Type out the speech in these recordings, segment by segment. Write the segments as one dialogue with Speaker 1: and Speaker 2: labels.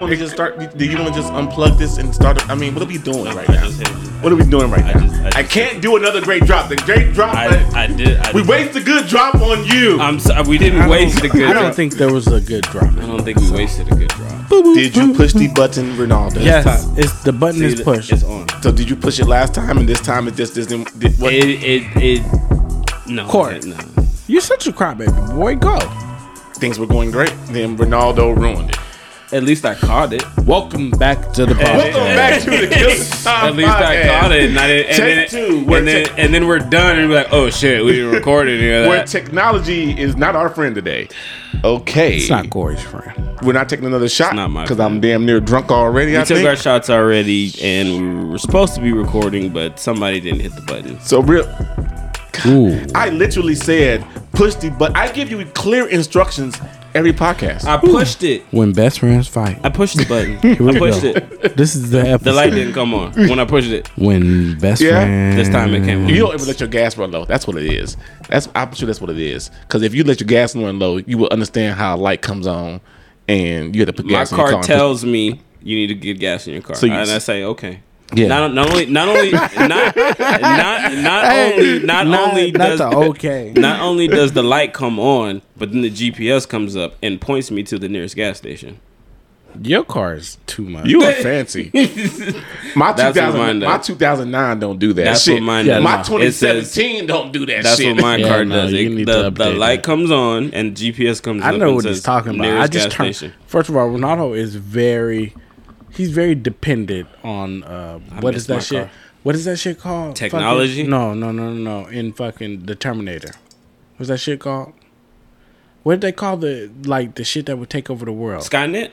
Speaker 1: want to just start? Do you want to just unplug this and start? I mean, what are we doing right
Speaker 2: I
Speaker 1: now?
Speaker 2: just hit you.
Speaker 1: What are we doing right
Speaker 2: I
Speaker 1: now?
Speaker 2: just- I just-
Speaker 1: I can't do another great drop. The great drop.
Speaker 2: I, I did. I
Speaker 1: we
Speaker 2: did.
Speaker 1: waste a good drop on you.
Speaker 2: I'm sorry. We didn't
Speaker 3: I
Speaker 2: waste
Speaker 3: don't-
Speaker 2: a good.
Speaker 3: I don't
Speaker 2: drop.
Speaker 3: think there was a good drop.
Speaker 2: I don't think we wasted a good drop.
Speaker 1: did you push the button, Ronaldo?
Speaker 3: Yes, it's the button
Speaker 2: See,
Speaker 3: is pushed.
Speaker 2: It's on.
Speaker 1: So did you push it last time, and this time it just doesn't? Did, what?
Speaker 2: It it it. No.
Speaker 3: Court.
Speaker 2: No.
Speaker 3: You're such a crybaby boy. Go.
Speaker 1: things were going great. Then Ronaldo ruined it.
Speaker 2: At least I caught it.
Speaker 3: Welcome back to the
Speaker 1: Welcome
Speaker 3: podcast.
Speaker 1: back to the Killing Time
Speaker 2: At least I
Speaker 1: podcast.
Speaker 2: caught it. And, I didn't, and
Speaker 1: Take
Speaker 2: then,
Speaker 1: two.
Speaker 2: And,
Speaker 1: We're
Speaker 2: then,
Speaker 1: ta-
Speaker 2: and then we're done. And we're like, oh shit, we didn't record any of
Speaker 1: Where
Speaker 2: that.
Speaker 1: technology is not our friend today. Okay,
Speaker 3: It's not Corey's friend.
Speaker 1: we're not taking another shot
Speaker 2: not my
Speaker 1: because I'm damn near drunk already. I
Speaker 2: we took
Speaker 1: think.
Speaker 2: our shots already, and we were supposed to be recording, but somebody didn't hit the button.
Speaker 1: so real.
Speaker 3: Ooh.
Speaker 1: I literally said push the button. I give you clear instructions every podcast.
Speaker 2: I pushed it.
Speaker 3: When best friends fight.
Speaker 2: I pushed the button.
Speaker 3: Here we
Speaker 2: I pushed
Speaker 3: go.
Speaker 2: it.
Speaker 3: This is the episode.
Speaker 2: The light didn't come on when I pushed it.
Speaker 3: When best
Speaker 1: Yeah.
Speaker 3: friends.
Speaker 2: This time it came on.
Speaker 1: you don't ever let your gas run low. That's what it is. That's I'm sure that's what it is. Because if you let your gas run low, you will understand how a light comes on, and you have to put
Speaker 2: My
Speaker 1: gas in your car.
Speaker 2: car
Speaker 1: and push-
Speaker 2: tells me you need to get gas in your car,
Speaker 1: So you-
Speaker 2: and I say okay.
Speaker 3: Yeah.
Speaker 2: Not, not only not only not not not only not,
Speaker 3: Not,
Speaker 2: only
Speaker 3: not
Speaker 2: does
Speaker 3: the okay.
Speaker 2: not only does the light come on, but then the GPS comes up and points me to the nearest gas station.
Speaker 3: Your car is too much.
Speaker 1: You are fancy. My
Speaker 2: That's what
Speaker 1: 2000,
Speaker 2: mine does.
Speaker 1: my 2009 don't do that
Speaker 2: That's
Speaker 1: shit.
Speaker 2: what mine
Speaker 3: Yeah,
Speaker 2: does.
Speaker 1: my
Speaker 3: It says-
Speaker 1: 2017 don't do that
Speaker 2: That's
Speaker 1: shit.
Speaker 2: what my
Speaker 3: Yeah,
Speaker 2: car
Speaker 3: no,
Speaker 2: does.
Speaker 3: you
Speaker 2: It,
Speaker 3: need
Speaker 2: the
Speaker 3: to
Speaker 2: the
Speaker 3: update
Speaker 2: light
Speaker 3: that.
Speaker 2: comes on and GPS comes.
Speaker 3: I
Speaker 2: up
Speaker 3: know
Speaker 2: and
Speaker 3: what he's
Speaker 2: says,
Speaker 3: talking about. I
Speaker 2: "Nearest
Speaker 3: just
Speaker 2: gas
Speaker 3: turn,
Speaker 2: station."
Speaker 3: First of all, Ronaldo is very. He's very dependent on uh, what
Speaker 2: miss
Speaker 3: is
Speaker 2: my
Speaker 3: that shit?
Speaker 2: car.
Speaker 3: What is that shit called? Fucking-
Speaker 2: Technology?
Speaker 3: no, no, no, no, no. In fucking the Terminator, what's that shit called? What did they call the like the shit that would take over the world?
Speaker 2: Skynet.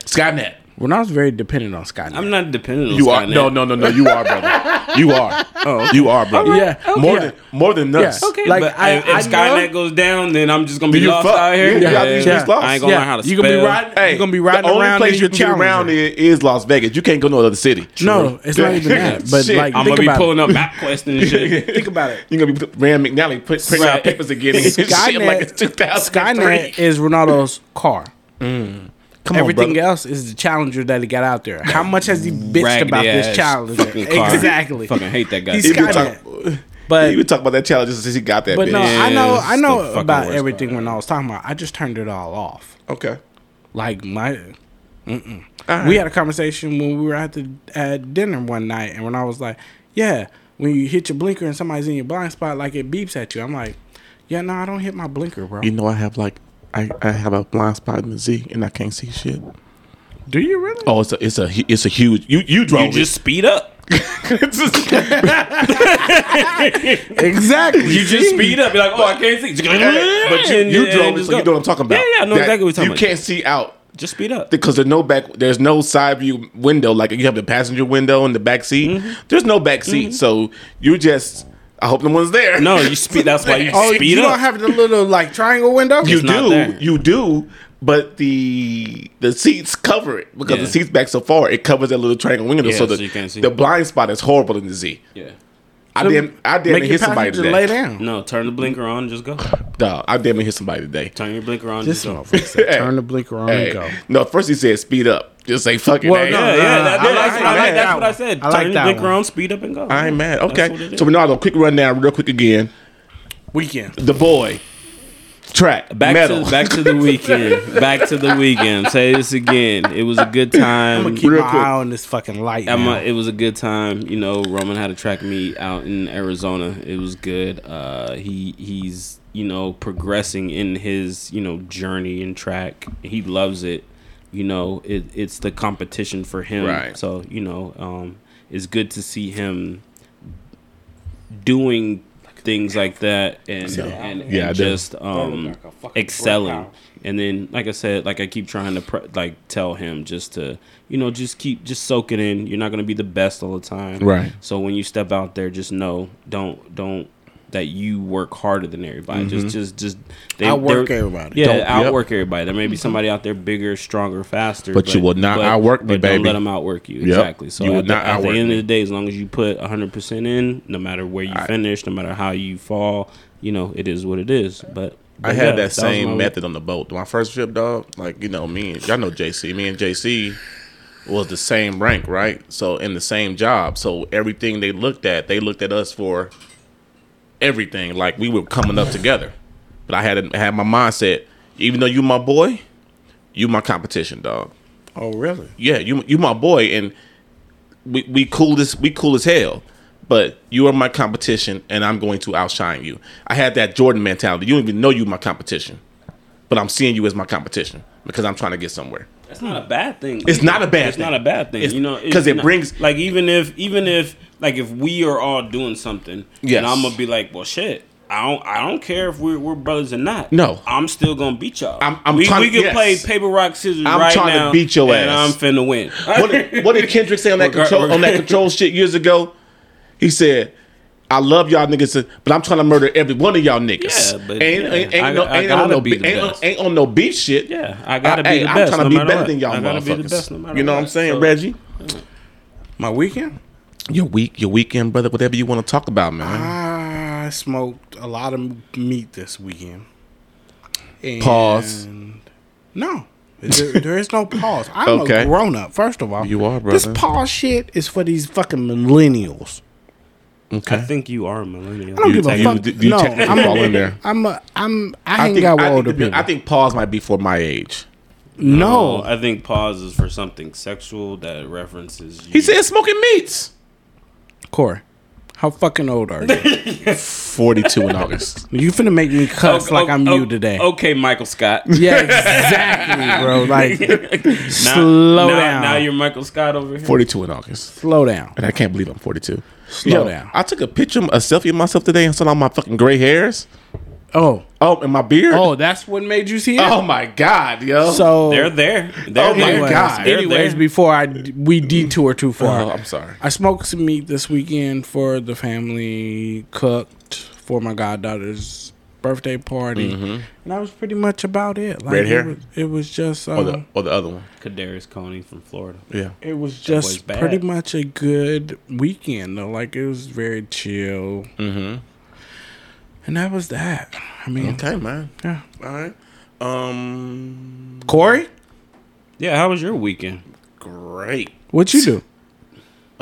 Speaker 1: Skynet.
Speaker 3: Ronaldo's very dependent on Skynet.
Speaker 2: I'm not dependent on
Speaker 1: You are
Speaker 2: Skynet.
Speaker 1: no, no, no, no. You are, brother. You are. You are, brother.
Speaker 3: Alright, Yeah. okay.
Speaker 1: More than more than us.
Speaker 3: Yeah.
Speaker 2: Okay,
Speaker 3: Like,
Speaker 2: but
Speaker 3: I-
Speaker 2: if,
Speaker 3: I
Speaker 2: if Skynet
Speaker 3: know-
Speaker 2: goes down, then I'm just gonna be
Speaker 1: You
Speaker 2: lost
Speaker 1: fuck.
Speaker 2: out here.
Speaker 1: Yeah,
Speaker 3: yeah,
Speaker 1: you
Speaker 3: yeah.
Speaker 1: just lost.
Speaker 2: I ain't gonna
Speaker 3: Yeah,
Speaker 2: learn how to
Speaker 3: you
Speaker 2: spell.
Speaker 3: gonna be riding-
Speaker 1: Hey,
Speaker 3: You're gonna be riding
Speaker 1: the only
Speaker 3: around
Speaker 1: place
Speaker 3: in
Speaker 1: you
Speaker 3: your
Speaker 1: can get
Speaker 3: Challenger.
Speaker 1: around in is Las Vegas. You can't go no other city.
Speaker 3: no, it's not even that. But
Speaker 1: Shit.
Speaker 3: like,
Speaker 2: I'm
Speaker 3: think
Speaker 2: gonna be
Speaker 3: about
Speaker 2: pulling up MapQuest and shit.
Speaker 3: Think about it.
Speaker 1: You're gonna be Rand McNally put print out
Speaker 2: Right.
Speaker 1: papers again and shit
Speaker 3: Skynet-
Speaker 1: like it's 2003.
Speaker 3: Skynet is Ronaldo's car.
Speaker 1: Come on,
Speaker 3: Everything
Speaker 1: brother.
Speaker 3: else is the challenger that he got out there. How much has he bitched
Speaker 2: Raggedy
Speaker 3: about
Speaker 2: ass
Speaker 3: this challenger?
Speaker 2: fucking car.
Speaker 3: Exactly.
Speaker 2: Fucking hate that guy.
Speaker 3: He's
Speaker 1: He been
Speaker 3: Skynet.
Speaker 1: talk-
Speaker 3: But
Speaker 1: He been talking about that challenge since he got that.
Speaker 3: but
Speaker 1: bitch.
Speaker 3: no, I
Speaker 2: Yeah,
Speaker 3: know I
Speaker 2: it's the
Speaker 3: know
Speaker 2: fucking
Speaker 3: about
Speaker 2: worst
Speaker 3: everything
Speaker 2: car.
Speaker 3: when I was talking about. I just turned it all off.
Speaker 1: Okay.
Speaker 3: Like my
Speaker 1: All
Speaker 3: we
Speaker 1: right.
Speaker 3: had a conversation when we were at the at dinner one night, and when I was like, "Yeah, when you hit your blinker and somebody's in your blind spot, like it beeps at you." I'm like, "Yeah, no, I don't hit my blinker, bro."
Speaker 1: You know, I have like I, I have a blind spot in the Z, and I can't see shit.
Speaker 3: Do you really?
Speaker 1: Oh, it's a it's a hu- it's a huge. You you drove
Speaker 2: You just speed up.
Speaker 3: Exactly.
Speaker 2: You just speed up. You're like, oh, I can't see. But
Speaker 1: but you,
Speaker 2: you,
Speaker 1: you
Speaker 2: and
Speaker 1: drove it,
Speaker 2: just
Speaker 1: so you
Speaker 2: go.
Speaker 1: know what I'm talking about.
Speaker 2: Yeah, yeah, I know
Speaker 1: That
Speaker 2: exactly what you're
Speaker 1: You
Speaker 2: talking about.
Speaker 1: can't see out
Speaker 2: Just speed up.
Speaker 1: because there's no back. There's no side view window. Like you have the passenger window and the back seat.
Speaker 2: Mm-hmm.
Speaker 1: There's no back seat, so you just. I hope no one's there.
Speaker 2: No, you speed. That's why you
Speaker 3: Oh,
Speaker 2: speed
Speaker 3: you
Speaker 2: up.
Speaker 3: don't have the little like triangle window.
Speaker 1: you
Speaker 2: It's not
Speaker 1: do,
Speaker 2: there.
Speaker 1: you do, but the the seats cover it because
Speaker 2: Yeah.
Speaker 1: the seats back so far it covers that little triangle window.
Speaker 2: Yeah,
Speaker 1: so the
Speaker 2: so you can't see.
Speaker 1: the blind spot is horrible in the Z.
Speaker 2: yeah.
Speaker 1: I damn, I damn near
Speaker 3: Make your
Speaker 1: hit somebody
Speaker 3: passenger
Speaker 1: today.
Speaker 3: lay down.
Speaker 2: No, turn the blinker on. Just go.
Speaker 1: Dog, I damn near hit somebody today.
Speaker 2: Turn your blinker on.
Speaker 3: This
Speaker 2: just go.
Speaker 3: motherfucker said, turn the blinker on
Speaker 1: Hey,
Speaker 3: and go.
Speaker 1: No, first he said speed up. Just say fuck it.
Speaker 3: Well,
Speaker 1: hey.
Speaker 3: no,
Speaker 2: Yeah,
Speaker 3: Uh,
Speaker 2: yeah.
Speaker 3: I
Speaker 2: That, that's
Speaker 3: like- I
Speaker 2: what I,
Speaker 3: like
Speaker 2: like, that's
Speaker 3: that
Speaker 2: what I
Speaker 3: one.
Speaker 2: said.
Speaker 3: I like
Speaker 2: turn your
Speaker 3: that
Speaker 2: blinker
Speaker 3: one.
Speaker 2: on. Speed up and go.
Speaker 1: I ain't mad.
Speaker 2: That's what
Speaker 1: Okay.
Speaker 2: it
Speaker 1: So Ronaldo, quick rundown, real quick again.
Speaker 3: Weekend.
Speaker 1: The boy, track,
Speaker 2: Back
Speaker 1: metal.
Speaker 2: to back to the weekend. back to the weekend. Say this again. It was a good time.
Speaker 3: I'm gonna keep
Speaker 1: Real
Speaker 3: my
Speaker 1: quick.
Speaker 3: eye on this fucking light.
Speaker 2: I'm
Speaker 3: now.
Speaker 2: a- it was a good time. You know, Roman had a track meet out in Arizona. It was good. Uh, he he's you know progressing in his you know journey in track. He loves it. You know, it, it's the competition for him.
Speaker 1: Right.
Speaker 2: So you know, um, it's good to see him doing things like that and and, and
Speaker 1: Yeah, I do.
Speaker 2: just um excelling and then like i said like i keep trying to pre- like tell him just to you know just keep just soak it in you're not going to be the best all the time
Speaker 1: Right.
Speaker 2: so when you step out there just know don't don't that you work harder than everybody just just just they
Speaker 3: Outwork
Speaker 2: they're-
Speaker 3: everybody.
Speaker 2: yeah
Speaker 1: Mm-hmm. Don't- yep.
Speaker 2: outwork everybody there may be somebody out there bigger stronger faster
Speaker 1: But you will not outwork me,
Speaker 2: but
Speaker 1: baby.
Speaker 2: don't let them outwork you exactly so
Speaker 1: You
Speaker 2: you
Speaker 1: will
Speaker 2: at, the,
Speaker 1: not
Speaker 2: at the
Speaker 1: outwork
Speaker 2: end
Speaker 1: me.
Speaker 2: of the day as long as you put 100% in no matter where you finish no matter how you fall you know it is what it is but
Speaker 1: I
Speaker 2: but
Speaker 1: had
Speaker 2: yeah,
Speaker 1: that
Speaker 2: was
Speaker 1: same
Speaker 2: my-
Speaker 1: method on the boat. My first trip, dog. Like you know, me and y'all know JC. Me and JC was the same rank, right? So in the same job. So everything they looked at, they looked at us for everything. Like we were coming up together. But I had had my mindset, even though you my boy, you my competition, dog.
Speaker 3: Oh, really?
Speaker 1: Yeah, you you my boy and we, we cool as we cool as hell. But you are my competition and I'm going to outshine you. I had that Jordan mentality. You don't even know you my competition. But I'm seeing you as my competition because I'm trying to get somewhere.
Speaker 2: That's not a bad thing.
Speaker 1: It's not a bad
Speaker 2: It's
Speaker 1: thing.
Speaker 2: not a bad thing.
Speaker 1: It's-
Speaker 2: you know,
Speaker 1: 'cause it
Speaker 2: not-
Speaker 1: brings-
Speaker 2: like even if even if like if we are all doing something, yeah,
Speaker 1: Yes.
Speaker 2: and I'm gonna be like, well, shit. I don't. I don't care if we're, we're brothers or not.
Speaker 1: No.
Speaker 2: I'm still gonna beat y'all.
Speaker 1: I'm- I'm
Speaker 2: we,
Speaker 1: trying-
Speaker 2: we can
Speaker 1: yes.
Speaker 2: play paper rock scissors.
Speaker 1: I'm
Speaker 2: right
Speaker 1: trying to
Speaker 2: now,
Speaker 1: beat your
Speaker 2: and
Speaker 1: ass.
Speaker 2: I'm finna win.
Speaker 1: what, did, what did Kendrick say on that
Speaker 2: Regar-
Speaker 1: control on that
Speaker 2: regar-
Speaker 1: control shit years ago? He said, "I love y'all niggas, but I'm trying to murder every one of y'all niggas."
Speaker 2: Yeah,
Speaker 1: Yeah,
Speaker 2: but
Speaker 1: but ain't,
Speaker 2: yeah.
Speaker 1: ain't, ain't,
Speaker 2: I-
Speaker 1: no,
Speaker 2: I
Speaker 1: ain't on
Speaker 2: gotta
Speaker 1: no
Speaker 2: be
Speaker 1: be-
Speaker 2: the
Speaker 1: ain't, on,
Speaker 2: best.
Speaker 1: ain't on no beat shit.
Speaker 2: Yeah, I gotta be
Speaker 1: hey,
Speaker 2: the
Speaker 1: I'm
Speaker 2: best,
Speaker 1: trying to
Speaker 2: no
Speaker 1: be
Speaker 2: matter
Speaker 1: better
Speaker 2: what.
Speaker 1: than y'all
Speaker 2: I gotta be the
Speaker 1: motherfuckers.
Speaker 2: best, no matter
Speaker 1: you know what
Speaker 2: what.
Speaker 1: I'm saying,
Speaker 2: So-
Speaker 1: Reggie?
Speaker 3: My weekend?
Speaker 1: Your week, your weekend, brother, whatever you want to talk about, man.
Speaker 3: I smoked a lot of meat this weekend. And
Speaker 1: Pause.
Speaker 3: No. There- there is no pause. I'm
Speaker 1: Okay.
Speaker 3: a grown up, first of all.
Speaker 1: You are,
Speaker 3: This
Speaker 1: brother.
Speaker 3: pause shit is for these fucking millennials.
Speaker 1: okay.
Speaker 2: I think you are a millennial.
Speaker 3: I don't give
Speaker 1: technically-
Speaker 3: a fuck.
Speaker 1: you- you
Speaker 3: no,
Speaker 1: technically
Speaker 3: I'm,
Speaker 1: fall in there.
Speaker 3: I'm, a, I'm, I
Speaker 1: I
Speaker 3: hang
Speaker 1: think,
Speaker 3: out
Speaker 1: I
Speaker 3: with
Speaker 1: think
Speaker 3: older
Speaker 1: the-
Speaker 3: people.
Speaker 1: I think uh, pause might be for my age.
Speaker 3: no,
Speaker 2: Oh, I think pause is for something sexual that references. You.
Speaker 1: He said smoking meats.
Speaker 3: Corey, how fucking old are you?
Speaker 1: Forty-two in August.
Speaker 3: you finna make me cuss
Speaker 2: Okay,
Speaker 3: like I'm
Speaker 2: okay,
Speaker 3: you today.
Speaker 2: Okay, Michael Scott.
Speaker 3: Yeah, exactly, bro. Like,
Speaker 2: Now-
Speaker 3: slow
Speaker 2: now-
Speaker 3: down.
Speaker 2: Now you're Michael Scott over here.
Speaker 1: Forty-two in August.
Speaker 3: slow down.
Speaker 1: And I can't believe I'm 42.
Speaker 3: Slow down.
Speaker 1: I took a picture, a selfie of myself today and saw all my fucking gray hairs.
Speaker 3: Oh,
Speaker 1: Oh, and my beard.
Speaker 3: oh, that's what made you see it.
Speaker 1: Oh my God, yo.
Speaker 3: so
Speaker 2: They're there. They're
Speaker 1: Oh my
Speaker 2: there.
Speaker 3: anyways,
Speaker 1: God.
Speaker 2: They're
Speaker 3: anyways,
Speaker 2: there.
Speaker 3: before I d- we detour too far,
Speaker 1: Oh, I'm sorry.
Speaker 3: I smoked some meat this weekend for the family, cooked for my goddaughter's birthday party,
Speaker 1: Mm-hmm.
Speaker 3: and that was pretty much about it. Like,
Speaker 1: Red hair?
Speaker 3: It was, it was just.
Speaker 1: Or
Speaker 3: Um,
Speaker 1: Oh, the, or the other one.
Speaker 2: Kadarius Coney from Florida.
Speaker 1: Yeah.
Speaker 3: it was
Speaker 2: boy's
Speaker 3: just
Speaker 2: bad.
Speaker 3: pretty much a good weekend though. Like it was very chill, mm-hmm. and that was that. I mean,
Speaker 1: Okay, man.
Speaker 3: yeah.
Speaker 1: All right. Um,
Speaker 3: Corey,
Speaker 2: Yeah, how was your weekend?
Speaker 1: great.
Speaker 3: what you do?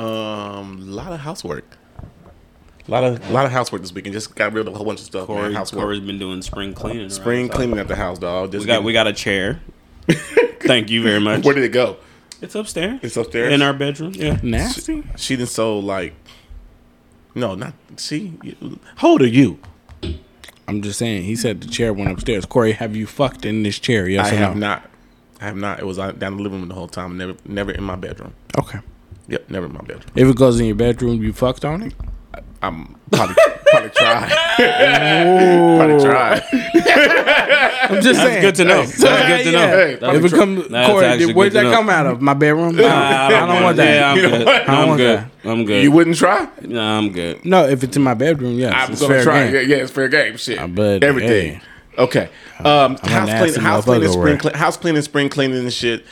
Speaker 1: Um, a lot of housework. A lot of lot of housework this weekend. Just got rid of a whole bunch of stuff.
Speaker 2: Corey,
Speaker 1: man. Housework.
Speaker 2: Corey's been doing spring cleaning. around
Speaker 1: Spring
Speaker 2: the house.
Speaker 1: cleaning at the house, dog. Just
Speaker 2: We got we got a chair. Thank you very much.
Speaker 1: where did it go?
Speaker 2: It's upstairs.
Speaker 1: It's upstairs?
Speaker 2: in our bedroom. Yeah.
Speaker 3: Nasty.
Speaker 1: She didn't so like. No, not she. How old are you?
Speaker 3: I'm just saying. He said the chair went upstairs. Corey, have you fucked in this chair? Yes
Speaker 1: I
Speaker 3: or
Speaker 1: have
Speaker 3: no?
Speaker 1: not. I have not. It was uh, down in the living room the whole time. Never, never in my bedroom.
Speaker 3: Okay.
Speaker 1: Yep, never in my bedroom.
Speaker 3: If it goes in your bedroom, you fucked on it.
Speaker 1: I'm probably probably try. probably try.
Speaker 3: I'm just
Speaker 2: That's good to know. That's good to know.
Speaker 3: Yeah.
Speaker 1: Hey,
Speaker 2: That's
Speaker 3: if it
Speaker 2: good-
Speaker 3: comes,
Speaker 2: that's
Speaker 3: Corey,
Speaker 2: actually
Speaker 3: did, where'd
Speaker 2: good to
Speaker 3: that
Speaker 2: know.
Speaker 3: come out of? My bedroom? No, I don't, want that.
Speaker 2: Yeah, I'm
Speaker 1: You know
Speaker 2: good.
Speaker 1: what?
Speaker 2: No,
Speaker 3: I don't
Speaker 2: I'm
Speaker 3: want
Speaker 2: good.
Speaker 3: that.
Speaker 2: I'm good.
Speaker 1: You wouldn't try?
Speaker 2: No, I'm good.
Speaker 3: No, if it's in my bedroom, yes.
Speaker 1: I'm
Speaker 3: it's
Speaker 1: gonna
Speaker 3: fair
Speaker 1: try.
Speaker 3: game.
Speaker 1: Yeah, yeah, it's fair game. Shit,
Speaker 3: bet,
Speaker 1: everything.
Speaker 3: hey.
Speaker 1: Okay. Um, house
Speaker 3: nasty
Speaker 1: cleaning, house
Speaker 3: motherfucker,
Speaker 1: cleaning, spring
Speaker 3: right?
Speaker 1: cle- house cleaning, spring cleaning and shit,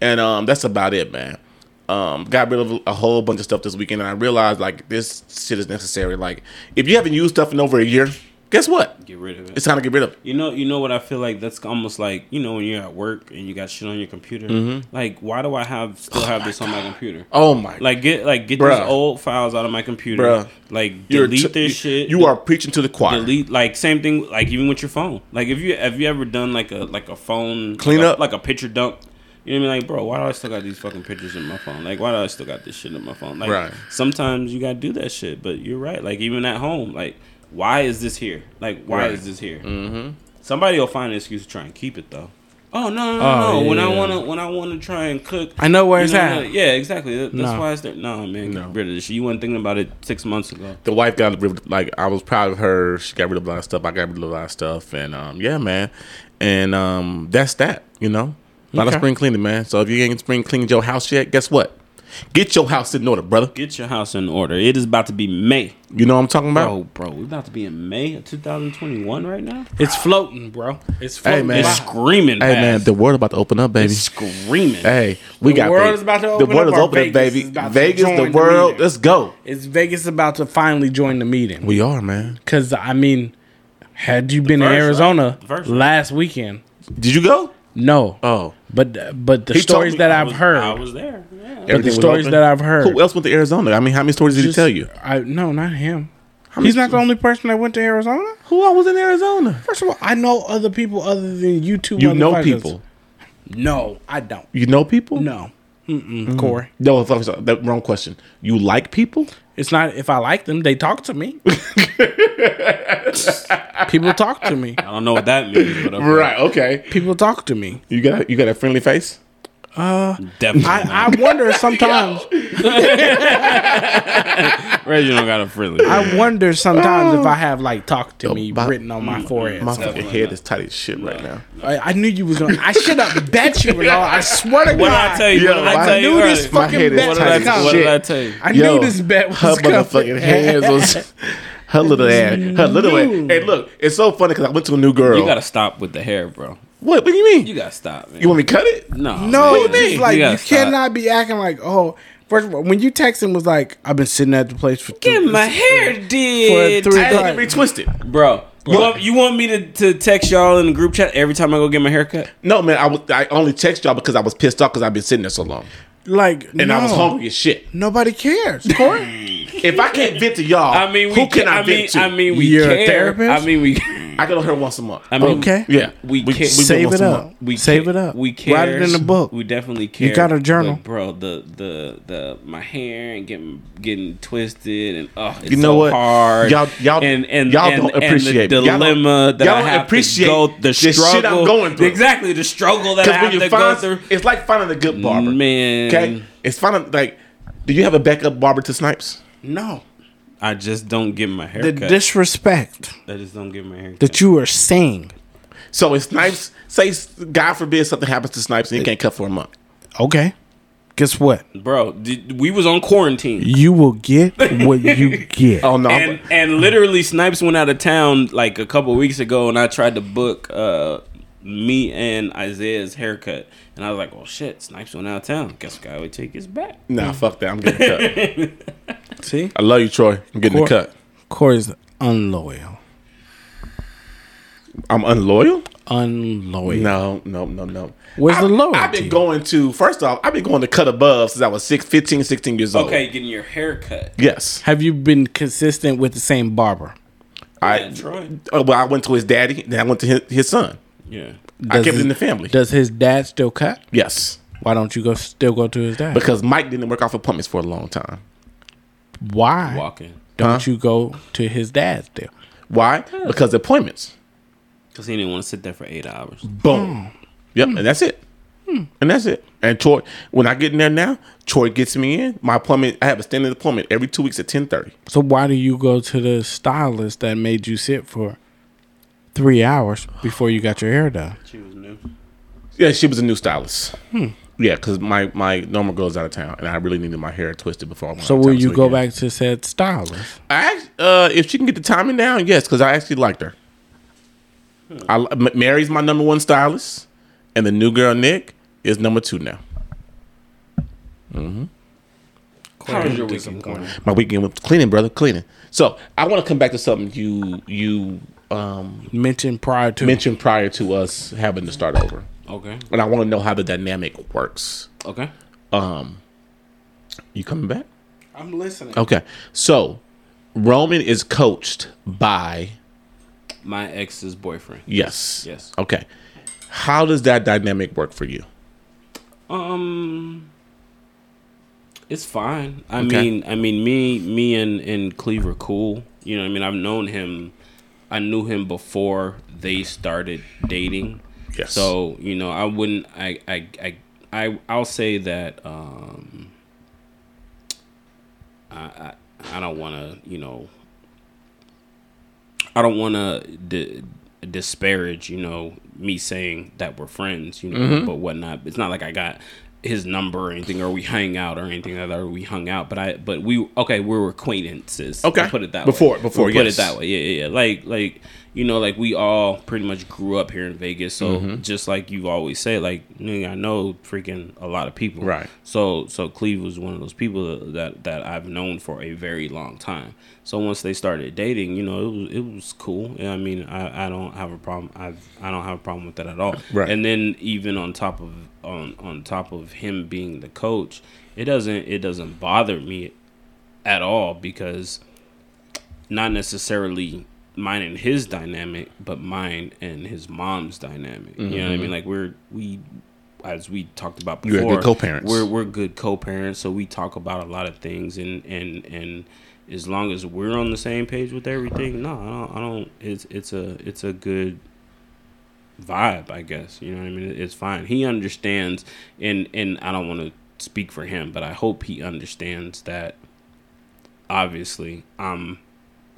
Speaker 1: and um, that's about it, man. Um, got rid of a whole bunch of stuff this weekend, and I realized like this shit is necessary. Like, if you haven't used stuff in over a year, guess what?
Speaker 2: Get rid of it.
Speaker 1: It's time to get rid of. it.
Speaker 2: You know, you know what I feel like. That's almost like you know when you're at work and you got shit on your computer.
Speaker 1: Mm-hmm.
Speaker 2: Like, why do I have still have this on my computer?
Speaker 1: Oh my
Speaker 2: Like, get like get
Speaker 1: Bruh.
Speaker 2: these old files out of my computer.
Speaker 1: Bruh.
Speaker 2: Like,
Speaker 1: You're
Speaker 2: delete
Speaker 1: t-
Speaker 2: this
Speaker 1: you-
Speaker 2: shit.
Speaker 1: You are preaching to the choir.
Speaker 2: delete like same thing. Like even with your phone. Like if you have you ever done like a like a phone
Speaker 1: Clean
Speaker 2: like a-
Speaker 1: up.
Speaker 2: like a picture dump. You know what I mean? Like, bro, why do I still got these fucking pictures in my phone? Like, why do I still got this shit in my phone? Like,
Speaker 1: Right.
Speaker 2: sometimes you gotta do that shit. But you're right. Like, even at home, like, why is this here? Like, why
Speaker 1: Right.
Speaker 2: is this here?
Speaker 3: Mm-hmm.
Speaker 2: Somebody will find an excuse to try and keep it though. Oh no no no!
Speaker 3: Oh,
Speaker 2: no.
Speaker 3: yeah,
Speaker 2: when I
Speaker 3: yeah.
Speaker 2: wanna when I wanna try and cook,
Speaker 3: I know where
Speaker 2: you
Speaker 3: it's at.
Speaker 2: that- Yeah, exactly. That- That's
Speaker 3: No.
Speaker 2: why it's there. No man,
Speaker 1: No.
Speaker 2: get rid of this. shit. You weren't thinking about it six months ago.
Speaker 1: the wife got rid of, like I was proud of her. She got rid of a lot of stuff. I got rid of a lot of stuff, and um, yeah, man, and um, that's that. You know, a lot of
Speaker 3: Okay.
Speaker 1: spring cleaning, man. So if you ain't spring cleaning your house yet, guess what? Get your house in order, brother.
Speaker 2: Get your house in order. It is about to be May,
Speaker 1: You know what I'm talking about?
Speaker 2: bro, bro. We're about to be in May of 2021 right now.
Speaker 3: It's floating, bro. It's floating.
Speaker 1: Hey man,
Speaker 2: It's screaming.
Speaker 1: hey man,
Speaker 2: fast.
Speaker 1: the world about to open up, baby.
Speaker 2: It's screaming.
Speaker 1: Hey, we
Speaker 3: The
Speaker 1: got
Speaker 3: world
Speaker 1: Vegas.
Speaker 3: is about to
Speaker 1: the
Speaker 3: open
Speaker 1: world
Speaker 3: up,
Speaker 1: is
Speaker 3: or
Speaker 1: opening,
Speaker 3: Vegas is
Speaker 1: baby.
Speaker 3: about to
Speaker 1: Vegas, the
Speaker 3: join the
Speaker 1: world.
Speaker 3: meeting.
Speaker 1: let's go.
Speaker 3: Is Vegas about to finally join the meeting?
Speaker 1: We are, man.
Speaker 3: Because I mean, had you been in
Speaker 2: first, right?
Speaker 3: Arizona
Speaker 2: The first, right?
Speaker 3: last weekend,
Speaker 1: Did you go?
Speaker 3: No,
Speaker 1: Oh,
Speaker 3: but but the
Speaker 1: He told
Speaker 3: stories
Speaker 1: me
Speaker 3: that
Speaker 1: I
Speaker 2: I
Speaker 3: I've
Speaker 2: was-
Speaker 3: heard,
Speaker 2: I was there. Yeah.
Speaker 3: but the
Speaker 1: Everything was
Speaker 3: stories
Speaker 1: open?
Speaker 3: that I've heard.
Speaker 1: Who else went to Arizona? I mean, how many stories did
Speaker 3: just-
Speaker 1: he tell you?
Speaker 3: I no, not him.
Speaker 1: many
Speaker 3: He's not the
Speaker 1: stories?
Speaker 3: only person that went to Arizona.
Speaker 1: Who all was in Arizona?
Speaker 3: First of all, I know other people other than you two.
Speaker 1: You know
Speaker 3: motherfuckers.
Speaker 1: people.
Speaker 3: No, I don't.
Speaker 1: You know people?
Speaker 3: No, Mm-mm, Corey.
Speaker 1: No, I'm sorry, that wrong question. You like people?
Speaker 3: It's not if I like them, they talk to me. people talk to me.
Speaker 2: I don't know what that means, but okay.
Speaker 1: Okay.
Speaker 3: People talk to me.
Speaker 1: You got you got a friendly face.
Speaker 2: Definitely.
Speaker 3: I, I wonder sometimes.
Speaker 2: not. Reginald got a friendly.
Speaker 3: I wonder sometimes if I have like talk to me
Speaker 1: my-
Speaker 3: written on Oh. my forehead.
Speaker 1: My
Speaker 3: So,
Speaker 1: fucking head is tight as shit right now.
Speaker 3: I, I knew you was gonna. I should have bet you. Were all, I swear to God.
Speaker 2: What did I tell you?
Speaker 1: Yo,
Speaker 2: what did I
Speaker 1: I
Speaker 2: tell you?
Speaker 3: knew this
Speaker 2: earlier?
Speaker 1: My
Speaker 3: fucking
Speaker 1: head is
Speaker 2: what,
Speaker 3: bet was
Speaker 2: did I,
Speaker 1: tight as
Speaker 3: coming.
Speaker 2: what did I
Speaker 1: shit.
Speaker 2: tell you?
Speaker 3: I
Speaker 1: Yo,
Speaker 3: knew this bet was
Speaker 1: her
Speaker 3: coming.
Speaker 1: motherfucking hands was her little ass. Her little ass. Hey, look, it's so funny because I went to a new girl.
Speaker 2: You gotta stop with the hair, bro.
Speaker 1: what? What do you mean?
Speaker 2: You
Speaker 1: You,
Speaker 2: gotta stop, man.
Speaker 1: want me to cut it?
Speaker 2: no,
Speaker 3: No,
Speaker 2: man.
Speaker 3: it's just like you,
Speaker 2: gotta stop.
Speaker 3: cannot be acting like oh. First of all, when you text him was like, I've been sitting at the place for two,
Speaker 2: Get my hair did,
Speaker 3: For three
Speaker 1: I had
Speaker 3: Right.
Speaker 1: to be twisted.
Speaker 2: bro. You want, you want me to, to text y'all in the group chat every time I go get my haircut?
Speaker 1: No, man, I, was, I only text y'all because I was pissed off because I've been sitting there so long
Speaker 3: like
Speaker 1: and
Speaker 3: no,
Speaker 1: I was hungry as shit.
Speaker 3: Nobody cares, Corey.
Speaker 1: If I can't vent to y'all,
Speaker 2: I mean, we
Speaker 1: who can
Speaker 2: ca-
Speaker 1: I,
Speaker 2: I
Speaker 1: vent
Speaker 2: mean,
Speaker 1: to?
Speaker 2: I mean, we
Speaker 3: You're a
Speaker 2: care. I
Speaker 3: therapist?
Speaker 2: mean, we.
Speaker 1: I go to her once a month.
Speaker 2: I mean,
Speaker 3: Okay.
Speaker 1: yeah,
Speaker 2: We can't-
Speaker 1: we
Speaker 3: Save
Speaker 1: once
Speaker 3: it
Speaker 1: a
Speaker 3: up.
Speaker 1: month.
Speaker 2: We
Speaker 3: Save
Speaker 2: ca-
Speaker 3: it up.
Speaker 2: We care.
Speaker 3: Write it in the book.
Speaker 2: We definitely care.
Speaker 3: got a journal.
Speaker 2: but, bro. The the the my hair and getting getting twisted and oh, it's
Speaker 1: You know
Speaker 2: so
Speaker 1: what?
Speaker 2: hard.
Speaker 1: Y'all- y'all-
Speaker 2: and and
Speaker 1: y'all
Speaker 2: and-
Speaker 1: don't
Speaker 2: and the
Speaker 1: appreciate me. Y'all don't-
Speaker 2: dilemma that
Speaker 1: y'all
Speaker 2: I
Speaker 1: don't
Speaker 2: have
Speaker 1: appreciate
Speaker 2: to go. The,
Speaker 1: the shit
Speaker 2: struggle
Speaker 1: I'm going through.
Speaker 2: Exactly the struggle that I
Speaker 1: Because when
Speaker 2: have to
Speaker 1: you
Speaker 2: go
Speaker 1: find,
Speaker 2: through.
Speaker 1: it's like finding a good barber.
Speaker 2: Man.
Speaker 1: okay, it's finding like, do you have a backup barber to Snipes?
Speaker 3: No,
Speaker 2: I just don't get my
Speaker 3: the
Speaker 2: haircut.
Speaker 3: disrespect
Speaker 2: I just don't get my haircut.
Speaker 3: that you are saying.
Speaker 1: So if Snipes, say, God forbid something happens to Snipes and he can't cut for a month.
Speaker 3: Okay, guess what?
Speaker 2: bro, did, we was on quarantine.
Speaker 3: You will get what you get.
Speaker 1: Oh no, I'm-
Speaker 2: and and literally Snipes went out of town like a couple weeks ago, and I tried to book uh, me and Isaiah's haircut, and I was like, "Well, shit, Snipes went out of town. Guess I would take his back."
Speaker 1: nah, fuck that. I'm getting a cut.
Speaker 3: See,
Speaker 1: I love you, Troy. I'm getting
Speaker 3: Cor-
Speaker 1: a cut.
Speaker 3: Corey's unloyal.
Speaker 1: I'm unloyal.
Speaker 3: Unloyal.
Speaker 1: No, no, no, no.
Speaker 3: Where's the loyalty?
Speaker 1: I've been going to. First off, I've been going to cut above since I was six, 15, 16 years old.
Speaker 2: Okay, getting your haircut.
Speaker 1: Yes.
Speaker 3: Have you been consistent with the same barber?
Speaker 1: I.
Speaker 2: Yeah, Troy.
Speaker 1: Oh, well, I went to his daddy, then I went to his, his son.
Speaker 2: Yeah.
Speaker 1: I
Speaker 3: Does
Speaker 1: kept it in the
Speaker 3: his-
Speaker 1: family.
Speaker 3: Does his dad still cut?
Speaker 1: yes,
Speaker 3: Why don't you go still go to his dad?
Speaker 1: because Mike didn't work off appointments for a long time.
Speaker 3: Why
Speaker 2: Walking.
Speaker 3: don't you go to his dad still?
Speaker 1: Why? Because appointments.
Speaker 2: Because he didn't want to sit there for eight hours.
Speaker 1: Boom. Yep, and that's it. And that's it. And Troy, when I get in there now, Troy gets me in. My appointment, I have a standing appointment every two weeks at ten thirty.
Speaker 3: So why do you go to the stylist that made you sit for three hours before you got your hair done?
Speaker 2: She was new.
Speaker 1: Yeah, she was a new stylist. Yeah, because my my normal girl's out of town, and I really needed my hair twisted before. I went
Speaker 3: So
Speaker 1: out of
Speaker 3: will
Speaker 1: town this
Speaker 3: you go
Speaker 1: weekend.
Speaker 3: back to said stylist?
Speaker 1: I act- uh, if she can get the timing down, yes, because I actually liked her. I li- M- Mary's my number one stylist, and the new girl Nick is number two now.
Speaker 2: How was your weekend going?
Speaker 1: My weekend was cleaning, brother, cleaning. So I want to come back to something you you um,
Speaker 3: Mentioned prior to
Speaker 1: mentioned prior to us having to start over,
Speaker 2: Okay.
Speaker 1: and I want to know how the dynamic works.
Speaker 2: Okay.
Speaker 1: You coming back?
Speaker 3: I'm listening.
Speaker 1: Okay. So Roman is coached by
Speaker 2: My ex's boyfriend.
Speaker 1: yes,
Speaker 2: Yes.
Speaker 1: Okay. How does that dynamic work for you?
Speaker 2: Um, it's fine. I
Speaker 1: Okay.
Speaker 2: mean, I mean, me, me, and and Cleve are cool. You know, what I mean, I've known him. I knew him before they started dating.
Speaker 1: Yes.
Speaker 2: So you know, I wouldn't. I I I I I'll say that. Um. I I, I don't want to. You know. I don't want to di-
Speaker 1: Mm-hmm.
Speaker 2: disparage, you know, me saying that we're friends, you know, but whatnot. It's not like I got his number or anything, or we hang out or anything like that, or we hung out. But I, but we okay, we were acquaintances.
Speaker 1: Okay.
Speaker 2: I'll put it that
Speaker 1: Before-
Speaker 2: way.
Speaker 1: before,
Speaker 2: We'll put
Speaker 1: yes.
Speaker 2: it that way. Yeah, yeah, yeah. Like, like you know, like we all pretty much grew up here in Vegas. So
Speaker 1: Mm-hmm.
Speaker 2: just like you always say, like nigga, I know freaking a lot of people.
Speaker 1: Right.
Speaker 2: So so Cleve was one of those people that that I've known for a very long time. So once they started dating, you know, it was it was cool. Yeah, I mean, I, I don't have a problem. I I don't have a problem with that at all.
Speaker 1: Right.
Speaker 2: And then even on top of on on top of him being the coach, it doesn't it doesn't bother me at all because not necessarily mine and his dynamic, but mine and his mom's dynamic. You know what I mean? Like we're we as we talked about
Speaker 1: You're
Speaker 2: before,
Speaker 1: Mm-hmm. good co-parents.
Speaker 2: We're we're good co-parents, so we talk about a lot of things, and and and as long as we're on the same page with everything, no, I don't. I don't it's it's a it's a good vibe, I guess. You know what I mean? It's fine. He understands, and and I don't want to speak for him, but I hope he understands that. Obviously, I'm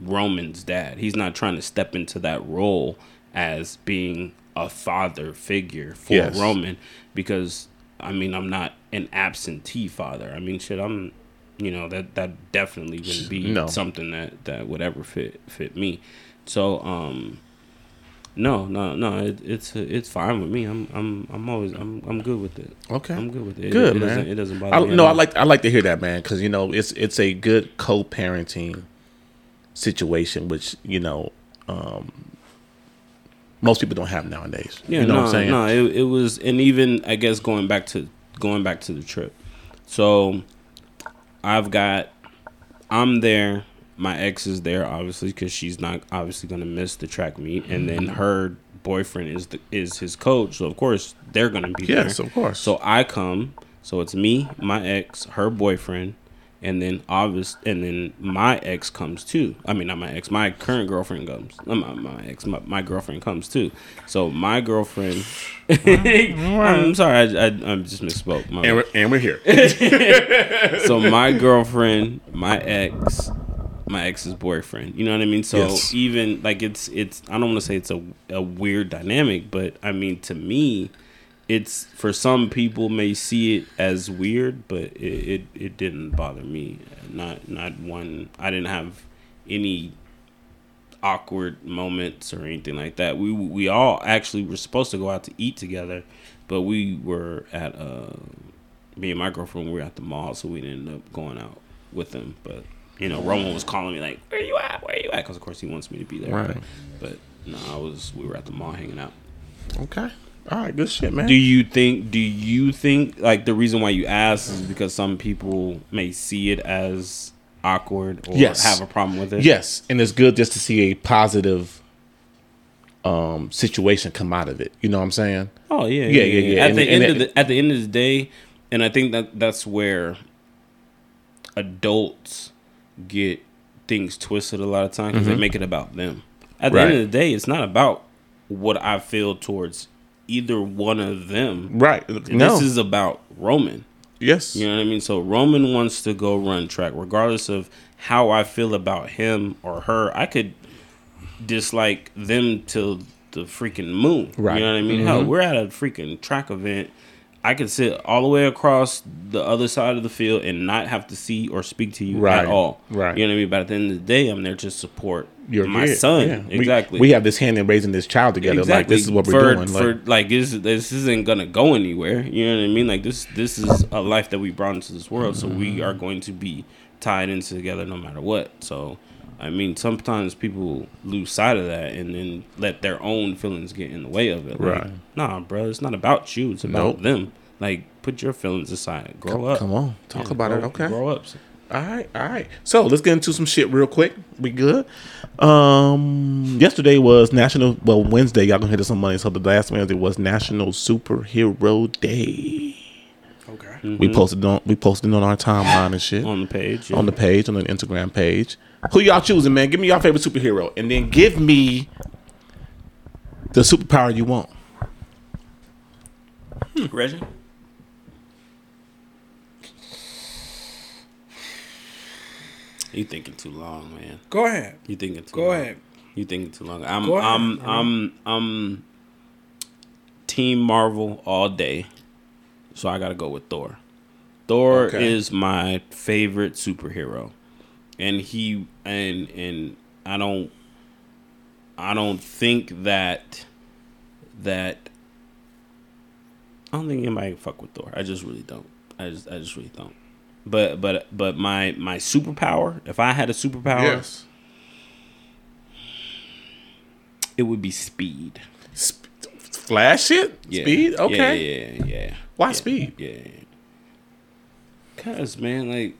Speaker 2: Roman's dad. He's not trying to step into that role as being a father figure for
Speaker 1: Yes.
Speaker 2: Roman because I mean I'm not an absentee father. I mean shit, I'm you know that that definitely would be
Speaker 1: No.
Speaker 2: something that that would ever fit fit me. So um no no no it, it's it's fine with me. I'm I'm I'm always I'm I'm good with it.
Speaker 1: Okay.
Speaker 2: I'm good with it. It-
Speaker 1: Good
Speaker 2: it,
Speaker 1: man.
Speaker 2: Doesn't, it doesn't bother
Speaker 1: I,
Speaker 2: me. at
Speaker 1: No, I
Speaker 2: all.
Speaker 1: like I like to hear that man because you know it's it's a good co-parenting situation, which you know um, most people don't have nowadays.
Speaker 2: Yeah,
Speaker 1: you know
Speaker 2: no,
Speaker 1: what I'm saying?
Speaker 2: no, it, it was, and even I guess going back to going back to the trip. So, I've got, I'm there. My ex is there, obviously, because she's not obviously gonna miss the track meet, and then
Speaker 1: Mm-hmm.
Speaker 2: her boyfriend is the, is his coach, so of course they're gonna be there.
Speaker 1: Yes, of course.
Speaker 2: So I come. So it's me, my ex, her boyfriend, and then obvious, and then my ex comes too. I mean, not my ex, my current girlfriend comes. Not my, my ex, my, my girlfriend comes too. So my girlfriend. I'm sorry, I, I, I just misspoke. My,
Speaker 1: and we're, and we're here.
Speaker 2: so my girlfriend, my ex, my ex's boyfriend. You know what I mean? So
Speaker 1: Yes.
Speaker 2: even like it's it's I don't want to say it's a a weird dynamic, but I mean to me, it's for some people may see it as weird, but it it, it didn't bother me. Not not one. I didn't have any awkward moments or anything like that. We we all actually were supposed to go out to eat together, but we were at uh me and my girlfriend we were at the mall, so we didn't end up going out with them. But you know, Roman was calling me like, "Where you at? Where you at?" Because of course he wants me to be there.
Speaker 1: Right.
Speaker 2: But, but no, I was we were at the mall hanging out.
Speaker 1: okay. All right. Good shit, man.
Speaker 2: Do you think? Do you think like the reason why you asked is because some people may see it as awkward or
Speaker 1: Yes.
Speaker 2: have a problem with it?
Speaker 1: Yes, and it's good just to see a positive um, situation come out of it. You know what I'm saying?
Speaker 2: Oh yeah,
Speaker 1: Yeah, yeah, yeah.
Speaker 2: At
Speaker 1: And-
Speaker 2: the
Speaker 1: and
Speaker 2: end of
Speaker 1: it-
Speaker 2: the at the end of the day, and I think that that's where adults get things twisted a lot of times because they make it about them. At the end
Speaker 1: Mm-hmm. Right.
Speaker 2: of the day, it's not about what I feel towards either one of them.
Speaker 1: Right. No.
Speaker 2: This is about Roman.
Speaker 1: yes.
Speaker 2: You know what I mean? So Roman wants to go run track, regardless of how I feel about him or her. I could dislike them till the freaking moon.
Speaker 1: Right. Mm-hmm.
Speaker 2: You know what I mean? Hell, we're at a freaking track event. I could sit all the way across the other side of the field and not have to see or speak to you
Speaker 1: Right.
Speaker 2: at all.
Speaker 1: Right.
Speaker 2: You know what I mean? But at the end of the day, I'm there to support
Speaker 1: Your
Speaker 2: my
Speaker 1: kid.
Speaker 2: son.
Speaker 1: Yeah. We-
Speaker 2: Exactly.
Speaker 1: We, have this hand in raising this child together. Like this is what we're
Speaker 2: for,
Speaker 1: doing. Like,
Speaker 2: For, like, this, this isn't gonna go anywhere. You know what I mean? Like this, this is a life that we brought into this world, so
Speaker 1: Mm-hmm.
Speaker 2: we are going to be tied in together no matter what. So, I mean, sometimes people lose sight of that and then let their own feelings get in the way of it. Like,
Speaker 1: Right.
Speaker 2: Nah, bro, it's not about you. It's about
Speaker 1: Nope.
Speaker 2: them. Like, put your feelings aside. Grow
Speaker 1: come,
Speaker 2: up.
Speaker 1: come on, talk
Speaker 2: Yeah,
Speaker 1: about it.
Speaker 2: grow-
Speaker 1: Okay.
Speaker 2: Grow up.
Speaker 1: All right, all right. So let's get into some shit real quick. We good? Um, yesterday was National. Well, Wednesday y'all gonna hit us some money. So the last Wednesday was National Superhero Day.
Speaker 3: Okay.
Speaker 2: Mm-hmm.
Speaker 1: We posted on we posted on our timeline and shit
Speaker 2: On the page.
Speaker 1: on the page on the Instagram page. Who y'all choosing, man? Give me your favorite superhero, and then give me the superpower you want.
Speaker 2: Reggie. You thinking too long, man.
Speaker 3: Go ahead.
Speaker 2: You thinking too
Speaker 3: Go
Speaker 2: long.
Speaker 3: ahead.
Speaker 2: You thinking too long. I'm
Speaker 3: Go ahead,
Speaker 2: I'm
Speaker 3: man.
Speaker 2: I'm I'm Team Marvel all day. So I got to go with Thor. Thor
Speaker 1: Okay.
Speaker 2: is my favorite superhero. And he and and I don't I don't think that that I don't think anybody can fuck with Thor. I just really don't. I just I just really don't. But but but my my superpower, if I had a superpower,
Speaker 1: Yes.
Speaker 2: it would be speed.
Speaker 1: Sp- flash it?
Speaker 2: Yeah.
Speaker 1: Speed?
Speaker 2: Yeah,
Speaker 1: Okay.
Speaker 2: Yeah, yeah, yeah.
Speaker 1: Why
Speaker 2: Yeah,
Speaker 1: speed?
Speaker 2: Yeah. Cause man, like,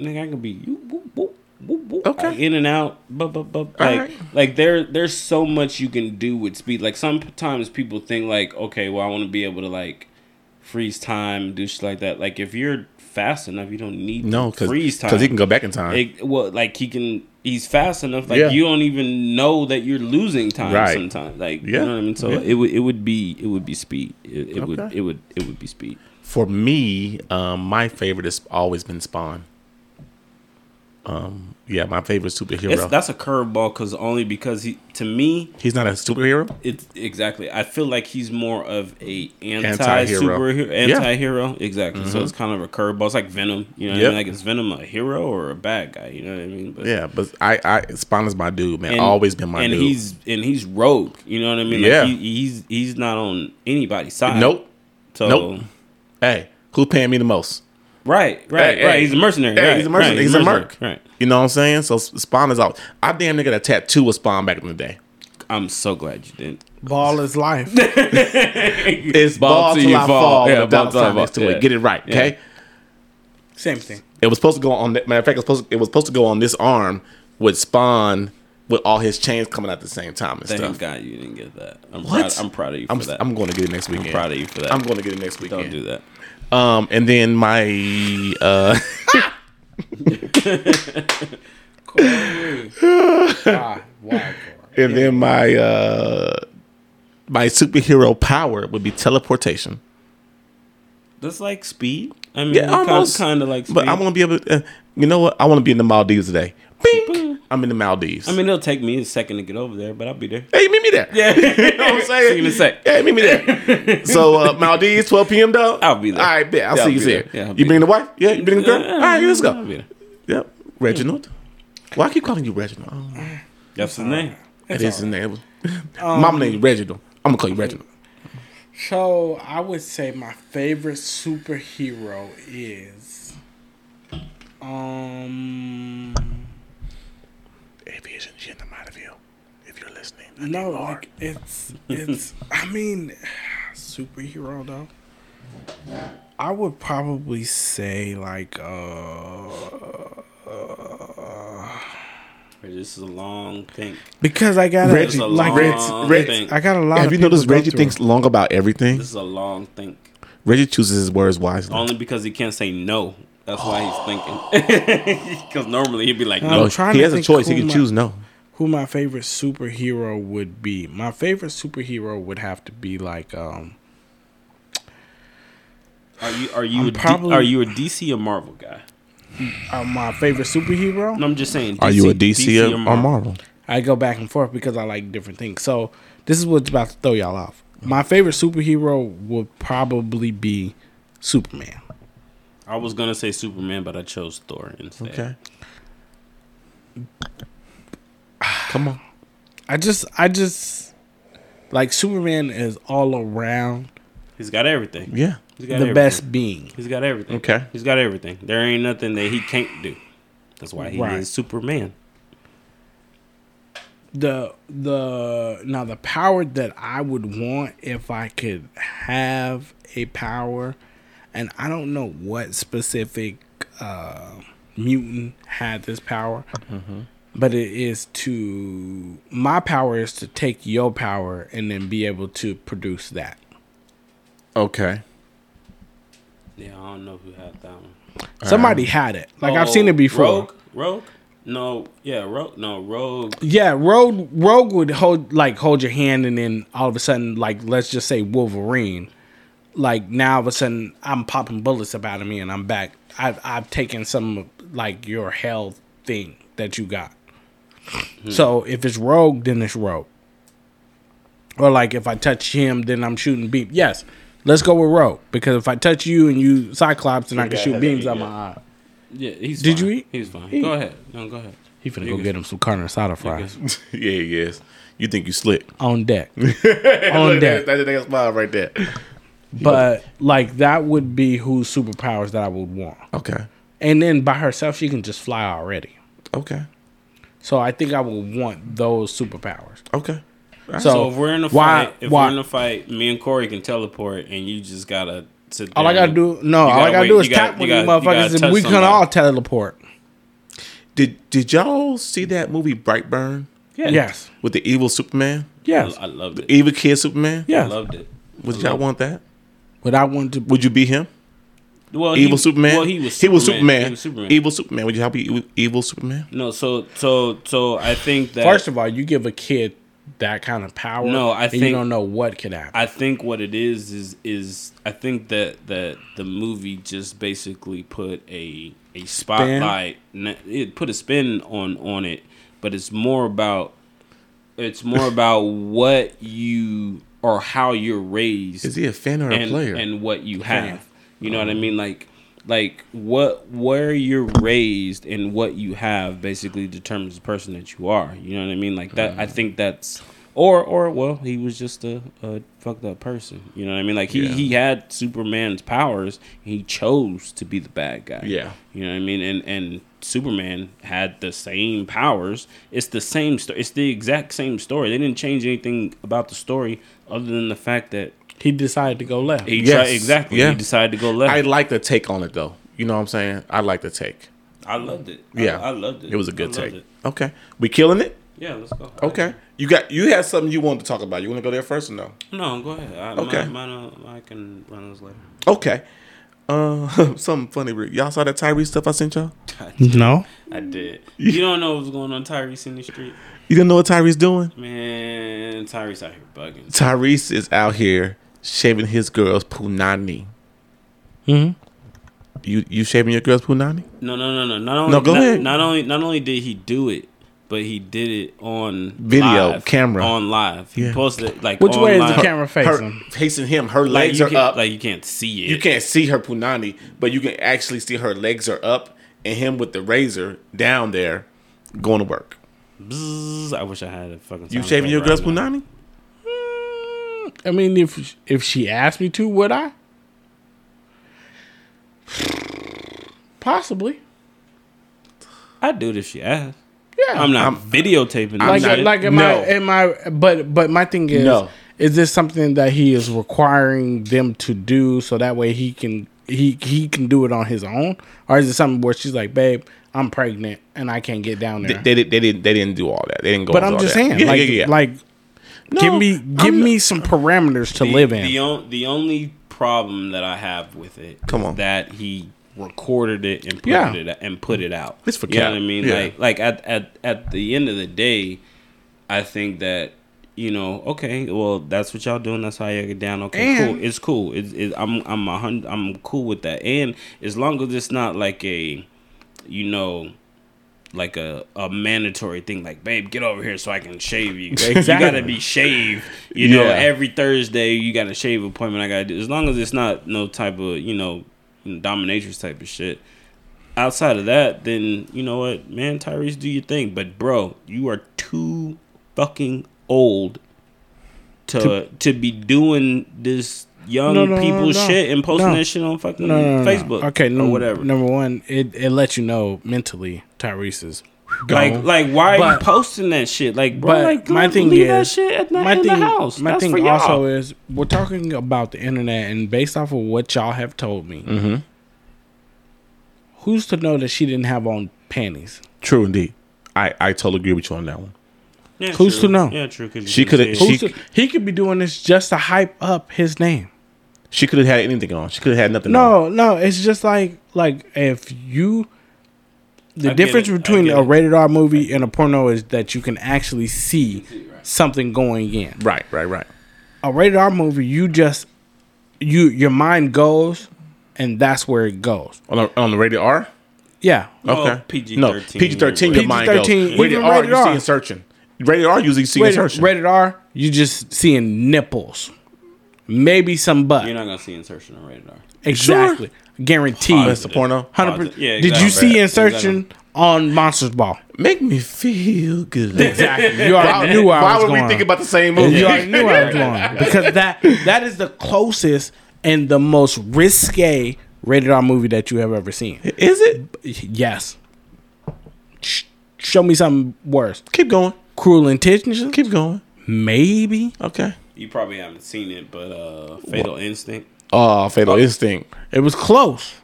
Speaker 2: nigga, I can be you, whoop, whoop, whoop, whoop,
Speaker 1: Okay.
Speaker 2: like, in and out, bu- bu- bu-
Speaker 1: All
Speaker 2: like,
Speaker 1: right.
Speaker 2: like there, there's so much you can do with speed. Like sometimes people think like, okay, well, I want to be able to like freeze time, do shit like that. Like if you're fast enough, you don't need
Speaker 1: No,
Speaker 2: to
Speaker 1: because
Speaker 2: freeze time.
Speaker 1: he can go back in time.
Speaker 2: It, well, like he can, he's fast enough. Like
Speaker 1: Yeah.
Speaker 2: you don't even know that you're losing time
Speaker 1: Right.
Speaker 2: sometimes. Like you
Speaker 1: Yeah.
Speaker 2: know what I mean. So
Speaker 1: Yeah.
Speaker 2: it would, it would be, it would be speed. It, it would,
Speaker 1: Okay.
Speaker 2: it would, it would be speed.
Speaker 1: For me, um, my favorite has always been Spawn. Um, yeah, my favorite
Speaker 2: It's,
Speaker 1: superhero.
Speaker 2: that's a curveball because only because he, to me,
Speaker 1: He's not a superhero.
Speaker 2: it's exactly. I feel like he's more of a anti
Speaker 1: Anti-hero.
Speaker 2: superhero,
Speaker 1: Yeah. Mm-hmm.
Speaker 2: anti hero. Exactly. So it's kind of a curveball. It's like Venom. You know, what I
Speaker 1: Yep.
Speaker 2: mean? like is Venom a hero or a bad guy? You know what I mean? But
Speaker 1: Yeah, but I, I Spawn is my dude, man. Always been my
Speaker 2: and
Speaker 1: dude.
Speaker 2: he's and he's rogue. You know what I mean? Like,
Speaker 1: Yeah.
Speaker 2: he, he's he's not on anybody's side.
Speaker 1: nope.
Speaker 2: So
Speaker 1: Nope. Hey, who's paying me the most?
Speaker 2: Right, right,
Speaker 1: Hey,
Speaker 2: right.
Speaker 1: hey.
Speaker 2: He's a mercenary.
Speaker 1: Hey,
Speaker 2: right,
Speaker 1: he's a mercenary.
Speaker 2: right,
Speaker 1: he's, a merc.
Speaker 2: Right.
Speaker 1: You know what I'm saying? So Spawn is out. I damn near got a tattoo of Spawn back in the day.
Speaker 2: I'm so glad you didn't.
Speaker 3: Ball is life.
Speaker 1: It's
Speaker 2: Ball
Speaker 1: ball,
Speaker 2: till
Speaker 1: till
Speaker 2: you
Speaker 1: I
Speaker 2: fall.
Speaker 1: fall.
Speaker 2: Yeah,
Speaker 1: Yeah,
Speaker 2: ball
Speaker 1: ball
Speaker 2: till I fall.
Speaker 1: next to
Speaker 2: Yeah.
Speaker 1: it. Get it right, okay?
Speaker 3: Same thing.
Speaker 1: It was supposed to go on. Matter of fact, it was supposed to, it was supposed to go on this arm with Spawn with all his chains coming out at the same time and
Speaker 2: Thank
Speaker 1: stuff.
Speaker 2: God you didn't get that. I'm
Speaker 1: What?
Speaker 2: Proud, I'm proud of you for
Speaker 1: I'm,
Speaker 2: that.
Speaker 1: I'm going to get it next weekend. I'm
Speaker 2: proud of you for that.
Speaker 1: I'm going to get it next
Speaker 2: Don't
Speaker 1: weekend.
Speaker 2: do that.
Speaker 1: Um, and then my uh,
Speaker 3: Why? Why? Corey?
Speaker 1: and then my uh, my superhero power would be teleportation.
Speaker 2: That's like speed. I mean,
Speaker 1: Yeah,
Speaker 2: almost
Speaker 1: almost.
Speaker 2: kind of like speed.
Speaker 1: But I want to be able. To, uh, you know what? I want to be in the Maldives today. Bing! I'm in the Maldives.
Speaker 2: I mean, it'll take me a second to get over there, but I'll be there.
Speaker 1: hey, meet me there.
Speaker 2: Yeah,
Speaker 1: You know what I'm saying?
Speaker 2: See you in a sec.
Speaker 1: Yeah, meet me there. so uh, Maldives, 12 p.m. though.
Speaker 2: I'll be there.
Speaker 1: All right, bet. I'll
Speaker 2: Yeah,
Speaker 1: see
Speaker 2: I'll
Speaker 1: you
Speaker 2: be
Speaker 1: there.
Speaker 2: there. Yeah, I'll be
Speaker 1: you bring the wife? Yeah, you bring the girl?
Speaker 2: Yeah,
Speaker 1: All right, let's
Speaker 2: I'll
Speaker 1: go.
Speaker 2: be there.
Speaker 1: Yep, Reginald. Why I keep calling you Reginald? Oh,
Speaker 2: That's his name.
Speaker 1: that is his name.
Speaker 3: Um,
Speaker 1: Mama named Reginald. I'm gonna call you Reginald.
Speaker 3: So I would say my favorite superhero is um
Speaker 1: Aviation, she in the mind of you. If you're listening,
Speaker 3: no like it's it's I mean superhero though. I would probably say like uh
Speaker 2: This is a long thing.
Speaker 3: because I got
Speaker 2: This is
Speaker 1: Reggie-
Speaker 2: a
Speaker 3: like
Speaker 2: long
Speaker 1: Reg- Reg-
Speaker 2: thing.
Speaker 3: I got a lot.
Speaker 1: have
Speaker 3: of
Speaker 1: you
Speaker 3: people
Speaker 1: noticed
Speaker 3: go
Speaker 1: Reggie
Speaker 3: through.
Speaker 1: thinks long about everything?
Speaker 2: This Um, is a long thing.
Speaker 1: Reggie chooses his words wisely.
Speaker 2: Only because he can't say no. That's why he's thinking. Because normally he'd be like,
Speaker 1: No,
Speaker 2: no.
Speaker 3: I'm trying
Speaker 1: he
Speaker 3: to
Speaker 1: has a
Speaker 3: think
Speaker 1: choice. He
Speaker 3: who
Speaker 1: can
Speaker 3: my-
Speaker 1: choose no.
Speaker 3: who my favorite superhero would be. My favorite superhero would have to be like um
Speaker 2: Are you are you
Speaker 3: I'm
Speaker 2: a D-
Speaker 3: probably-
Speaker 2: are you a DC or Marvel guy?
Speaker 3: uh, my favorite superhero.
Speaker 2: No, I'm just saying.
Speaker 1: Are you a DC, or, or Marvel?
Speaker 3: I go back and forth because I like different things. So this is what's about to throw y'all off. My favorite superhero would probably be Superman.
Speaker 2: I was gonna say Superman, but I chose Thor instead.
Speaker 1: Okay. Come on.
Speaker 3: I just I just like Superman is all around
Speaker 2: He's got everything.
Speaker 1: Yeah.
Speaker 2: He's
Speaker 3: the
Speaker 2: got everything.
Speaker 3: best being.
Speaker 2: He's got everything.
Speaker 1: Okay.
Speaker 2: He's got everything. There ain't nothing that he can't do. That's why he
Speaker 3: Right.
Speaker 2: is Superman.
Speaker 3: the the now the power that I would want if I could have a power, and I don't know what specific uh, mutant had this power,
Speaker 2: Mm-hmm.
Speaker 3: but it is to my power is to take your power and then be able to produce that.
Speaker 1: Okay.
Speaker 2: Yeah, I don't know who had that one.
Speaker 3: Somebody had it, like I've seen
Speaker 2: Oh,
Speaker 3: it before.
Speaker 2: Rogue. Rogue. No. Yeah. Rogue. No. Rogue.
Speaker 3: Yeah, Rogue Rogue would hold like hold your hand, and then all of a sudden, like let's just say Wolverine, like now all of a sudden I'm popping bullets up out of me, and I'm back. I've I've taken some of, like your health thing that you got.
Speaker 4: Hmm.
Speaker 3: So if it's Rogue, then it's Rogue. Or like if I touch him, then I'm shooting beep. Yes, Let's go with Roe because if I touch you and you Cyclops, then I can
Speaker 4: guy
Speaker 3: shoot
Speaker 4: has
Speaker 3: beams
Speaker 4: a-
Speaker 3: out my
Speaker 4: yeah.
Speaker 3: eye.
Speaker 2: Yeah, he's.
Speaker 3: Did
Speaker 2: fine.
Speaker 3: you eat?
Speaker 2: He's fine.
Speaker 3: He-
Speaker 2: Go ahead. No, go ahead.
Speaker 3: He finna go get him some carne asada fries
Speaker 1: yeah, yes. You think you slick?
Speaker 3: on deck. on deck.
Speaker 1: That's that smile right there.
Speaker 3: But like that would be whose superpowers that I would want.
Speaker 1: Okay.
Speaker 3: And then by herself, she can just fly already.
Speaker 1: Okay.
Speaker 3: So I think I would want those superpowers.
Speaker 1: Okay.
Speaker 3: So,
Speaker 2: So if we're in a
Speaker 3: why-
Speaker 2: fight, if
Speaker 3: why-
Speaker 2: we're in a fight, me and Corey can teleport, and you just gotta sit.
Speaker 3: all I
Speaker 2: there
Speaker 3: gotta
Speaker 2: and-
Speaker 3: do, no, all I
Speaker 2: gotta
Speaker 3: gotta
Speaker 2: wait.
Speaker 3: do is
Speaker 2: You gotta-
Speaker 3: tap
Speaker 2: you
Speaker 3: with you
Speaker 2: gotta- you
Speaker 3: motherfuckers,
Speaker 2: gotta
Speaker 3: and we
Speaker 2: touch
Speaker 3: can all
Speaker 2: somebody.
Speaker 3: teleport.
Speaker 1: Did did y'all see that movie Brightburn
Speaker 2: Yeah.
Speaker 3: Yes,
Speaker 1: with the evil Superman,
Speaker 3: yes,
Speaker 2: I, I loved it.
Speaker 1: evil kid Superman?
Speaker 2: I
Speaker 3: yes.
Speaker 2: loved it.
Speaker 1: Would y'all want that?
Speaker 3: But I want to.
Speaker 1: Would you be him?
Speaker 2: Well,
Speaker 1: Evil
Speaker 2: he,
Speaker 1: Superman.
Speaker 2: Well, he was.
Speaker 1: He
Speaker 2: Superman.
Speaker 1: was Superman.
Speaker 2: He was Superman.
Speaker 1: Evil Superman. Would you help be evil Superman?
Speaker 2: No, so so so I think that
Speaker 3: First of all, you give a kid that kind of power.
Speaker 2: No, I
Speaker 3: and you
Speaker 2: think-
Speaker 3: don't know what could happen.
Speaker 2: I think what it is is is I think that that the movie just basically put a a spotlight n- it put a spin on on it, but it's more about it's more about what you or how you're raised
Speaker 1: Is he a fan or a
Speaker 2: and,
Speaker 1: player? Uh-huh.
Speaker 2: and what you have. You know what I mean? Like like what where you're raised and what you have basically determines the person that you are. You know what I mean? Like that
Speaker 1: Uh-huh.
Speaker 2: I think that's or or well, he was just a, a fucked up person. You know what I mean? Like he,
Speaker 1: Yeah.
Speaker 2: he had Superman's powers and he chose to be the bad guy.
Speaker 1: Yeah.
Speaker 2: You know what I mean? And and Superman had the same powers. It's the same story. It's the exact same story. They didn't change anything about the story other than the fact that
Speaker 3: he decided to go left.
Speaker 2: he
Speaker 1: Yes.
Speaker 2: tried, exactly.
Speaker 1: Yeah.
Speaker 2: He decided to go
Speaker 1: I
Speaker 2: left.
Speaker 1: like the take on it though. You know what I'm saying? I like the take.
Speaker 2: I, loved it. I-
Speaker 1: Yeah,
Speaker 2: I, loved it.
Speaker 1: It was a
Speaker 2: I
Speaker 1: good
Speaker 2: loved
Speaker 1: take.
Speaker 2: it.
Speaker 1: Okay, we killing it.
Speaker 2: Yeah, let's go.
Speaker 1: Okay, you got you had something you wanted to talk about. You want to go there first or no?
Speaker 2: No, go ahead. I,
Speaker 1: Okay.
Speaker 2: okay. Mine, mine, uh, I can run those later.
Speaker 1: Okay. Uh, something funny. Rick. Y'all saw that Tyrese stuff I sent y'all?
Speaker 3: No,
Speaker 2: I did. You don't know what's going on, Tyrese in the street,
Speaker 1: You didn't know what Tyrese doing?
Speaker 2: man. Tyrese out here bugging.
Speaker 1: Tyrese is out here shaving his girl's punani. Mm-hmm.
Speaker 3: Mhm.
Speaker 1: You you shaving your girl's punani?
Speaker 2: No, no, no, no. Not only,
Speaker 1: No, go
Speaker 2: not,
Speaker 1: ahead.
Speaker 2: Not only, not only did he do it, but he did it on
Speaker 1: Video,
Speaker 2: live,
Speaker 1: camera.
Speaker 2: on live. He
Speaker 1: Yeah.
Speaker 2: posted it, like
Speaker 3: which
Speaker 2: on
Speaker 3: way is
Speaker 2: live.
Speaker 3: the camera
Speaker 1: Her,
Speaker 3: facing?
Speaker 1: facing him, her
Speaker 2: Like
Speaker 1: legs
Speaker 2: you,
Speaker 1: are up.
Speaker 2: can't, like you can't see it.
Speaker 1: you can't see her punani, but you can actually see her legs are up and him with the razor down there going to work.
Speaker 2: Bzzz, I wish I had a fucking.
Speaker 1: You
Speaker 2: sound
Speaker 1: shaving
Speaker 2: effect
Speaker 1: your
Speaker 2: right
Speaker 1: girl's
Speaker 2: now.
Speaker 1: punani?
Speaker 3: I mean, if if she asked me to, would I? Possibly.
Speaker 2: I do it if she asks.
Speaker 3: Yeah,
Speaker 2: I'm not
Speaker 1: I'm-
Speaker 2: videotaping.
Speaker 1: I'm
Speaker 2: this
Speaker 3: like
Speaker 1: not-
Speaker 2: shit.
Speaker 3: like am
Speaker 1: no.
Speaker 3: I am I but but my thing is
Speaker 1: No.
Speaker 3: is this something that he is requiring them to do so that way he can he he can do it on his own or is it something where she's like babe I'm pregnant and I can't get down
Speaker 1: They,
Speaker 3: there
Speaker 1: they, did, they didn't. They didn't do all that. They didn't go.
Speaker 3: but
Speaker 1: into
Speaker 3: I'm
Speaker 1: all
Speaker 3: just
Speaker 1: that.
Speaker 3: saying
Speaker 1: Yeah,
Speaker 3: like
Speaker 1: yeah, yeah.
Speaker 3: like give
Speaker 1: No,
Speaker 3: me
Speaker 1: I'm
Speaker 3: give
Speaker 1: not-
Speaker 3: me some parameters to live in
Speaker 2: The, on, the only problem that I have with it,
Speaker 1: Come
Speaker 2: is
Speaker 1: on.
Speaker 2: that he recorded it and put
Speaker 3: Yeah.
Speaker 2: it and put it out.
Speaker 1: It's for
Speaker 2: you know
Speaker 1: cap.
Speaker 2: what I mean.
Speaker 1: Yeah.
Speaker 2: Like like at, at at the end of the day, I think that you know okay, well that's what y'all doing. That's how y'all get down. Okay,
Speaker 3: And-
Speaker 2: cool. It's cool. It's, it, I'm I'm a hundred. I'm cool with that. And as long as it's not like a, you know. Like a, a mandatory thing, like babe, get over here so I can shave you. You gotta
Speaker 3: Exactly.
Speaker 2: be shaved. You know,
Speaker 1: Yeah.
Speaker 2: every Thursday you got a shave appointment. I gotta do as long as it's not no type of you know dominatrix type of shit. Outside of that, then you know what, man, Tyrese, do your thing. But bro, you are too fucking old to to, be doing this young
Speaker 3: No, no, no,
Speaker 2: people
Speaker 3: no.
Speaker 2: shit and posting
Speaker 3: No.
Speaker 2: that shit on fucking
Speaker 3: no, no, no, no.
Speaker 2: Facebook,
Speaker 3: okay
Speaker 2: or
Speaker 3: num-
Speaker 2: whatever.
Speaker 3: number one it it lets you know mentally Tyrese's
Speaker 2: Like, like, why are
Speaker 3: But-
Speaker 2: you posting that shit? Like, bro,
Speaker 3: but
Speaker 2: like,
Speaker 3: my
Speaker 2: leave-
Speaker 3: thing
Speaker 2: leave
Speaker 3: is
Speaker 2: that shit at the,
Speaker 3: my
Speaker 2: in
Speaker 3: thing,
Speaker 2: the house.
Speaker 3: My
Speaker 2: That's for
Speaker 3: thing
Speaker 2: y'all.
Speaker 3: also is we're talking about the internet, and based off of what y'all have told me,
Speaker 2: Mm-hmm.
Speaker 3: who's to know that she didn't have on panties?
Speaker 1: True indeed. I I totally agree with you on that one.
Speaker 2: Yeah,
Speaker 3: Who's
Speaker 2: true.
Speaker 3: to know?
Speaker 2: Yeah, true. 'cause you
Speaker 1: She
Speaker 2: couldn't
Speaker 1: coulda-
Speaker 2: say it.
Speaker 1: she-
Speaker 3: Who's to, he could be doing this just to hype up his name.
Speaker 1: She could have had anything on. She could have had nothing. on.
Speaker 3: No, no, it's just like like if you. The
Speaker 2: I get
Speaker 3: difference
Speaker 2: it, I
Speaker 3: between
Speaker 2: get
Speaker 3: a
Speaker 2: it.
Speaker 3: rated R movie and a porno is that you can actually see something going in.
Speaker 1: Right. Right. Right.
Speaker 3: a rated R movie, you just you your mind goes, and that's where it goes.
Speaker 1: On the, on the rated R.
Speaker 3: Yeah,
Speaker 2: Oh,
Speaker 1: Okay.
Speaker 2: PG-13.
Speaker 1: No, PG thirteen. Your mind goes.
Speaker 3: PG-13,
Speaker 1: Rated
Speaker 3: even
Speaker 1: R.
Speaker 3: rated
Speaker 1: you
Speaker 3: R.
Speaker 1: see insertion. Rated R. Usually see
Speaker 3: rated,
Speaker 1: insertion.
Speaker 3: rated R, you just seeing nipples, maybe some butt.
Speaker 2: You're not gonna see insertion on radar.
Speaker 3: exactly, guaranteed.
Speaker 1: Oh, that's the porno.
Speaker 3: Hundred
Speaker 2: Pause it.
Speaker 3: percent.
Speaker 2: Yeah,
Speaker 3: Did you
Speaker 2: exactly.
Speaker 3: see
Speaker 2: Yeah,
Speaker 3: insertion
Speaker 2: exactly.
Speaker 3: on Monsters Ball?
Speaker 1: Make me feel good.
Speaker 3: Exactly. You already knew where I
Speaker 1: Why
Speaker 3: was
Speaker 1: would
Speaker 3: going.
Speaker 1: we think about the same movie?
Speaker 3: You already knew where I was going because that that is the closest and the most risque rated R movie that you have ever seen.
Speaker 1: Is it?
Speaker 3: Yes. Sh- Show me something worse.
Speaker 1: Keep going.
Speaker 3: Cruel Intentions?
Speaker 1: Keep going.
Speaker 3: Maybe.
Speaker 1: Okay.
Speaker 2: You probably haven't seen it, but uh, Fatal Instinct.
Speaker 1: Oh, Fatal Instinct.
Speaker 3: It was close.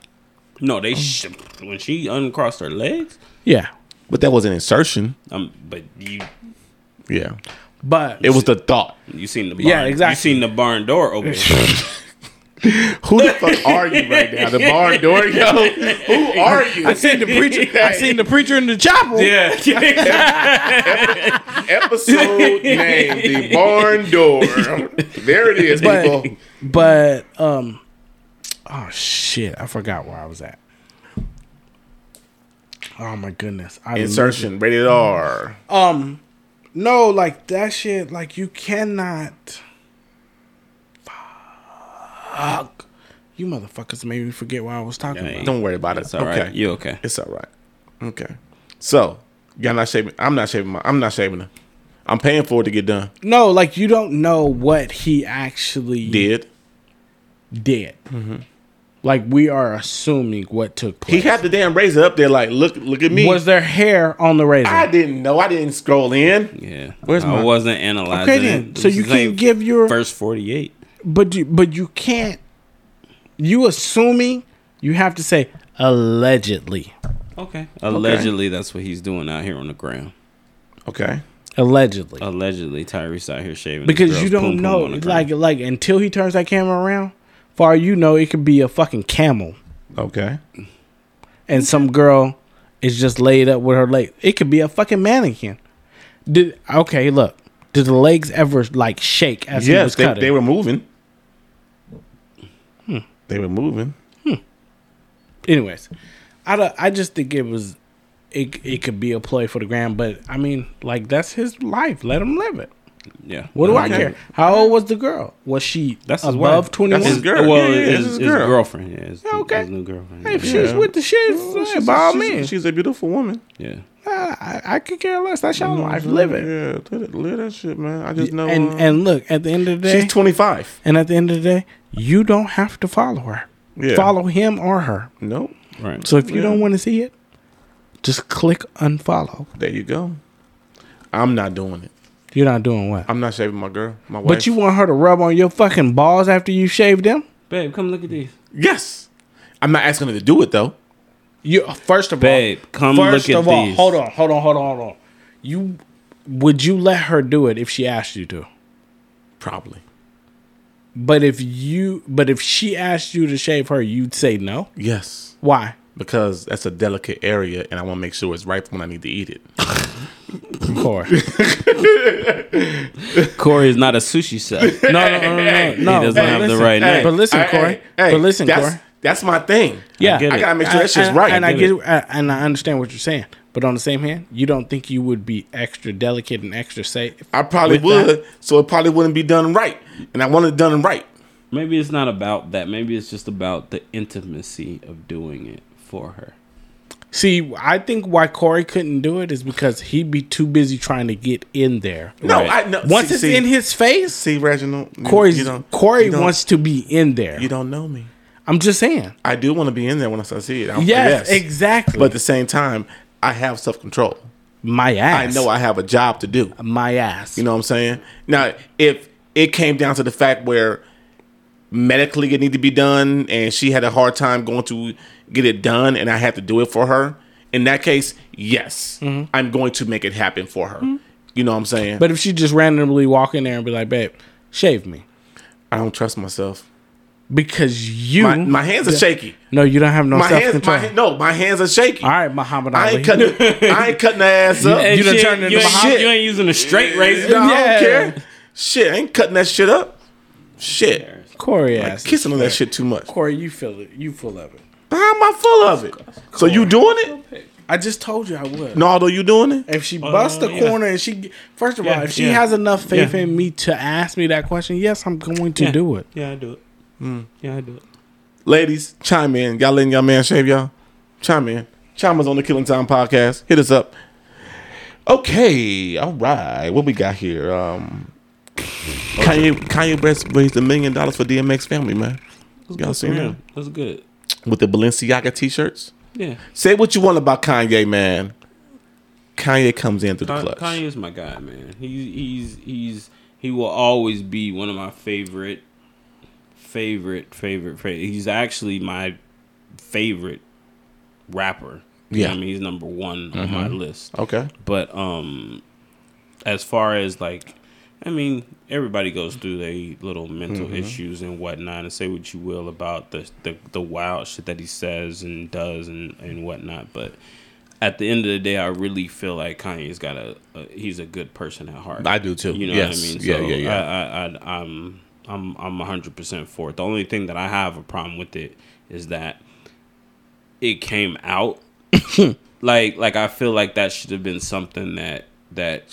Speaker 2: No,
Speaker 3: Um.
Speaker 2: they sh- when she uncrossed her legs.
Speaker 3: Yeah.
Speaker 1: But that was an insertion.
Speaker 2: Um, but you
Speaker 1: Yeah.
Speaker 3: But
Speaker 1: It was the thought.
Speaker 2: you seen the barn,
Speaker 3: Yeah, exactly.
Speaker 2: You seen the barn door open.
Speaker 1: Who the fuck are you right now? The barn door, yo. Who are you?
Speaker 3: I seen the preacher I seen the preacher in the chapel.
Speaker 2: yeah,
Speaker 1: Episode name: The Barn Door. There it is,
Speaker 3: But
Speaker 1: people.
Speaker 3: but um oh shit, I forgot where I was at. Oh my goodness. I
Speaker 1: Insertion rated R.
Speaker 3: Um, no, like that shit, like you cannot. Fuck. You motherfuckers made me forget what I was talking
Speaker 2: Dang.
Speaker 3: about.
Speaker 1: Don't worry about it.
Speaker 2: it's all right.
Speaker 1: Okay.
Speaker 2: You okay?
Speaker 1: It's all right. Okay. So y'all not shaving. I'm not shaving. My, I'm not shaving. Her. I'm paying for it to get done.
Speaker 3: No, like you don't know what he actually
Speaker 1: Did
Speaker 3: did. Like we are assuming what took
Speaker 1: he
Speaker 3: place.
Speaker 1: had the damn razor up there? Like, look, look at me.
Speaker 3: Was there hair on the razor?
Speaker 1: I didn't know. I didn't scroll in.
Speaker 2: Yeah.
Speaker 3: Where's
Speaker 2: I
Speaker 3: my-
Speaker 2: wasn't analyzing.
Speaker 3: okay, then.
Speaker 2: it.
Speaker 3: So
Speaker 2: This
Speaker 3: you
Speaker 2: is like
Speaker 3: can give your
Speaker 2: first forty-eight.
Speaker 3: But you, but you can't. You assuming you have to say allegedly.
Speaker 2: Okay. Allegedly, that's what he's doing out here on the ground.
Speaker 1: Okay.
Speaker 3: Allegedly.
Speaker 2: Allegedly, Tyrese out here shaving his
Speaker 3: because you
Speaker 2: Oh, girl's
Speaker 3: don't
Speaker 2: pum-pum
Speaker 3: know
Speaker 2: on the
Speaker 3: like
Speaker 2: ground.
Speaker 3: like until he turns that camera around for all you know it could be a fucking camel
Speaker 1: Okay.
Speaker 3: and some girl is just laid up with her leg it could be a fucking mannequin did okay look did the legs ever like shake as he
Speaker 1: yes,
Speaker 3: was
Speaker 1: they,
Speaker 3: cutting
Speaker 1: they were moving.
Speaker 3: Hmm.
Speaker 1: They were moving.
Speaker 3: anyways i don't, i just think it was it, it could be a play for the gram but i mean like that's his life let him live it
Speaker 2: yeah.
Speaker 3: what do i
Speaker 1: Okay.
Speaker 3: care how old was the girl was she
Speaker 2: That's his
Speaker 3: above
Speaker 2: wife.
Speaker 3: 21
Speaker 1: That's his girl.
Speaker 2: Well,
Speaker 1: Yeah, yeah, this
Speaker 2: his,
Speaker 1: is
Speaker 2: his
Speaker 1: girl.
Speaker 2: girlfriend. Yeah. His,
Speaker 3: okay.
Speaker 2: His new girlfriend.
Speaker 3: If
Speaker 2: yeah.
Speaker 3: she's with the shit, yeah, by all
Speaker 1: she's,
Speaker 3: means. Uh,
Speaker 1: she's a beautiful woman.
Speaker 2: yeah.
Speaker 3: I, I could care less. That's your life. Live it.
Speaker 1: Yeah, live, it- live that shit, man. I just know.
Speaker 3: And
Speaker 1: uh,
Speaker 3: and look, at the end of the day,
Speaker 1: she's 25.
Speaker 3: and at the end of the day, you don't have to follow her.
Speaker 1: Yeah.
Speaker 3: Follow him or her.
Speaker 1: Nope.
Speaker 2: Right.
Speaker 3: So if you
Speaker 1: Yeah.
Speaker 3: don't want to see it, just click unfollow.
Speaker 1: There you go. I'm not doing it.
Speaker 3: You're not doing what.
Speaker 1: I'm not shaving my girl, my wife.
Speaker 3: But you want her to rub on your fucking balls after you shave them?
Speaker 2: Babe, come look at these.
Speaker 1: Yes. I'm not asking her to do it though.
Speaker 3: You first of
Speaker 2: Babe,
Speaker 3: all,
Speaker 2: come
Speaker 3: first
Speaker 2: look at
Speaker 3: of all,
Speaker 2: these.
Speaker 3: hold on, hold on, hold on, hold on. You would you let her do it if she asked you to?
Speaker 1: Probably.
Speaker 3: But if you, but if she asked you to shave her, you'd say no.
Speaker 1: Yes.
Speaker 3: Why?
Speaker 1: Because that's a delicate area and I want to make sure it's ripe when I need to eat it.
Speaker 3: Corey.
Speaker 2: Corey's not a sushi chef.
Speaker 3: No, no, no, no, no. no.
Speaker 2: doesn't
Speaker 3: but
Speaker 2: have the
Speaker 3: listen,
Speaker 2: right
Speaker 3: hey,
Speaker 2: name.
Speaker 3: But listen,
Speaker 1: Hey,
Speaker 3: Corey.
Speaker 1: hey, hey,
Speaker 3: but listen,
Speaker 1: that's,
Speaker 3: Corey.
Speaker 1: That's my thing.
Speaker 3: Yeah,
Speaker 2: get
Speaker 1: I
Speaker 2: it.
Speaker 1: gotta make sure that shit's
Speaker 3: and,
Speaker 1: right.
Speaker 3: And I
Speaker 1: I
Speaker 3: get, it. I- and I understand what you're saying. But on the same hand, you don't think you would be extra delicate and extra safe.
Speaker 1: probably
Speaker 3: with
Speaker 1: would, so it probably wouldn't be done right. And I want it done right.
Speaker 2: Maybe it's not about that. Maybe it's just about the intimacy of doing it for her.
Speaker 3: See, I think why Corey couldn't do it is because he'd be too busy trying to get in there.
Speaker 1: No,
Speaker 2: Right.
Speaker 1: I no.
Speaker 3: Once
Speaker 1: see,
Speaker 3: it's
Speaker 1: see,
Speaker 3: in his face,
Speaker 1: see, Reginald. you-
Speaker 3: Corey's,
Speaker 1: you don't-
Speaker 3: Corey
Speaker 1: you don't-
Speaker 3: wants to be in there.
Speaker 1: You don't know me.
Speaker 3: I'm just saying.
Speaker 1: I do want to be in there when I see it. I-
Speaker 3: Yes, exactly.
Speaker 1: But at the same time, I have self control.
Speaker 3: my
Speaker 1: I
Speaker 3: ass.
Speaker 1: know I have a job to do.
Speaker 3: my ass.
Speaker 1: You know what I'm saying? Now, if it came down to the fact where medically it needed to be done and she had a hard time going to get it done and I had to do it for her, in that case, yes, I'm going to make it happen for her. You know what I'm saying? But
Speaker 3: Mm-hmm. But if she just randomly walk in there and be like, "Babe, shave me,"
Speaker 1: I don't trust myself.
Speaker 3: because you
Speaker 1: My, my hands are shaky.
Speaker 3: No, you don't have no
Speaker 1: My
Speaker 3: self
Speaker 1: hands,
Speaker 3: control.
Speaker 1: my, no, my hands are shaky.
Speaker 3: All right, Muhammad
Speaker 1: I
Speaker 3: Ali.
Speaker 1: ain't cutting, I ain't cutting the ass up.
Speaker 3: You done turned into
Speaker 2: you,
Speaker 1: Muhammad-
Speaker 2: ain't, you ain't using a straight razor.
Speaker 1: No, I
Speaker 3: Yeah.
Speaker 1: don't care. Shit, I ain't cutting that shit up. Shit.
Speaker 3: Corey ass.
Speaker 1: Kissing on that shit too much.
Speaker 3: Corey, you feel it. You full of it.
Speaker 1: How am I full of it? So you doing it?
Speaker 3: I just told you I would.
Speaker 1: Naldo, you doing it?
Speaker 3: If she busts the
Speaker 4: yeah.
Speaker 3: corner and she, first of
Speaker 4: Yeah,
Speaker 3: all, if she
Speaker 4: yeah.
Speaker 3: has enough faith
Speaker 4: Yeah.
Speaker 3: in me to ask me that question, yes, I'm going to
Speaker 4: Yeah.
Speaker 3: do it.
Speaker 4: Yeah, I do it. Yeah, I do it.
Speaker 1: Ladies, chime in. Y'all letting y'all man shave y'all? Chime in. Chime us on the Killing Time podcast. Hit us up. Okay, all right. What we got here? Um, Kanye Kanye West raised a million dollars for DMX family, man. Y'all seen that?
Speaker 2: That's good.
Speaker 1: With the Balenciaga t-shirts.
Speaker 2: Yeah.
Speaker 1: Say what you want about Kanye, man. Kanye comes in through the
Speaker 2: Kanye
Speaker 1: clutch.
Speaker 2: Kanye's my guy, man. He's he's he's he will always be one of my favorite, favorite, favorite. favorite. He's actually my favorite rapper. You
Speaker 1: Yeah.
Speaker 2: know
Speaker 1: Mm-hmm.
Speaker 2: what I mean he's number one on my list.
Speaker 1: Okay.
Speaker 2: But um, as far as like, I mean, everybody goes through their little mental
Speaker 1: Mm-hmm.
Speaker 2: issues and whatnot, and say what you will about the, the the wild shit that he says and does and and whatnot, but. At the end of the day, I really feel like Kanye's got a, a he's a good person at heart.
Speaker 1: I do too.
Speaker 2: You know
Speaker 1: Yes.
Speaker 2: what I mean?
Speaker 1: Yeah, yeah, yeah.
Speaker 2: I, I, I, I'm I'm I'm 100 percent for it. The only thing that I have a problem with it is that it came out like like I feel like that should have been something that that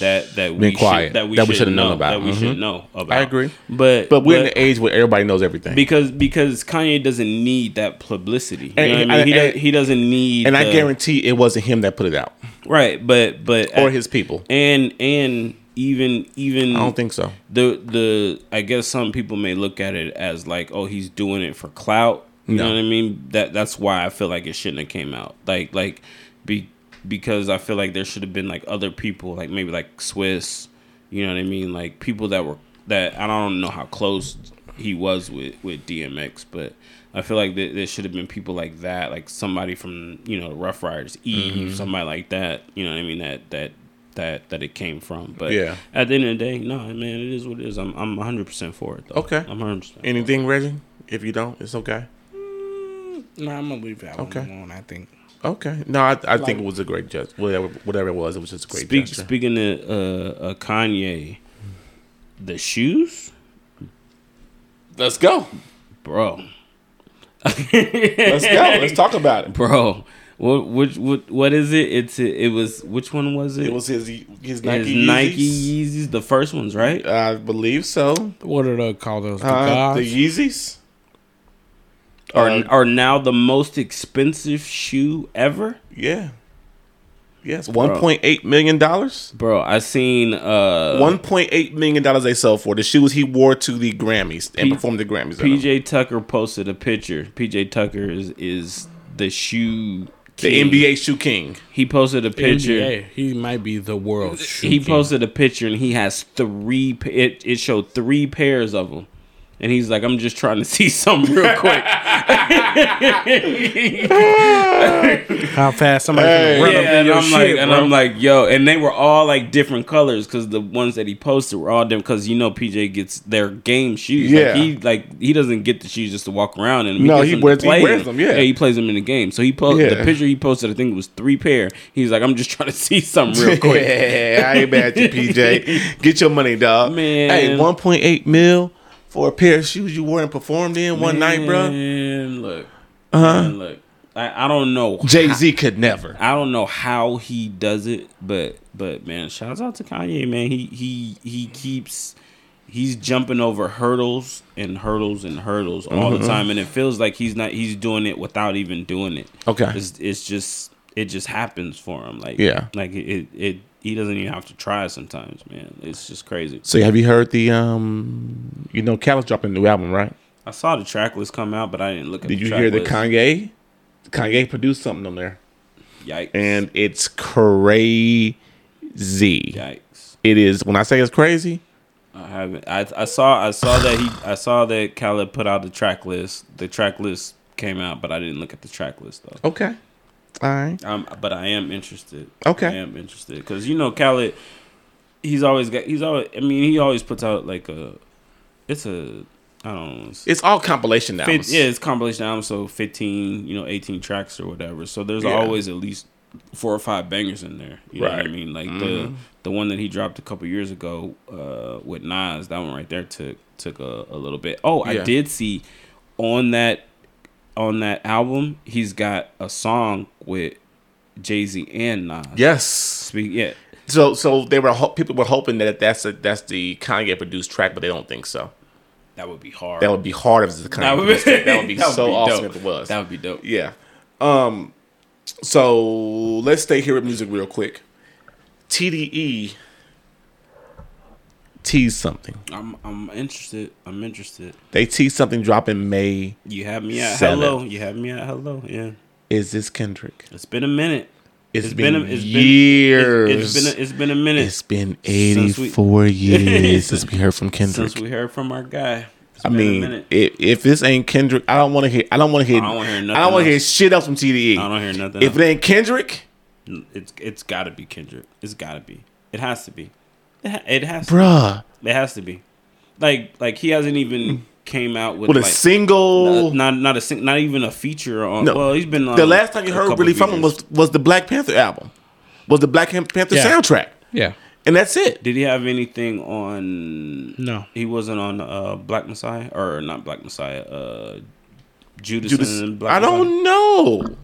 Speaker 2: that that we
Speaker 1: quiet.
Speaker 2: should, that we
Speaker 1: That we
Speaker 2: should
Speaker 1: should've known
Speaker 2: know
Speaker 1: about.
Speaker 2: about that we should
Speaker 1: Mhm.
Speaker 2: know about.
Speaker 1: I agree.
Speaker 2: but
Speaker 1: But we're in the age where everybody knows everything.
Speaker 2: because because Kanye doesn't need that publicity. You
Speaker 1: And-
Speaker 2: know what
Speaker 1: and-
Speaker 2: I mean? He,
Speaker 1: and-
Speaker 2: does, he doesn't need
Speaker 1: and I
Speaker 2: the-
Speaker 1: guarantee it wasn't him that put it out
Speaker 2: right, but but
Speaker 1: or his people.
Speaker 2: and and even even
Speaker 1: I don't think so.
Speaker 2: the the I guess some people may look at it as like, oh, he's doing it for clout. You
Speaker 1: No.
Speaker 2: know what I mean? That that's why I feel like it shouldn't have came out. Like like be because I feel like there should have been like other people, like maybe like Swiss, you know what I mean? Like people that were that I don't know how close he was with with DMX, but I feel like th- there should have been people like that, like somebody from you know Rough Riders, Eve,
Speaker 1: Mm-hmm.
Speaker 2: somebody like that. You know what I mean? That that that that it came from. But
Speaker 1: Yeah.
Speaker 2: at the end of the day, no, man, it is what it is. I'm I'm 100 percent for it. Though.
Speaker 1: Okay.
Speaker 2: I'm 100. percent
Speaker 1: Anything, Reggie? If you don't, it's okay.
Speaker 3: No, I'm gonna leave that
Speaker 1: Okay.
Speaker 3: one alone. I think.
Speaker 1: Okay. No, I, I think it was a great gesture. Whatever, whatever it was, it was just a great
Speaker 2: Speak,
Speaker 1: gesture.
Speaker 2: speaking of uh, uh, Kanye, the shoes,
Speaker 1: Let's go.
Speaker 2: bro,
Speaker 1: Let's go. Let's talk about it.
Speaker 2: bro. What which what what is it? It's it was which one was it?
Speaker 1: It was his his Nike.
Speaker 2: Nike,
Speaker 1: Yeezys.
Speaker 2: Nike Yeezys, the first ones, right?
Speaker 1: I believe so.
Speaker 3: What do they call those? The
Speaker 1: Uh,
Speaker 3: gods?
Speaker 1: the Yeezys.
Speaker 2: Are
Speaker 1: Uh,
Speaker 2: are now the most expensive shoe ever,
Speaker 1: yeah. Yes, one point eight million dollars.
Speaker 2: bro? I seen uh
Speaker 1: One point eight million dollars they sell for the shoes he wore to the Grammys and
Speaker 2: P-
Speaker 1: performed the Grammys. at 'em.
Speaker 2: PJ Tucker posted a picture. PJ Tucker is is the shoe.
Speaker 1: the
Speaker 2: king.
Speaker 1: NBA shoe king.
Speaker 2: He posted a picture.
Speaker 3: NBA. He might be the world's
Speaker 2: He
Speaker 3: shooting.
Speaker 2: posted a picture and he has three. pa- It it showed three pairs of them, and he's like, "I'm just trying to see something real quick."
Speaker 3: how fast somebody
Speaker 1: Hey.
Speaker 3: can run
Speaker 2: yeah,
Speaker 3: up in
Speaker 2: and
Speaker 3: your
Speaker 2: I'm
Speaker 3: shit,
Speaker 2: like, and
Speaker 3: bro.
Speaker 2: I'm like, yo, and they were all like different colors because the ones that he posted were all different. Because you know, PJ gets their game shoes.
Speaker 1: Yeah.
Speaker 2: like, he like he doesn't get the shoes just to walk around in them.
Speaker 1: No,
Speaker 2: gets
Speaker 1: he
Speaker 2: them to
Speaker 1: wears- he
Speaker 2: play
Speaker 1: wears
Speaker 2: in
Speaker 1: them, yeah.
Speaker 2: he plays them in the game. So he posted
Speaker 1: Yeah.
Speaker 2: the picture he posted. I think it was three pair. He's like, I'm just trying to see something real quick.
Speaker 1: Yeah, I ain't mad at you, PJ. Get your money, dog.
Speaker 2: Man.
Speaker 1: Hey, 1.8 mil for a pair of shoes you wore and performed in one night, bro.
Speaker 2: Man, look, uh-huh. look, I, I don't know.
Speaker 1: Jay Z could never.
Speaker 2: I don't know how he does it, but but man, shouts out to Kanye, man. He he he keeps he's jumping over hurdles and hurdles and hurdles all
Speaker 1: Mm-hmm.
Speaker 2: the time, and it feels like he's not he's doing it without even doing it.
Speaker 1: Okay.
Speaker 2: it's, it's just it just happens for him. Like
Speaker 1: Yeah.
Speaker 2: like it, it it he doesn't even have to try sometimes, man. It's just crazy.
Speaker 1: So have you heard the um? You know, Khaled's dropping a new album, right?
Speaker 2: I saw the track list come out, but I didn't look at.
Speaker 1: Did
Speaker 2: the
Speaker 1: you
Speaker 2: track
Speaker 1: hear that
Speaker 2: list.
Speaker 1: Kanye? Kanye produced something on there,
Speaker 2: Yikes!
Speaker 1: and it's crazy.
Speaker 2: yikes!
Speaker 1: It is when I say it's crazy.
Speaker 2: I haven't. I, I saw. I saw that he. I saw that Khaled put out the track list. The track list came out, but I didn't look at the track list though.
Speaker 1: Okay, all right.
Speaker 2: Um, but I am interested.
Speaker 1: Okay.
Speaker 2: I am interested because you know Khaled. He's always got. He's always. I mean, he always puts out like a. It's a. I don't know. It's,
Speaker 1: It's all compilation
Speaker 2: fit,
Speaker 1: albums.
Speaker 2: yeah, it's compilation album, so fifteen, you know, eighteen tracks or whatever. So there's
Speaker 1: Yeah.
Speaker 2: always at least four or five bangers in there. You know what I
Speaker 1: Right. Mm-hmm.
Speaker 2: mean? Like the the one that he dropped a couple years ago uh, with Nas, that one right there took took a, a little bit. Oh,
Speaker 1: Yeah.
Speaker 2: I did see on that on that album, he's got a song with Jay Z and Nas.
Speaker 1: Yes.
Speaker 2: Speak- yeah.
Speaker 1: So so they were ho- people were hoping that that's a, that's the Kanye produced track, but they don't think so.
Speaker 2: That would be hard.
Speaker 1: That would be hard if it's the Kanye
Speaker 2: That would be-
Speaker 1: produced track. That would be
Speaker 2: that would
Speaker 1: so
Speaker 2: be
Speaker 1: awesome
Speaker 2: dope.
Speaker 1: if it was.
Speaker 2: That would be dope.
Speaker 1: yeah. Um. So let's stay here with music real quick. TDE teased something.
Speaker 2: I'm I'm interested. I'm interested.
Speaker 1: They teased something dropping May.
Speaker 2: You have me at
Speaker 1: Sell
Speaker 2: hello. You have me at hello. Yeah.
Speaker 1: Is this Kendrick?
Speaker 2: It's been a minute.
Speaker 1: it's
Speaker 2: It's
Speaker 1: been,
Speaker 2: been a- it's been-
Speaker 1: years.
Speaker 2: It's been a, it's been a minute
Speaker 1: It's been
Speaker 2: Since we-
Speaker 1: 84 years
Speaker 2: Since-
Speaker 1: since we heard from Kendrick.
Speaker 2: since we heard from our guy. It's
Speaker 1: I
Speaker 2: been a
Speaker 1: mean,
Speaker 2: minute.
Speaker 1: if, if this ain't Kendrick, I don't want to hear. I don't want to hear.
Speaker 2: I don't wanna hear
Speaker 1: I don't
Speaker 2: nothing
Speaker 1: want to hear
Speaker 2: else.
Speaker 1: shit else from TDE.
Speaker 2: I don't hear nothing.
Speaker 1: If it ain't Kendrick,
Speaker 2: else. It's it's got to be Kendrick. It's got to be. It has to be. It, ha- it has. To
Speaker 1: bruh,
Speaker 2: be. It has to be. Like like he hasn't even came out with,
Speaker 1: with a
Speaker 2: like,
Speaker 1: single.
Speaker 2: not not not a sing- not even a feature on.
Speaker 1: No.
Speaker 2: Well, he's been on
Speaker 1: the last time you
Speaker 2: a
Speaker 1: heard
Speaker 2: couple
Speaker 1: really from him
Speaker 2: features.
Speaker 1: was was the Black Panther album, was the Black Panther
Speaker 3: Yeah.
Speaker 1: soundtrack,
Speaker 3: Yeah.
Speaker 1: and that's it.
Speaker 2: Did he have anything on?
Speaker 3: No.
Speaker 2: He wasn't on uh Black Messiah or not Black Messiah. Uh, Judas,
Speaker 1: Judas,
Speaker 2: and Black
Speaker 1: I
Speaker 2: Messiah?
Speaker 1: don't know.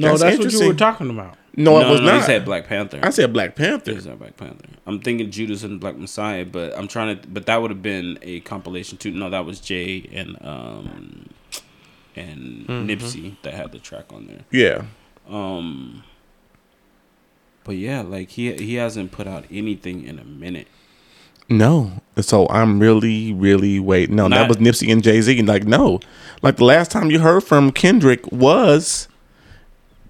Speaker 3: No,
Speaker 1: That's
Speaker 3: that's, what you
Speaker 1: interesting.
Speaker 3: were talking about.
Speaker 1: No,
Speaker 2: no,
Speaker 1: it was
Speaker 2: no, no,
Speaker 1: not.
Speaker 2: He said Black Panther.
Speaker 1: I said Black Panther.
Speaker 2: Is that Black Panther? I'm thinking Judas and Black Messiah, but I'm trying to. But that would have been a compilation too. No, that was Jay and um and
Speaker 1: Mm-hmm.
Speaker 2: Nipsey that had the track on there.
Speaker 1: Yeah,
Speaker 2: Um, but yeah, like he he hasn't put out anything in a minute.
Speaker 1: No. So I'm really, really wait. No, that
Speaker 2: Not-
Speaker 1: was Nipsey and Jay Z. Like no, like the last time you heard from Kendrick was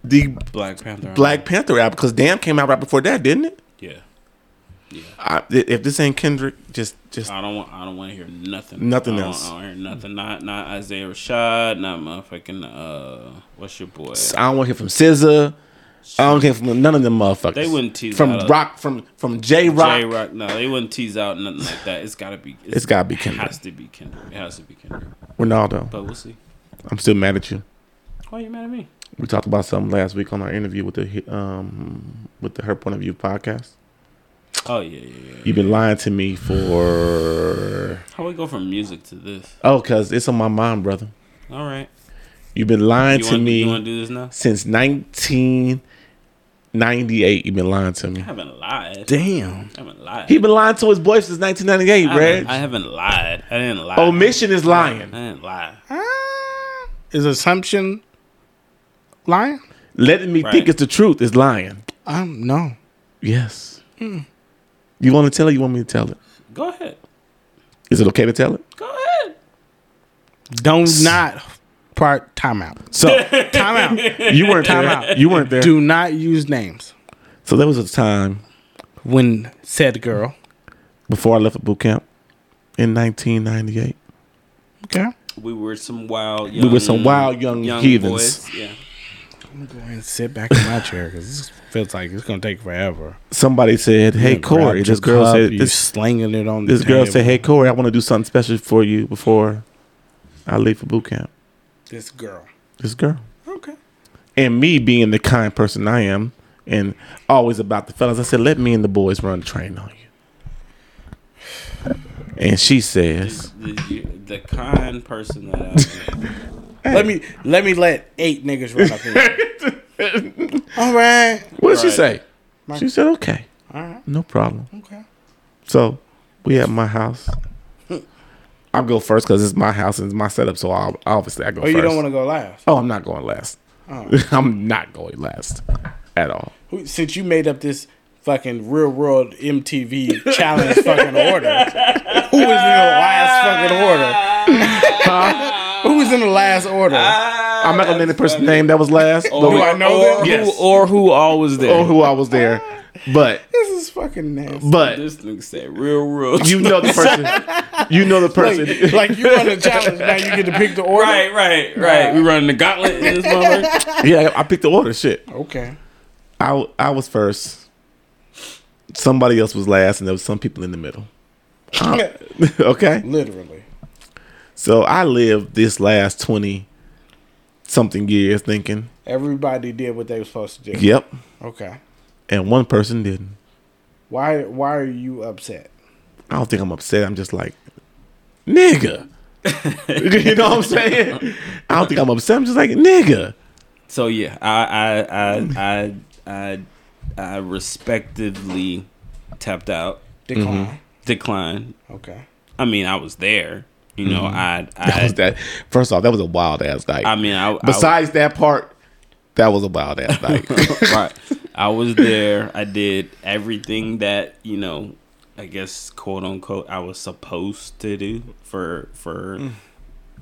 Speaker 1: the
Speaker 2: Black Panther.
Speaker 1: Black Panther album because Damn came out right before that, didn't it?
Speaker 2: Yeah,
Speaker 1: I, if this ain't Kendrick, just just
Speaker 2: I don't want. I don't want to hear nothing.
Speaker 1: Nothing
Speaker 2: I don't-
Speaker 1: else.
Speaker 2: I don't hear nothing. Not not Isaiah Rashad. Not motherfucking. Uh, what's your boy?
Speaker 1: I don't want to hear from SZA. I don't hear from none of them motherfuckers.
Speaker 2: They wouldn't tease
Speaker 1: from
Speaker 2: out a-
Speaker 1: rock from from J
Speaker 2: J
Speaker 1: Rock.
Speaker 2: Rock. No, they wouldn't tease out nothing like that. It's gotta be.
Speaker 1: It's gotta be
Speaker 2: It
Speaker 1: Kendrick
Speaker 2: has to be Kendrick. It has to be Kendrick.
Speaker 1: Ronaldo.
Speaker 2: But we'll see.
Speaker 1: I'm still mad at you.
Speaker 2: Why are you mad at me?
Speaker 1: We talked about something last week on our interview with the um with the Her Point of View podcast.
Speaker 2: Oh yeah, yeah, yeah.
Speaker 1: You've been lying to me for
Speaker 2: How we go from music to this?
Speaker 1: oh, cause it's on my mind, brother.
Speaker 2: All right.
Speaker 1: You've been lying
Speaker 2: You
Speaker 1: to
Speaker 2: want,
Speaker 1: me
Speaker 2: you want to do this now?
Speaker 1: since 1998. You've been lying to me.
Speaker 2: I haven't lied.
Speaker 3: Damn.
Speaker 2: I haven't lied.
Speaker 1: He been lying to his boy since 1998,
Speaker 2: I haven't, I
Speaker 1: Reg.
Speaker 2: haven't lied. I didn't lie.
Speaker 1: Omission is
Speaker 2: I
Speaker 1: lying.
Speaker 2: didn't lie.
Speaker 3: Ah. Is assumption lying?
Speaker 1: Letting me
Speaker 2: Right.
Speaker 1: think it's the truth is lying.
Speaker 3: Um, no.
Speaker 1: Yes. You want to tell it? You want me to tell it?
Speaker 2: Go ahead.
Speaker 1: Is it okay to tell it?
Speaker 2: Go ahead.
Speaker 3: Don't not part timeout.
Speaker 1: So
Speaker 3: Timeout.
Speaker 1: you weren't
Speaker 3: Time
Speaker 1: there.
Speaker 3: out.
Speaker 1: You weren't there.
Speaker 3: Do not use names.
Speaker 1: So there was a time
Speaker 3: When said girl.
Speaker 1: before I left for boot camp in 1998.
Speaker 3: Okay.
Speaker 2: We were some wild.
Speaker 1: We
Speaker 2: Young,
Speaker 1: were some wild young heathens.
Speaker 2: boys. Yeah.
Speaker 3: I'm gonna go ahead and sit back in my chair because this feels like it's gonna take forever.
Speaker 1: Somebody said, "Hey
Speaker 3: You grabbed
Speaker 1: Corey."
Speaker 3: your
Speaker 1: This girl
Speaker 3: cup,
Speaker 1: said,
Speaker 3: you
Speaker 1: "This
Speaker 3: slinging it on the
Speaker 1: This girl said,
Speaker 3: table.
Speaker 1: "Hey Corey, I want to do something special for you before I leave for boot camp."
Speaker 3: This girl.
Speaker 1: This girl
Speaker 3: Okay.
Speaker 1: and me being the kind person I am and always about the fellas, I said, "Let me and the boys run the train on you." And she says,
Speaker 2: The, the- the kind person that I am.
Speaker 3: Let me let me let eight niggas run up in here. All right.
Speaker 1: "What did she
Speaker 2: Right.
Speaker 1: say?" She said, "Okay,
Speaker 3: All right.
Speaker 1: no problem."
Speaker 3: Okay.
Speaker 1: So we at my house. I go first because it's my house and it's my setup, so I'll, obviously I go
Speaker 3: Oh,
Speaker 1: first.
Speaker 3: you don't want to go last.
Speaker 1: oh, I'm not going last.
Speaker 3: Oh.
Speaker 1: I'm not going last at all.
Speaker 3: Who- Since you made up this fucking real world MTV challenge fucking order, who was in the last fucking order? Who was in the last order?
Speaker 1: I'm not gonna name the person's name that was last, but
Speaker 3: Do
Speaker 1: we-
Speaker 3: Oh, I know them?
Speaker 2: Or,
Speaker 1: Yes.
Speaker 2: who, or who all was there?
Speaker 1: or who I was there. But
Speaker 3: This is fucking nasty.
Speaker 1: but
Speaker 2: This nigga said real, real.
Speaker 1: you know the person. You know the person.
Speaker 3: Like you run a challenge, now you get to pick the order.
Speaker 2: Right, right, right. We running the gauntlet in this moment.
Speaker 1: yeah, I picked the order. Shit,
Speaker 3: Okay.
Speaker 1: I I was first. Somebody else was last, and there was some people in the middle. okay,
Speaker 3: Literally.
Speaker 1: so I lived this last twenty something years thinking,
Speaker 3: Everybody did what they were supposed to do.
Speaker 1: yep,
Speaker 3: Okay.
Speaker 1: and one person didn't.
Speaker 3: Why why are you upset?
Speaker 1: I don't think I'm upset. I'm just like, nigga. you know what I'm saying? I don't think I'm upset. I'm just like, nigga.
Speaker 2: So yeah, I I I I I, I respectively tapped out,
Speaker 3: Decline.
Speaker 2: Mm-hmm. declined.
Speaker 3: Okay.
Speaker 2: I mean, I was there. You know, I
Speaker 1: Mm-hmm.
Speaker 2: I
Speaker 1: That was that. First off, that was a wild ass night.
Speaker 2: I mean, I I-
Speaker 1: Besides that part, that was a wild ass night.
Speaker 2: right. I was there. I did everything that you know. I guess quote unquote I was supposed to do for for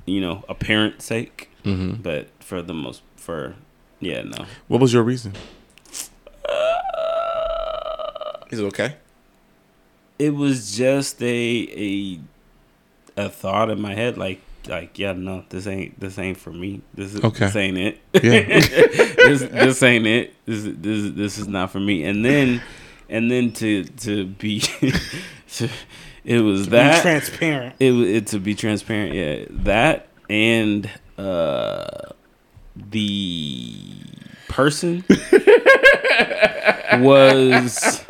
Speaker 2: you know a parent's sake, but for the most for yeah no
Speaker 1: What was your reason? Is it okay?
Speaker 2: it was just a a a thought in my head like like yeah no this ain't this ain't for me this is
Speaker 1: Okay.
Speaker 2: this ain't it
Speaker 1: Yeah.
Speaker 2: this this ain't it this is- this is- this is not for me and then and then to to be to, it was
Speaker 3: Be
Speaker 2: that
Speaker 3: transparent.
Speaker 2: it, wa- it to be transparent yeah that and uh the person was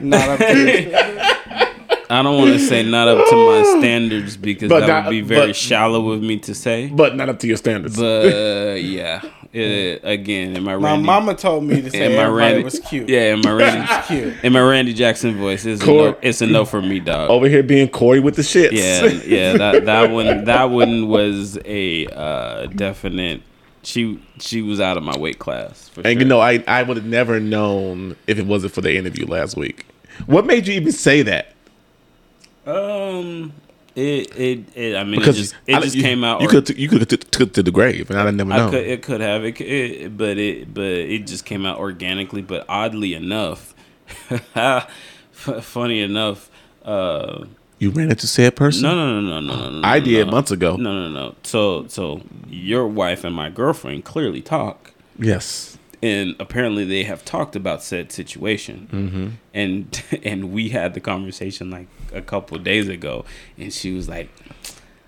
Speaker 3: Not up to
Speaker 2: I don't want to say not up to my standards because
Speaker 1: But
Speaker 2: that
Speaker 1: not-
Speaker 2: would be very
Speaker 1: but-
Speaker 2: shallow of me to say.
Speaker 1: but not up to your standards.
Speaker 2: But yeah, it, again, in my
Speaker 3: My
Speaker 2: Randy,
Speaker 3: mama told me to say
Speaker 2: in my
Speaker 3: everybody
Speaker 2: Randy
Speaker 3: was cute.
Speaker 2: Yeah, in my Randy,
Speaker 3: Cute.
Speaker 2: in my Randy Jackson voice, it's a
Speaker 1: Cor- Oh.
Speaker 2: no, it's a no for me, dog.
Speaker 1: Over here being Corey with the shits.
Speaker 2: Yeah, yeah, that that one that one was a uh, definite. She she was out of my weight class. For
Speaker 1: and
Speaker 2: sure.
Speaker 1: you know, I, I would have never known if it wasn't for the interview last week. What made you even say that?
Speaker 2: um, it it, it I mean,
Speaker 1: Because
Speaker 2: it just
Speaker 1: I-
Speaker 2: it just
Speaker 1: you-
Speaker 2: came out.
Speaker 1: You could you could have took took it to the grave, and I'd have never
Speaker 2: I
Speaker 1: known.
Speaker 2: could, it could have it, could, it, but it but it just came out organically. But oddly enough, f- funny enough, uh,
Speaker 1: you ran into said person.
Speaker 2: no, no, no, no, no, no, no.
Speaker 1: I did
Speaker 2: no.
Speaker 1: months ago.
Speaker 2: No, no, no. So so your wife and my girlfriend clearly talk,
Speaker 1: Yes.
Speaker 2: and apparently they have talked about said situation, mm-hmm. and and we had the conversation like a couple days ago, and she was like,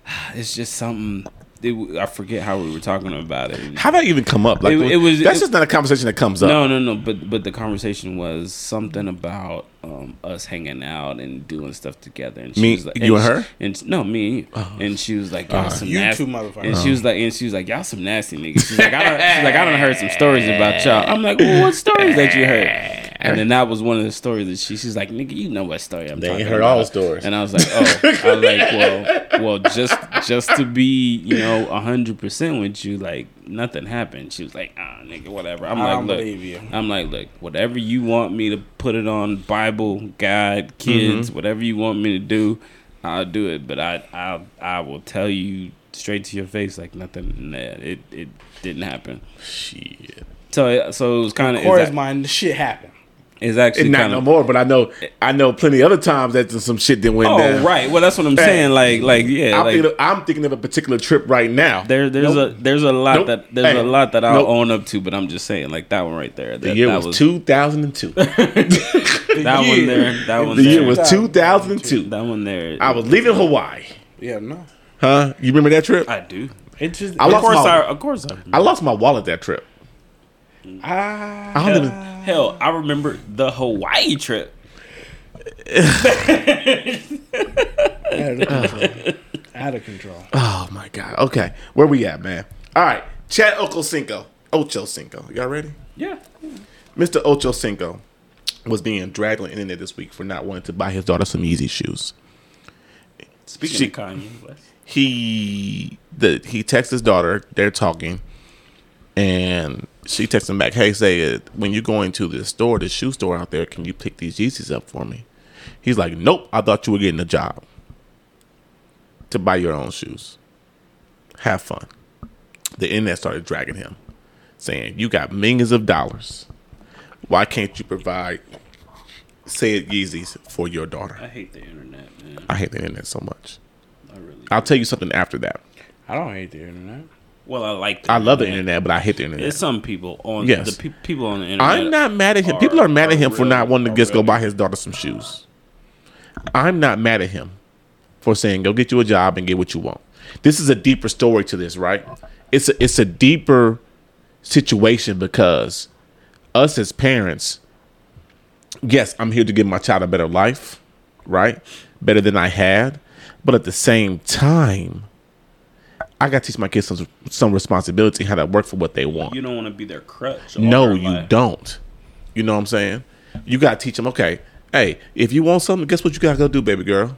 Speaker 2: "Ah, "It's just something." It, w- I forget how we were talking about it.
Speaker 1: How did that even come up? Like
Speaker 2: It- it was-
Speaker 1: that's
Speaker 2: it-
Speaker 1: just not a conversation that comes up.
Speaker 2: No, no, no. But but the conversation was something about um, us hanging out and doing stuff together. And she
Speaker 1: Me-
Speaker 2: was like,
Speaker 1: you and
Speaker 2: she-
Speaker 1: her? Oh. Uh,
Speaker 2: And no, me and you. And she was like, y'all some
Speaker 3: You
Speaker 2: nasty.
Speaker 3: two motherfuckers.
Speaker 2: And she was like, and she was like, y'all some nasty niggas. She's like, I don't, she's like, I done heard some stories about y'all. I'm like, well, what stories that you heard? And then that was one of the stories that she, she's like, nigga, you know what story I'm
Speaker 1: They ain't
Speaker 2: talking
Speaker 1: heard
Speaker 2: about.
Speaker 1: all stories.
Speaker 2: And I was like, oh, I was like, well, well, just just to be, you know, hundred percent with you, like nothing happened. She was like, ah, nigga, whatever. I'm
Speaker 3: I
Speaker 2: like,
Speaker 3: don't
Speaker 2: look,
Speaker 3: believe you.
Speaker 2: I'm like, look, whatever you want me to put it on, Bible, God, kids, whatever you want me to do, I'll do it. But I, I, I will tell you straight to your face, like nothing. Nah, it, it didn't happen.
Speaker 1: Shit.
Speaker 2: So, it- so it was kind of.
Speaker 3: Corey's
Speaker 2: It's, ac-
Speaker 3: mind, the shit happened.
Speaker 2: it's
Speaker 1: And
Speaker 2: actually
Speaker 1: not
Speaker 2: kind
Speaker 1: no
Speaker 2: of.
Speaker 1: more, but I know I know plenty other times that some shit didn't went
Speaker 2: Oh
Speaker 1: down.
Speaker 2: right, well that's what I'm saying. Like, like yeah,
Speaker 1: I'm,
Speaker 2: like,
Speaker 1: thinking of, I'm thinking of a particular trip right now.
Speaker 2: There, there's a there's a lot
Speaker 1: Nope.
Speaker 2: that there's
Speaker 1: Hey.
Speaker 2: a lot that I'll
Speaker 1: Nope.
Speaker 2: own up to, but I'm just saying like that one right there. That,
Speaker 1: the year
Speaker 2: that
Speaker 1: was 2002. the
Speaker 2: that one
Speaker 3: year.
Speaker 2: there. That one
Speaker 1: year
Speaker 2: there.
Speaker 1: was 2002.
Speaker 2: that one there.
Speaker 1: I was leaving Hawaii.
Speaker 3: Yeah, no.
Speaker 1: Huh? You remember that trip?
Speaker 2: I do.
Speaker 3: It just.
Speaker 1: I
Speaker 2: Of
Speaker 1: lost
Speaker 2: course,
Speaker 1: my-
Speaker 2: I of course I.
Speaker 1: I lost my wallet that trip.
Speaker 3: I,
Speaker 1: I don't even.
Speaker 2: Hell, I remember the Hawaii trip.
Speaker 3: out of control. out of control.
Speaker 1: Oh my god. Okay, where we at, man? All right, Chad Ochocinco. Ocho Cinco. Y'all ready?
Speaker 2: Yeah.
Speaker 1: Mr. Ocho Cinco was being dragged on the internet this week for not wanting to buy his daughter some Yeezy shoes.
Speaker 2: Speaking
Speaker 1: She-
Speaker 2: of Kanye West,
Speaker 1: he the he texts his daughter. They're talking, and she texts him back, "Hey, say uh, when you're going to this store, the shoe store out there, can you pick these Yeezys up for me?" He's like, "Nope, I thought you were getting a job to buy your own shoes. Have fun." The internet started dragging him, saying, "You got millions of dollars. Why can't you provide said Yeezys for your
Speaker 2: I
Speaker 1: daughter?"
Speaker 2: hate the internet, man.
Speaker 1: I hate the internet so much.
Speaker 2: I really.
Speaker 1: I'll tell you something after that.
Speaker 3: I don't hate the internet.
Speaker 2: Well, I like. The
Speaker 1: I love the internet, but I hate the internet.
Speaker 2: It's some people on
Speaker 1: Yes.
Speaker 2: the pe- people on the internet.
Speaker 1: I'm not mad at him.
Speaker 2: are-
Speaker 1: People are mad at
Speaker 2: are
Speaker 1: him for
Speaker 2: real-
Speaker 1: not wanting to
Speaker 2: are
Speaker 1: just go
Speaker 2: really-
Speaker 1: buy his daughter some shoes. I'm not mad at him for saying go get you a job and get what you want. This is a deeper story to this, right? It's a, it's a deeper situation because us as parents, yes, I'm here to give my child a better life, right? Better than I had, but at the same time, I got to teach my kids some some responsibility, how to work for what they want.
Speaker 2: You don't want to be their crutch. all
Speaker 1: No,
Speaker 2: their
Speaker 1: you
Speaker 2: life.
Speaker 1: don't. You know what I'm saying? You got to teach them, okay, hey, if you want something, guess what you got to go do, baby girl?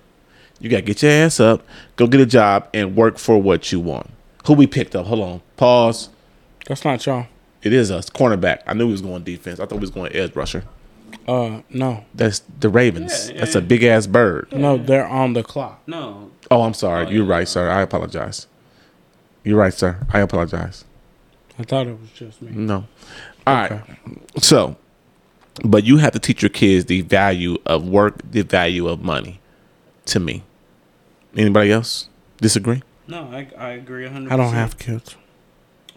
Speaker 1: You got to get your ass up, go get a job, and work for what you want. Who we picked up? Hold on. Pause.
Speaker 3: That's not y'all.
Speaker 1: It is us. Cornerback. I knew he was going defense. I thought he was going edge rusher.
Speaker 3: Uh, no,
Speaker 1: That's the Ravens.
Speaker 2: Yeah, yeah,
Speaker 1: That's a big ass bird.
Speaker 3: no, they're on the clock.
Speaker 2: No,
Speaker 1: Oh, I'm sorry.
Speaker 2: Oh,
Speaker 1: You're
Speaker 2: yeah.
Speaker 1: right, sir. I apologize. You're right, sir. I apologize.
Speaker 3: I thought it was just me.
Speaker 1: No. All right. So, but you have to teach your kids the value of work, the value of money. To me, anybody else disagree?
Speaker 2: no, I, I agree 100.
Speaker 3: I don't have kids.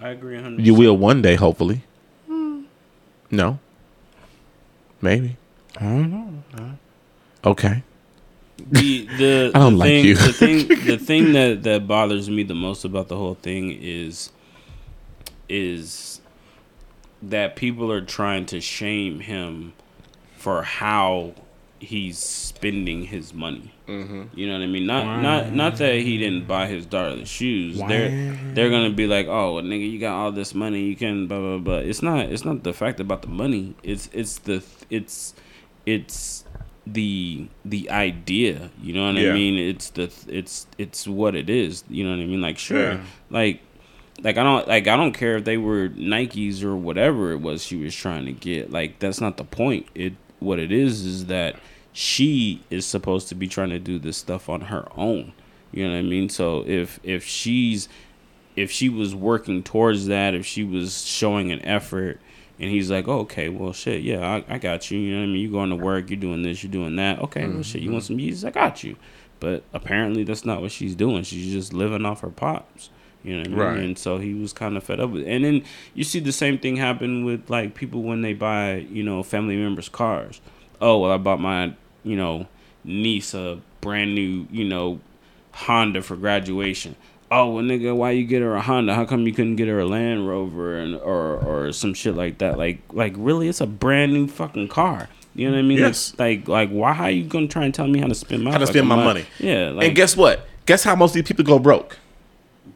Speaker 2: I agree 100.
Speaker 1: You will one day, hopefully. No. Maybe.
Speaker 3: I don't know.
Speaker 1: Okay.
Speaker 2: the the,
Speaker 1: I don't
Speaker 2: the
Speaker 1: like
Speaker 2: thing,
Speaker 1: you.
Speaker 2: the thing the thing that that bothers me the most about the whole thing is is that people are trying to shame him for how he's spending his money. You know what I mean? Not not not that he didn't buy his daughter the shoes. They're they're gonna be like, oh, well, nigga, you got all this money, you can blah blah blah. It's not it's not the fact about the money. It's it's the it's it's the the idea. You know what I
Speaker 1: Yeah.
Speaker 2: mean? It's the it's it's what it is. You know what I mean? Like sure,
Speaker 1: Yeah.
Speaker 2: like like I don't like I don't care if they were Nikes or whatever it was she was trying to get. Like that's not the point. It what it is is that she is supposed to be trying to do this stuff on her own. You know what I mean? So if if she's if she was working towards that, if she was showing an effort and he's like, oh, okay, well, shit, yeah, I, I got you. You know what I mean? You going to work, you're doing this, you're doing that. Okay, well, shit, you want some Yeezys? I got you. But apparently, that's not what she's doing. She's just living off her pops. You know what I mean?
Speaker 1: Right.
Speaker 2: And so he was kind of fed up with And then you see the same thing happen with like people when they buy, you know, family members' cars. Oh, well, I bought my, you know, niece a brand new, you know, Honda for graduation. Oh well, nigga, why you get her a Honda? How come you couldn't get her a Land Rover and or or some shit like that? Like like really, it's a brand new fucking car. You know what I mean?
Speaker 1: Yes.
Speaker 2: Like like, like why? How you gonna try and tell me how to spend my
Speaker 1: How to spend
Speaker 2: fucking
Speaker 1: my money.
Speaker 2: Yeah. Like
Speaker 1: and guess what? Guess how most of these people go broke.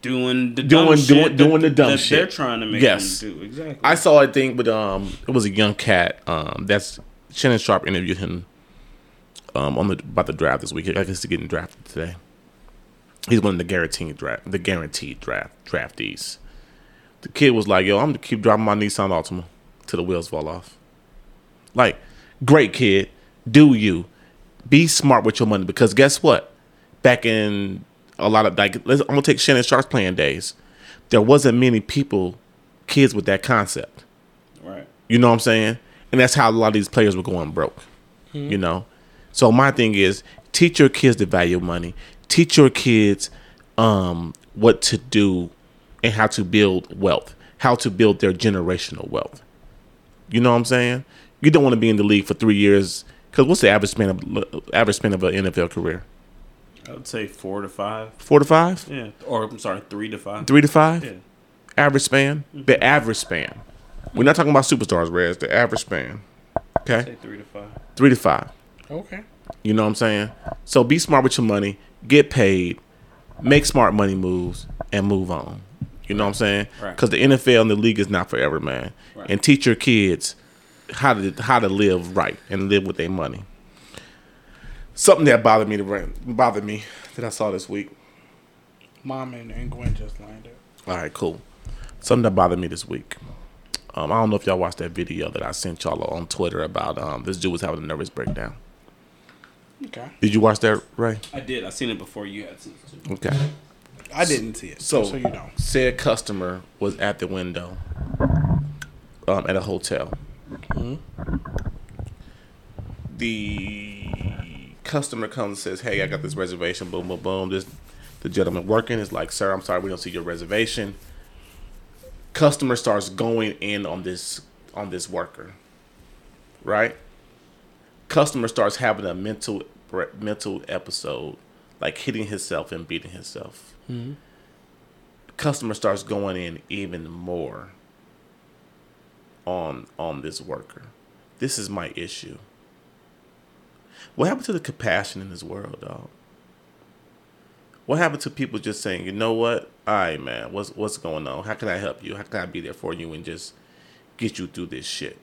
Speaker 2: doing the
Speaker 1: Doing-
Speaker 2: dumb
Speaker 1: doing-
Speaker 2: shit that-
Speaker 1: doing the dumb
Speaker 2: that They're
Speaker 1: shit.
Speaker 2: trying to make
Speaker 1: Yes.
Speaker 2: them do exactly.
Speaker 1: I saw a thing with um it was a young cat. Um that's Shannon Sharp interviewed him um on the about the draft this week. I guess he's getting drafted today. He's one of the guaranteed draft the guaranteed draft draftees. The kid was like, yo, I'm gonna keep driving my Nissan Altima till the wheels fall off. Like, great kid, do you. Be smart with your money because guess what? Back in a lot of like let's I'm gonna take Shannon Sharp's playing days. There wasn't many people, kids with that concept.
Speaker 2: right.
Speaker 1: You know what I'm saying? And that's how a lot of these players were going broke. You know? So my thing is teach your kids the value of money. Teach your kids um what to do and how to build wealth, how to build their generational wealth. You know what I'm saying? You don't want to be in the league for 3 years cuz what's the average span of average span of an NFL career?
Speaker 2: I would say four to five.
Speaker 1: 4 to 5?
Speaker 2: Yeah. Or I'm sorry, three to five.
Speaker 1: 3 to 5?
Speaker 2: Yeah. Mm-hmm.
Speaker 1: average span, the average span. We're not talking about superstars, Rez. The average span, okay,
Speaker 2: Say three to five.
Speaker 1: three to five.
Speaker 3: Okay.
Speaker 1: You know what I'm saying? So be smart with your money, get paid, make smart money moves, and move on. You know what I'm saying?
Speaker 2: Right.
Speaker 1: Because the NFL and the league is not forever, man.
Speaker 2: Right.
Speaker 1: And teach your kids how to how to live right and live with their money. Something that bothered me to bring, bothered me that I saw this week.
Speaker 3: Mom and, and Gwen just landed.
Speaker 1: All right, cool. Something that bothered me this week. Um, I don't know if y'all watched that video that I sent y'all on Twitter about um, this dude was having a nervous breakdown.
Speaker 3: Okay.
Speaker 1: Did you watch that, Ray?
Speaker 2: I did. I seen it before you had seen it. Too.
Speaker 1: Okay.
Speaker 3: I didn't see it.
Speaker 1: So,
Speaker 3: so you know.
Speaker 1: said customer was at the window um, at a hotel.
Speaker 3: Mm-hmm.
Speaker 1: The customer comes and says, "Hey, I got this reservation." Boom, boom, boom. This the gentleman working is like, "Sir, I'm sorry, we don't see your reservation." Customer starts going in on this on this worker, right? Customer starts having a mental mental episode, like hitting himself and beating himself customer starts going in even more on on this worker. This is my issue. What happened to the compassion in this world, dog? What happened to people just saying, you know what? all right, man, what's what's going on? How can I help you? How can I be there for you and just get you through this shit?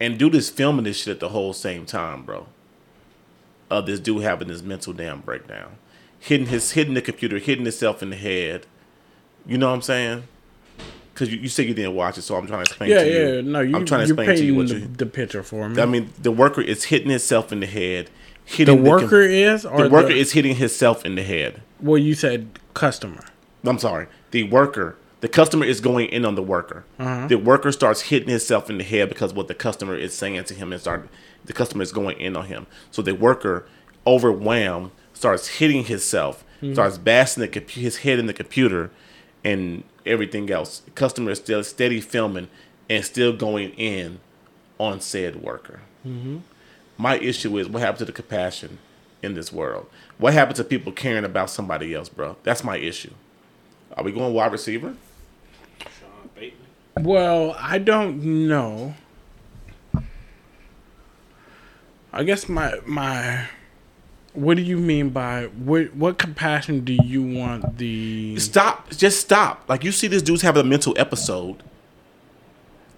Speaker 1: And do this filming this shit at the whole same time, bro. Of this dude having this mental damn breakdown, hitting his hitting the computer, hitting himself in the head. You know what I'm saying? Because you, you said you didn't watch it, so I'm trying to explain
Speaker 3: Yeah,
Speaker 1: to you.
Speaker 3: yeah. No, you,
Speaker 1: I'm trying to
Speaker 3: you're
Speaker 1: explain to you
Speaker 3: painting
Speaker 1: what
Speaker 3: the,
Speaker 1: you.
Speaker 3: the picture for me.
Speaker 1: I mean, the worker is hitting himself in the head.
Speaker 3: the
Speaker 1: Hitting com-
Speaker 3: worker is, or
Speaker 1: the worker is hitting himself in the head.
Speaker 3: Well, you said customer.
Speaker 1: I'm sorry, the worker, the customer is going in on the worker. The worker starts hitting himself in the head because what the customer is saying to him and start the customer is going in on him. So the worker, overwhelmed, starts hitting himself, starts bashing the, compu- his head in the computer, and everything else. The customer is still steady filming and still going in on said worker. My issue is what happened to the compassion in this world? What happened to people caring about somebody else, bro? That's my issue. Are we going wide receiver?
Speaker 3: Well, I don't know. I guess my my. What do you mean by what? What compassion do you want the?
Speaker 1: Stop. Just stop. Like you see this dude's having a mental episode.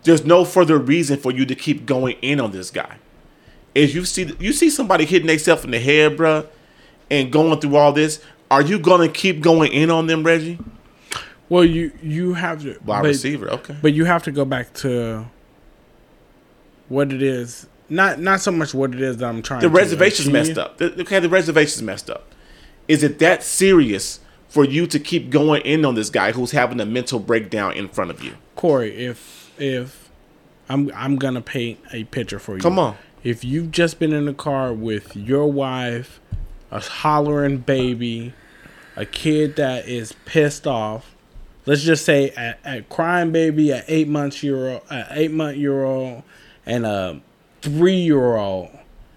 Speaker 1: There's no further reason for you to keep going in on this guy. If you see you see somebody hitting themselves in the head, bruh, and going through all this, are you gonna keep going in on them, Reggie?
Speaker 3: Well, you you have to.
Speaker 1: Wide
Speaker 3: but-
Speaker 1: receiver, okay.
Speaker 3: But you have to go back to what it is. Not not so much what it is that I'm trying.
Speaker 1: the
Speaker 3: to
Speaker 1: reservations
Speaker 3: achieve.
Speaker 1: messed up. The- okay, the reservations messed up. Is it that serious for you to keep going in on this guy who's having a mental breakdown in front of you?
Speaker 3: Corey. If if I'm I'm gonna paint a picture for you.
Speaker 1: Come on.
Speaker 3: If you've just been in the car with your wife, a hollering baby, a kid that is pissed off. Let's just say a, a crying baby, a eight months year old, a eight month year old, and a three year old,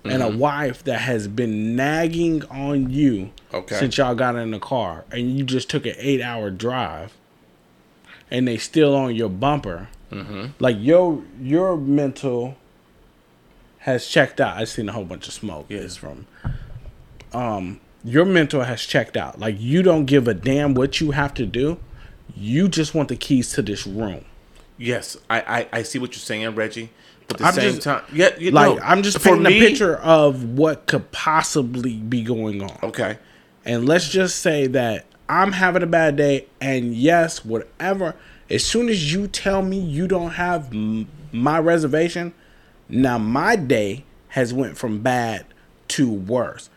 Speaker 3: and a
Speaker 1: Mm-hmm.
Speaker 3: wife that has been nagging on you
Speaker 1: Okay.
Speaker 3: since y'all got in the car, and you just took an eight hour drive, and they still on your bumper.
Speaker 1: Mm-hmm.
Speaker 3: Like your your mental has checked out. I've seen a whole bunch of smoke. Is from um, your mental has checked out. Like you don't give a damn what you have to do. You just want the keys to this room.
Speaker 1: Yes, I, I, I see what you're saying, Reggie. But at the
Speaker 3: I'm
Speaker 1: same
Speaker 3: just-
Speaker 1: time, yeah, you
Speaker 3: Like
Speaker 1: know,
Speaker 3: I'm just
Speaker 1: for
Speaker 3: painting
Speaker 1: me-
Speaker 3: a picture of what could possibly be going on.
Speaker 1: Okay,
Speaker 3: And let's just say that I'm having a bad day and yes, whatever. As soon as you tell me you don't have m- my reservation, now my day has went from bad to worse.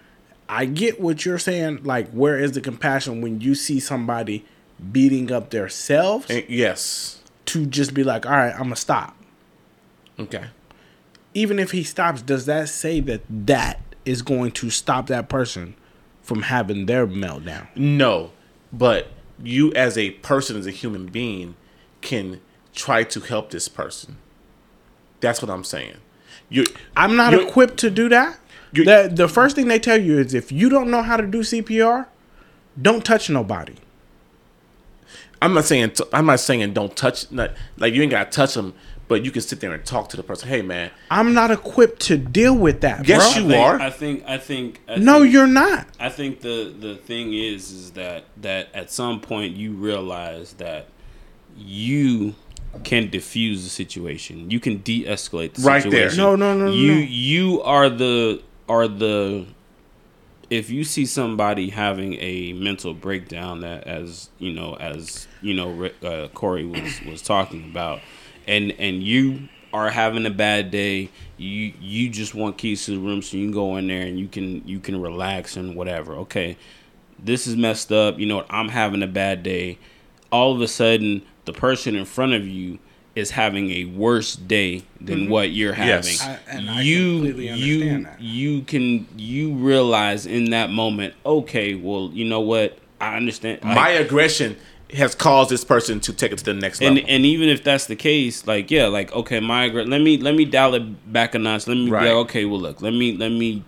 Speaker 3: I get what you're saying like where is the compassion when you see somebody beating up themselves
Speaker 1: Eh, yes,
Speaker 3: to just be like, "All right, I'm going to stop."
Speaker 1: okay,
Speaker 3: Even if he stops, does that say that that is going to stop that person from having their meltdown?
Speaker 1: no, but you as a person, as a human being, can try to help this person. That's what I'm saying. You,
Speaker 3: I'm not
Speaker 1: You're-
Speaker 3: equipped to do that.
Speaker 1: You're-
Speaker 3: The, the first thing they tell you is if you don't know how to do CPR, don't touch nobody.
Speaker 1: I'm not saying t- I'm not saying don't touch not, like you ain't gotta touch them, but you can sit there and talk to the person. Hey man,
Speaker 3: I'm not equipped to deal with that.
Speaker 1: Yes,
Speaker 3: bro.
Speaker 1: you-
Speaker 2: I think,
Speaker 1: are?
Speaker 2: I think. I think. I
Speaker 3: No,
Speaker 2: think-
Speaker 3: you're not.
Speaker 2: I think the the thing is is that that at some point you realize that you can diffuse the situation. You can de-escalate the
Speaker 1: Right there.
Speaker 2: situation.
Speaker 3: No, no, no, no,
Speaker 2: You
Speaker 3: no.
Speaker 2: you are the are the if you see somebody having a mental breakdown that as you know as you know Rick- uh, corey was was talking about and and you are having a bad day you you just want keys to the room so you can go in there and you can you can relax and whatever okay this is messed up you know what i'm having a bad day all of a sudden the person in front of you is having a worse day than what you're having
Speaker 1: Yes.
Speaker 3: Mm-hmm. I- and I completely
Speaker 2: you
Speaker 3: understand that.
Speaker 2: you can you realize in that moment okay well you know what i understand like-
Speaker 1: my aggression has caused this person to take it to the next level.
Speaker 2: and and even if that's the case like yeah like okay my aggra- let me let me dial it back a notch let me
Speaker 1: Right.
Speaker 2: be like, okay well look let me let me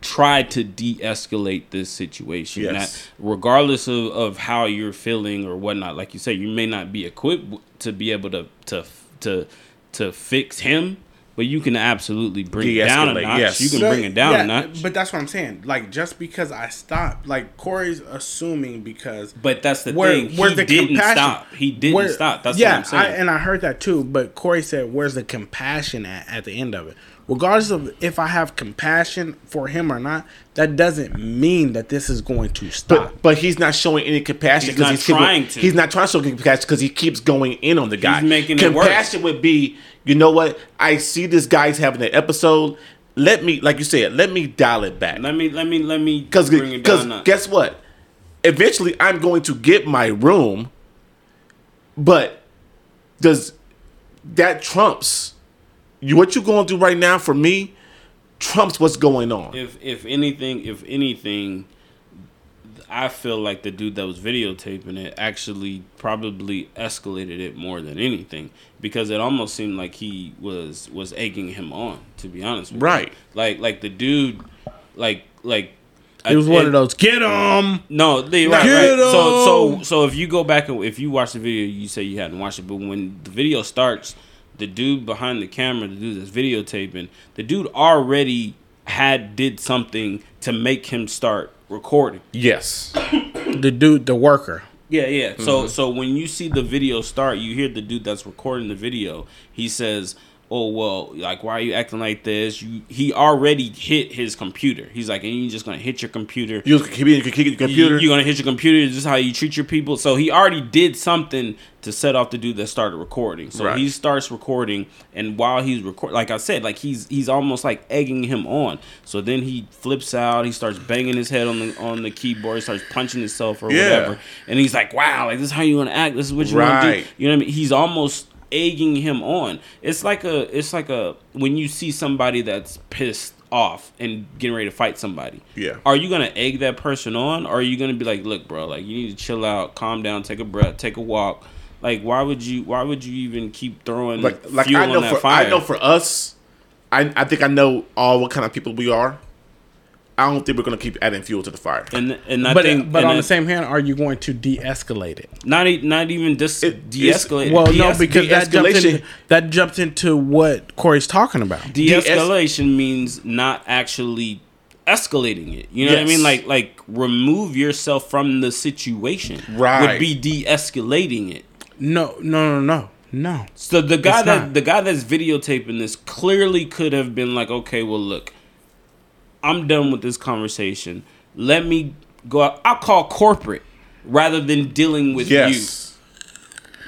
Speaker 2: try to de-escalate this situation
Speaker 1: Yes.
Speaker 2: Not- regardless of, of how you're feeling or whatnot like you say you may not be equipped w- to be able to to to to fix him but you can absolutely bring it
Speaker 1: De-escalate,
Speaker 2: down a notch.
Speaker 1: yes.
Speaker 2: You can
Speaker 3: No,
Speaker 2: bring it down
Speaker 3: yeah,
Speaker 2: a notch. But,
Speaker 3: But that's what I'm saying. Like just because I stopped, like Corey's assuming because
Speaker 2: that's the
Speaker 3: where-
Speaker 2: thing.
Speaker 3: where
Speaker 2: he
Speaker 3: the
Speaker 2: didn't
Speaker 3: compassion-
Speaker 2: stop. He didn't
Speaker 3: where-
Speaker 2: stop. That's
Speaker 3: yeah,
Speaker 2: what I'm saying.
Speaker 3: I, and I heard that too. But Corey said, "Where's the compassion at at the end of it? Regardless of if I have compassion for him or not, that doesn't mean that this is going to stop."
Speaker 1: But, but he's not showing any compassion
Speaker 2: He's not
Speaker 1: keeping-
Speaker 2: trying to.
Speaker 1: He's not trying to show compassion because he keeps going in on the guy.
Speaker 2: making it worse.
Speaker 1: compassion would be, you know what? I see this guy's having an episode. Let me, like you said, let me dial it back.
Speaker 2: let me let me let me
Speaker 1: Because
Speaker 2: bring it down. a notch.
Speaker 1: guess what? Eventually, I'm going to get my room. But does that trumps you, what you're going to do right now for me? Trumps what's going on.
Speaker 2: if if anything, if anything, I feel like the dude that was videotaping it actually probably escalated it more than anything because it almost seemed like he was was egging him on. To be honest, with you.
Speaker 1: Right.
Speaker 2: Like like the dude, like like
Speaker 3: it was one of those get him.
Speaker 2: no, they right,
Speaker 3: Get
Speaker 2: right. So so
Speaker 3: him!
Speaker 2: so if you go back and if you watch the video, you say you hadn't watched it, but when the video starts, the dude behind the camera, the dude that's videotaping, the dude already had did something to make him start recording.
Speaker 1: Yes.
Speaker 3: The dude, the worker.
Speaker 2: Yeah, yeah. So so when you see the video start, you hear the dude that's recording the video. He says, "Oh well, like why are you acting like this?" You he already hit his computer. He's like, "And you just gonna hit your computer."
Speaker 1: You can be in your computer.
Speaker 2: You, are gonna hit your computer. This is how you treat your people. So he already did something to set off the dude that started recording. So
Speaker 1: Right.
Speaker 2: he starts recording, and while he's record, like I said, like he's he's almost like egging him on. So then he flips out. He starts banging his head on the on the keyboard. He starts punching himself or
Speaker 1: Yeah.
Speaker 2: whatever. And he's like, "Wow, like this is how you gonna act. This is what you wanna do."
Speaker 1: Right.
Speaker 2: You know what I mean? He's almost egging him on. It's like a it's like a when you see somebody that's pissed off and getting ready to fight somebody.
Speaker 1: Yeah.
Speaker 2: Are you gonna egg that person on or are you gonna be like, look, bro, like you need to chill out, calm down, take a breath, take a walk. Like why would you why would you even keep throwing
Speaker 1: like like
Speaker 2: fuel
Speaker 1: I know
Speaker 2: on that
Speaker 1: for
Speaker 2: fire?
Speaker 1: I know for us, I I think I know all what kind of people we are. I don't think we're gonna keep adding fuel to the fire.
Speaker 2: and and I
Speaker 3: but
Speaker 2: think
Speaker 3: but
Speaker 2: and
Speaker 3: on the
Speaker 2: it-
Speaker 3: same hand, are you going to de-escalate it?
Speaker 2: not e- not even dis-
Speaker 1: It-
Speaker 2: de-escalate.
Speaker 3: Well, no,
Speaker 2: de-escalate.
Speaker 3: because that jumped,
Speaker 1: de-escalation-
Speaker 3: into, that jumped into what Corey's talking about.
Speaker 2: de-escalation means not actually escalating it you know what i
Speaker 1: Yes.
Speaker 2: mean like like remove yourself from the situation would
Speaker 1: Right.
Speaker 2: be de-escalating it
Speaker 3: No, no, no, no, no.
Speaker 2: so the guy
Speaker 3: It's
Speaker 2: that
Speaker 3: not.
Speaker 2: the guy that's videotaping this clearly could have been like okay well look i'm done with this conversation let me go out i'll call corporate rather than dealing with you
Speaker 1: yes,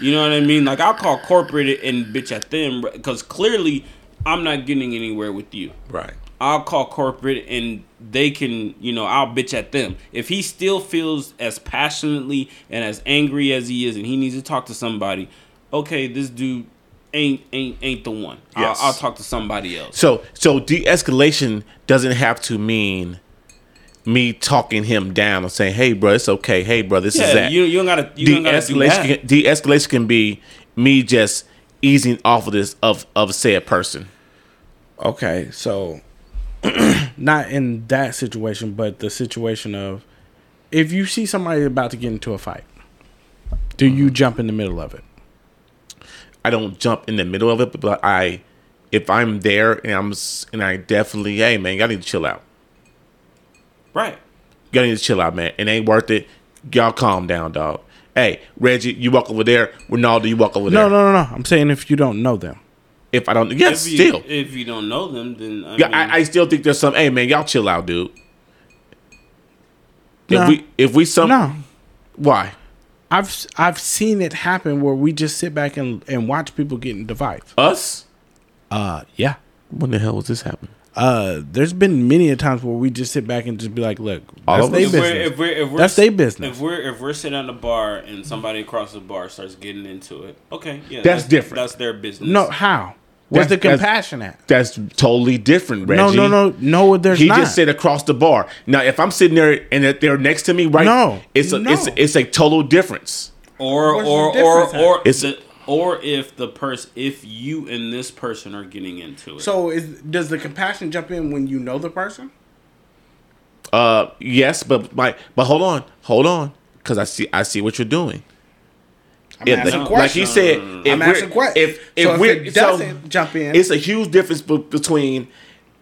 Speaker 2: you know what I mean? Like I'll call corporate and bitch at them because clearly I'm not getting anywhere with you.
Speaker 1: right.
Speaker 2: I'll call corporate and they can, you know, I'll bitch at them. If he still feels as passionately and as angry as he is and he needs to talk to somebody, okay, this dude ain't ain't ain't the one.
Speaker 1: Yes.
Speaker 2: I'll, I'll talk to somebody else.
Speaker 1: So so de-escalation doesn't have to mean me talking him down and saying, "Hey, bro, it's okay. Hey, bro, this is
Speaker 2: Yeah,
Speaker 1: that."
Speaker 2: you you don't gotta you don't gotta do
Speaker 1: de-escalation
Speaker 2: that.
Speaker 1: can, de-escalation can be me just easing off of this of of said person.
Speaker 3: Okay, so not in that situation, but the situation of if you see somebody about to get into a fight, do
Speaker 1: Mm-hmm.
Speaker 3: you jump in the middle of it?
Speaker 1: I don't jump in the middle of it, but I, if I'm there and I'm s- and I definitely, hey man, y'all need to chill out.
Speaker 2: Right.
Speaker 1: Y'all need to chill out, man. It ain't worth it. Y'all calm down, dog. Hey Reggie, you walk over there. Ronaldo, you walk over
Speaker 3: No,
Speaker 1: there.
Speaker 3: no, no, no. I'm saying if you don't know them.
Speaker 1: If I don't, yes,
Speaker 2: If you,
Speaker 1: still,
Speaker 2: if you don't know them then I
Speaker 1: yeah,
Speaker 2: mean,
Speaker 1: I, I still think there's some. Hey man, y'all chill out, dude.
Speaker 3: No.
Speaker 1: If we if we some
Speaker 3: No,
Speaker 1: why
Speaker 3: I've s- I've seen it happen where we just sit back and and watch people get into fights.
Speaker 1: us?
Speaker 3: Uh, yeah.
Speaker 1: When the hell was this happening?
Speaker 3: Uh, there's been many a times where we just sit back and just be like, "Look,
Speaker 1: All
Speaker 3: that's
Speaker 1: of
Speaker 3: their
Speaker 1: us.
Speaker 2: if we're, if
Speaker 3: business."
Speaker 2: we're, if we're,
Speaker 3: That's they business.
Speaker 2: If we're if we're sitting at the bar and somebody across the bar starts getting into it, okay, yeah,
Speaker 1: That's different.
Speaker 2: That's their business.
Speaker 3: No, how? Where's the
Speaker 1: That's- that's-
Speaker 3: compassion at?
Speaker 1: That's totally different, Reggie.
Speaker 3: No, no, no, no. There's
Speaker 1: he
Speaker 3: not.
Speaker 1: just said across the bar. Now, if I'm sitting there and that they're next to me, right?
Speaker 3: No,
Speaker 1: it's a it's
Speaker 3: no.
Speaker 1: it's a total difference.
Speaker 2: or
Speaker 3: Where's the
Speaker 2: or
Speaker 3: difference
Speaker 2: or
Speaker 3: at?
Speaker 2: or
Speaker 1: It's-
Speaker 2: the, or if the person, if you and this person are getting into it,
Speaker 3: So is does the compassion jump in when you know the person?
Speaker 1: Uh, yes, but my but hold on, hold on, because I see I see what you're doing. Yeah,
Speaker 3: asking
Speaker 1: like, like he
Speaker 3: questions.
Speaker 1: said, if
Speaker 3: I'm
Speaker 1: we're-
Speaker 3: asking questions.
Speaker 1: If if
Speaker 3: So if
Speaker 1: we're
Speaker 3: it
Speaker 1: so
Speaker 3: doesn't jump in-
Speaker 1: it's a huge difference be- between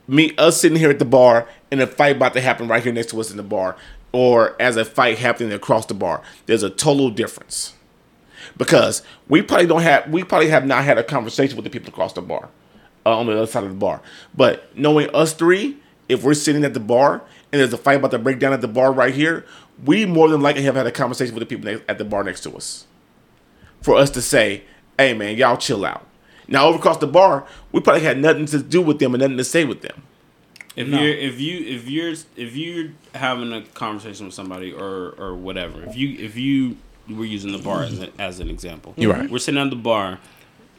Speaker 1: me us sitting here at the bar and a fight about to happen right here next to us in the bar, or as a fight happening across the bar. There's a total difference because we probably don't have we probably have not had a conversation with the people across the bar uh, on the other side of the bar. But knowing us three, if we're sitting at the bar and there's a fight about to break down at the bar right here, we more than likely have had a conversation with the people next, at the bar next to us for us to say, "Hey, man, y'all chill out." Now over across the bar, we probably had nothing to do with them and nothing to say with them.
Speaker 2: If you're if you if you're if you're having a conversation with somebody or or whatever, if you if you we're using the bar as, a, as an example,
Speaker 1: You're right.
Speaker 2: We're sitting at the bar,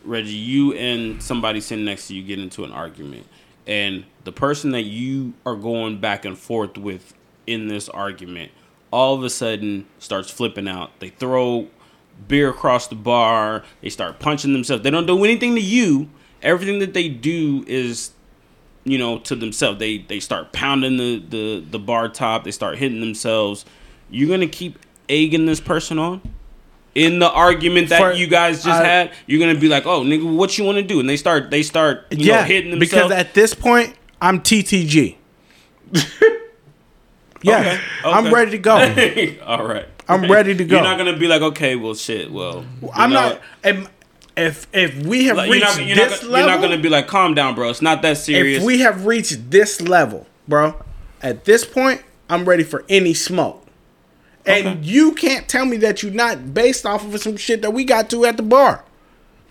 Speaker 2: Reggie. You and somebody sitting next to you get into an argument, and the person that you are going back and forth with in this argument, all of a sudden starts flipping out. They throw beer across the bar. They start punching themselves. They don't do anything to you. Everything that they do is you know to themselves they they start pounding the the the bar top they start hitting themselves you're gonna keep egging this person on in the argument that
Speaker 3: For-
Speaker 2: you guys just
Speaker 3: I-
Speaker 2: had you're gonna be like oh nigga what you want to do and they start they start you know hitting themselves
Speaker 3: because at this point I'm TTG. yeah,
Speaker 2: Okay,
Speaker 3: I'm
Speaker 2: okay.
Speaker 3: ready to go.
Speaker 2: all right
Speaker 3: I'm ready to go.
Speaker 2: you're not gonna be like okay well shit well you
Speaker 3: I'm
Speaker 2: know,
Speaker 3: not. am- if if we have
Speaker 2: like, you're
Speaker 3: reached
Speaker 2: not, you're,
Speaker 3: this
Speaker 2: not, you're
Speaker 3: level,
Speaker 2: not gonna be like calm down bro it's not that serious
Speaker 3: if we have reached this level, bro, at this point, I'm ready for any smoke. And you can't tell me that you're not based off of some shit that we got to at the bar.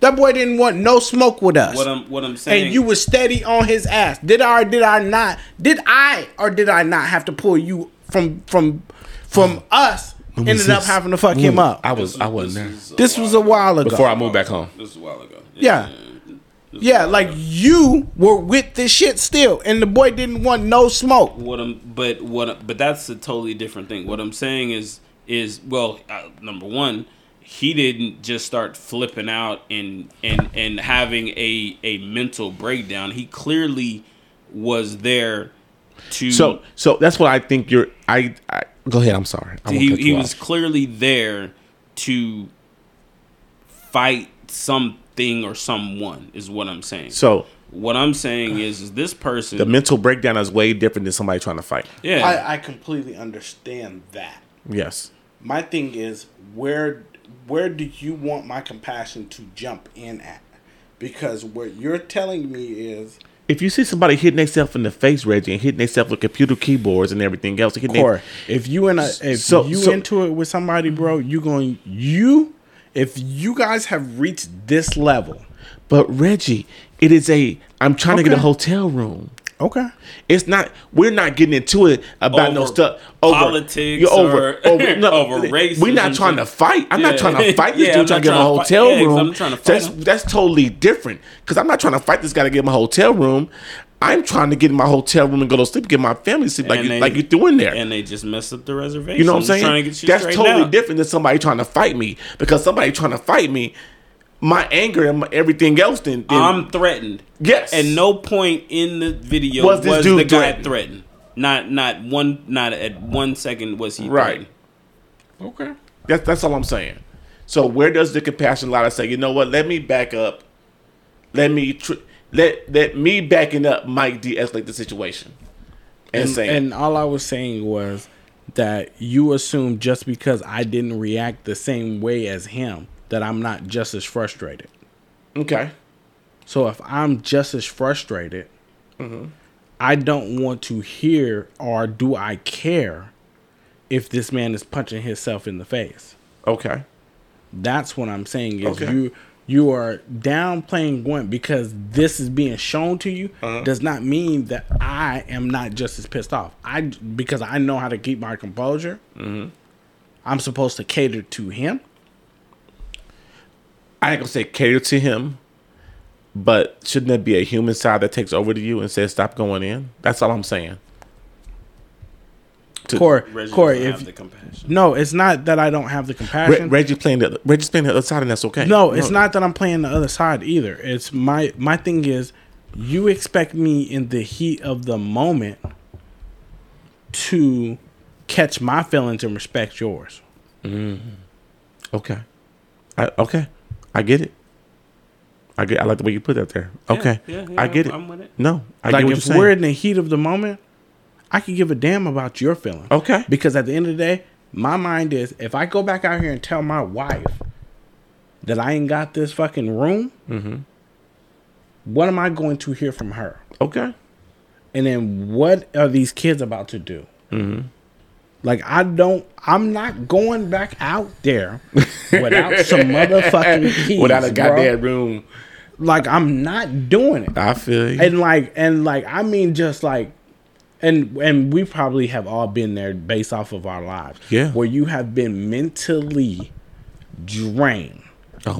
Speaker 3: That boy didn't want no smoke with us.
Speaker 2: what i'm what i'm saying
Speaker 3: and you was steady on his ass. Did I or did I not? Did I or did I not have to pull you from from from us? Ended up having to fuck him up.
Speaker 1: I was I wasn't there
Speaker 2: this, is uh,
Speaker 3: this was a while ago.
Speaker 1: before I moved back home.
Speaker 2: this is a while ago
Speaker 3: Yeah.
Speaker 2: This is a
Speaker 3: yeah,
Speaker 2: while
Speaker 3: like
Speaker 2: ago.
Speaker 3: you were with this shit still, and the boy didn't want no smoke.
Speaker 2: What I'm, but what, but that's a totally different thing. What I'm saying is, is well, uh, number one, he didn't just start flipping out and and and having a a mental breakdown. He clearly was there to.
Speaker 1: So so that's what I think you're. I, I go ahead. I'm sorry. I'm gonna
Speaker 2: he
Speaker 1: cut you
Speaker 2: he
Speaker 1: off.
Speaker 2: was clearly there to fight something or someone. Is what I'm saying.
Speaker 1: so
Speaker 2: what I'm saying is, is this person?
Speaker 1: the mental breakdown is way different than somebody trying to fight.
Speaker 2: yeah.
Speaker 3: I completely understand that.
Speaker 1: Yes.
Speaker 3: My thing is where where do you want my compassion to jump in at? Because what you're telling me is
Speaker 1: If you see somebody hitting themselves in the face, Reggie, and hitting themselves with computer keyboards and everything else, hitting they-
Speaker 3: Corey, if you in a if
Speaker 1: So-
Speaker 3: you
Speaker 1: so-
Speaker 3: into it with somebody, bro, you going you if you guys have reached this level.
Speaker 1: but Reggie, it is a. I'm trying to get a
Speaker 3: Okay.
Speaker 1: hotel room.
Speaker 3: Okay.
Speaker 1: It's not. We're not getting into it about no
Speaker 2: Over
Speaker 1: stuff.
Speaker 2: politics
Speaker 1: you're
Speaker 2: or- over race
Speaker 1: We're not
Speaker 2: and
Speaker 1: trying to
Speaker 2: shit.
Speaker 1: fight. I'm
Speaker 2: Yeah.
Speaker 1: not trying to fight this
Speaker 2: Yeah, I'm
Speaker 1: dude. Trying to
Speaker 2: not
Speaker 1: get him a
Speaker 2: trying to fight-
Speaker 1: hotel
Speaker 2: yeah, 'cause
Speaker 1: room.
Speaker 2: I'm trying to fight
Speaker 1: that's
Speaker 2: him.
Speaker 1: that's totally different. Because I'm not trying to fight this guy to get him a hotel room. I'm trying to get in my hotel room and go to sleep, get my family to sleep, like
Speaker 2: And
Speaker 1: you,
Speaker 2: they-
Speaker 1: like you're doing there.
Speaker 2: and they just messed up the reservation.
Speaker 1: You know what I'm saying?
Speaker 2: Trying to get you
Speaker 1: That's
Speaker 2: straightened
Speaker 1: totally
Speaker 2: out.
Speaker 1: different than somebody trying to fight me because somebody trying to fight me, my anger and my everything else. Then, then
Speaker 2: I'm threatened.
Speaker 1: yes,
Speaker 2: And no point in the video
Speaker 1: Was
Speaker 2: was,
Speaker 1: this dude
Speaker 2: the guy
Speaker 1: threatened?
Speaker 2: threatened. Not not one not at one second was he
Speaker 1: Right.
Speaker 2: threatened.
Speaker 1: Okay, that's that's all I'm saying. So where does the compassion lie to say, you know what? Let me back up. Let me tr- let let me backing up might de-escalate the situation. And,
Speaker 3: And,
Speaker 1: saying
Speaker 3: and all I was saying was that you assume just because I didn't react the same way as him that I'm not just as frustrated.
Speaker 1: okay,
Speaker 3: So if I'm just as frustrated, I don't want to hear or do I care if this man is punching himself in the face.
Speaker 1: okay,
Speaker 3: That's what I'm saying is
Speaker 1: Okay.
Speaker 3: you you are downplaying Gwent because this is being shown to you
Speaker 2: Uh-huh.
Speaker 3: does not mean that I am not just as pissed off. I because I know how to keep my composure.
Speaker 2: Mm-hmm.
Speaker 3: I'm supposed to cater to him.
Speaker 1: I ain't gonna say cater to him, but shouldn't there be a human side that takes over to you and says stop going in? That's all I'm saying. To-
Speaker 3: Corey,
Speaker 2: Reggie
Speaker 3: Corey,
Speaker 2: doesn't have the
Speaker 3: if
Speaker 2: compassion.
Speaker 3: no, it's not that I don't have the
Speaker 1: Re-
Speaker 3: compassion.
Speaker 1: Reggie playing the Reggie's playing the other side, and that's okay.
Speaker 3: No, it's not that I'm playing the other side either. It's my my thing is you expect me in the heat of the moment to catch my feelings and respect yours.
Speaker 1: Okay. I, okay, I get it. I get. I like the way you put that there. Okay,
Speaker 2: yeah, yeah,
Speaker 1: I get it.
Speaker 2: I'm with it.
Speaker 1: No, I
Speaker 3: like
Speaker 1: get what
Speaker 3: if
Speaker 1: you're
Speaker 3: we're
Speaker 1: saying.
Speaker 3: in the heat of the moment, I could give a damn about your feeling.
Speaker 1: Okay,
Speaker 3: Because at the end of the day, my mind is if I go back out here and tell my wife that I ain't got this fucking room,
Speaker 1: Mm-hmm.
Speaker 3: what am I going to hear from her?
Speaker 1: okay,
Speaker 3: And then what are these kids about to do?
Speaker 1: Mm-hmm.
Speaker 3: Like I don't, I'm not going back out there without some motherfucking keys,
Speaker 1: without a
Speaker 3: goddamn.
Speaker 1: goddamn room.
Speaker 3: Like I'm not doing it
Speaker 1: I feel you.
Speaker 3: and like and like I mean just like and and we probably have all been there based off of our lives.
Speaker 1: Yeah.
Speaker 3: Where you have been mentally drained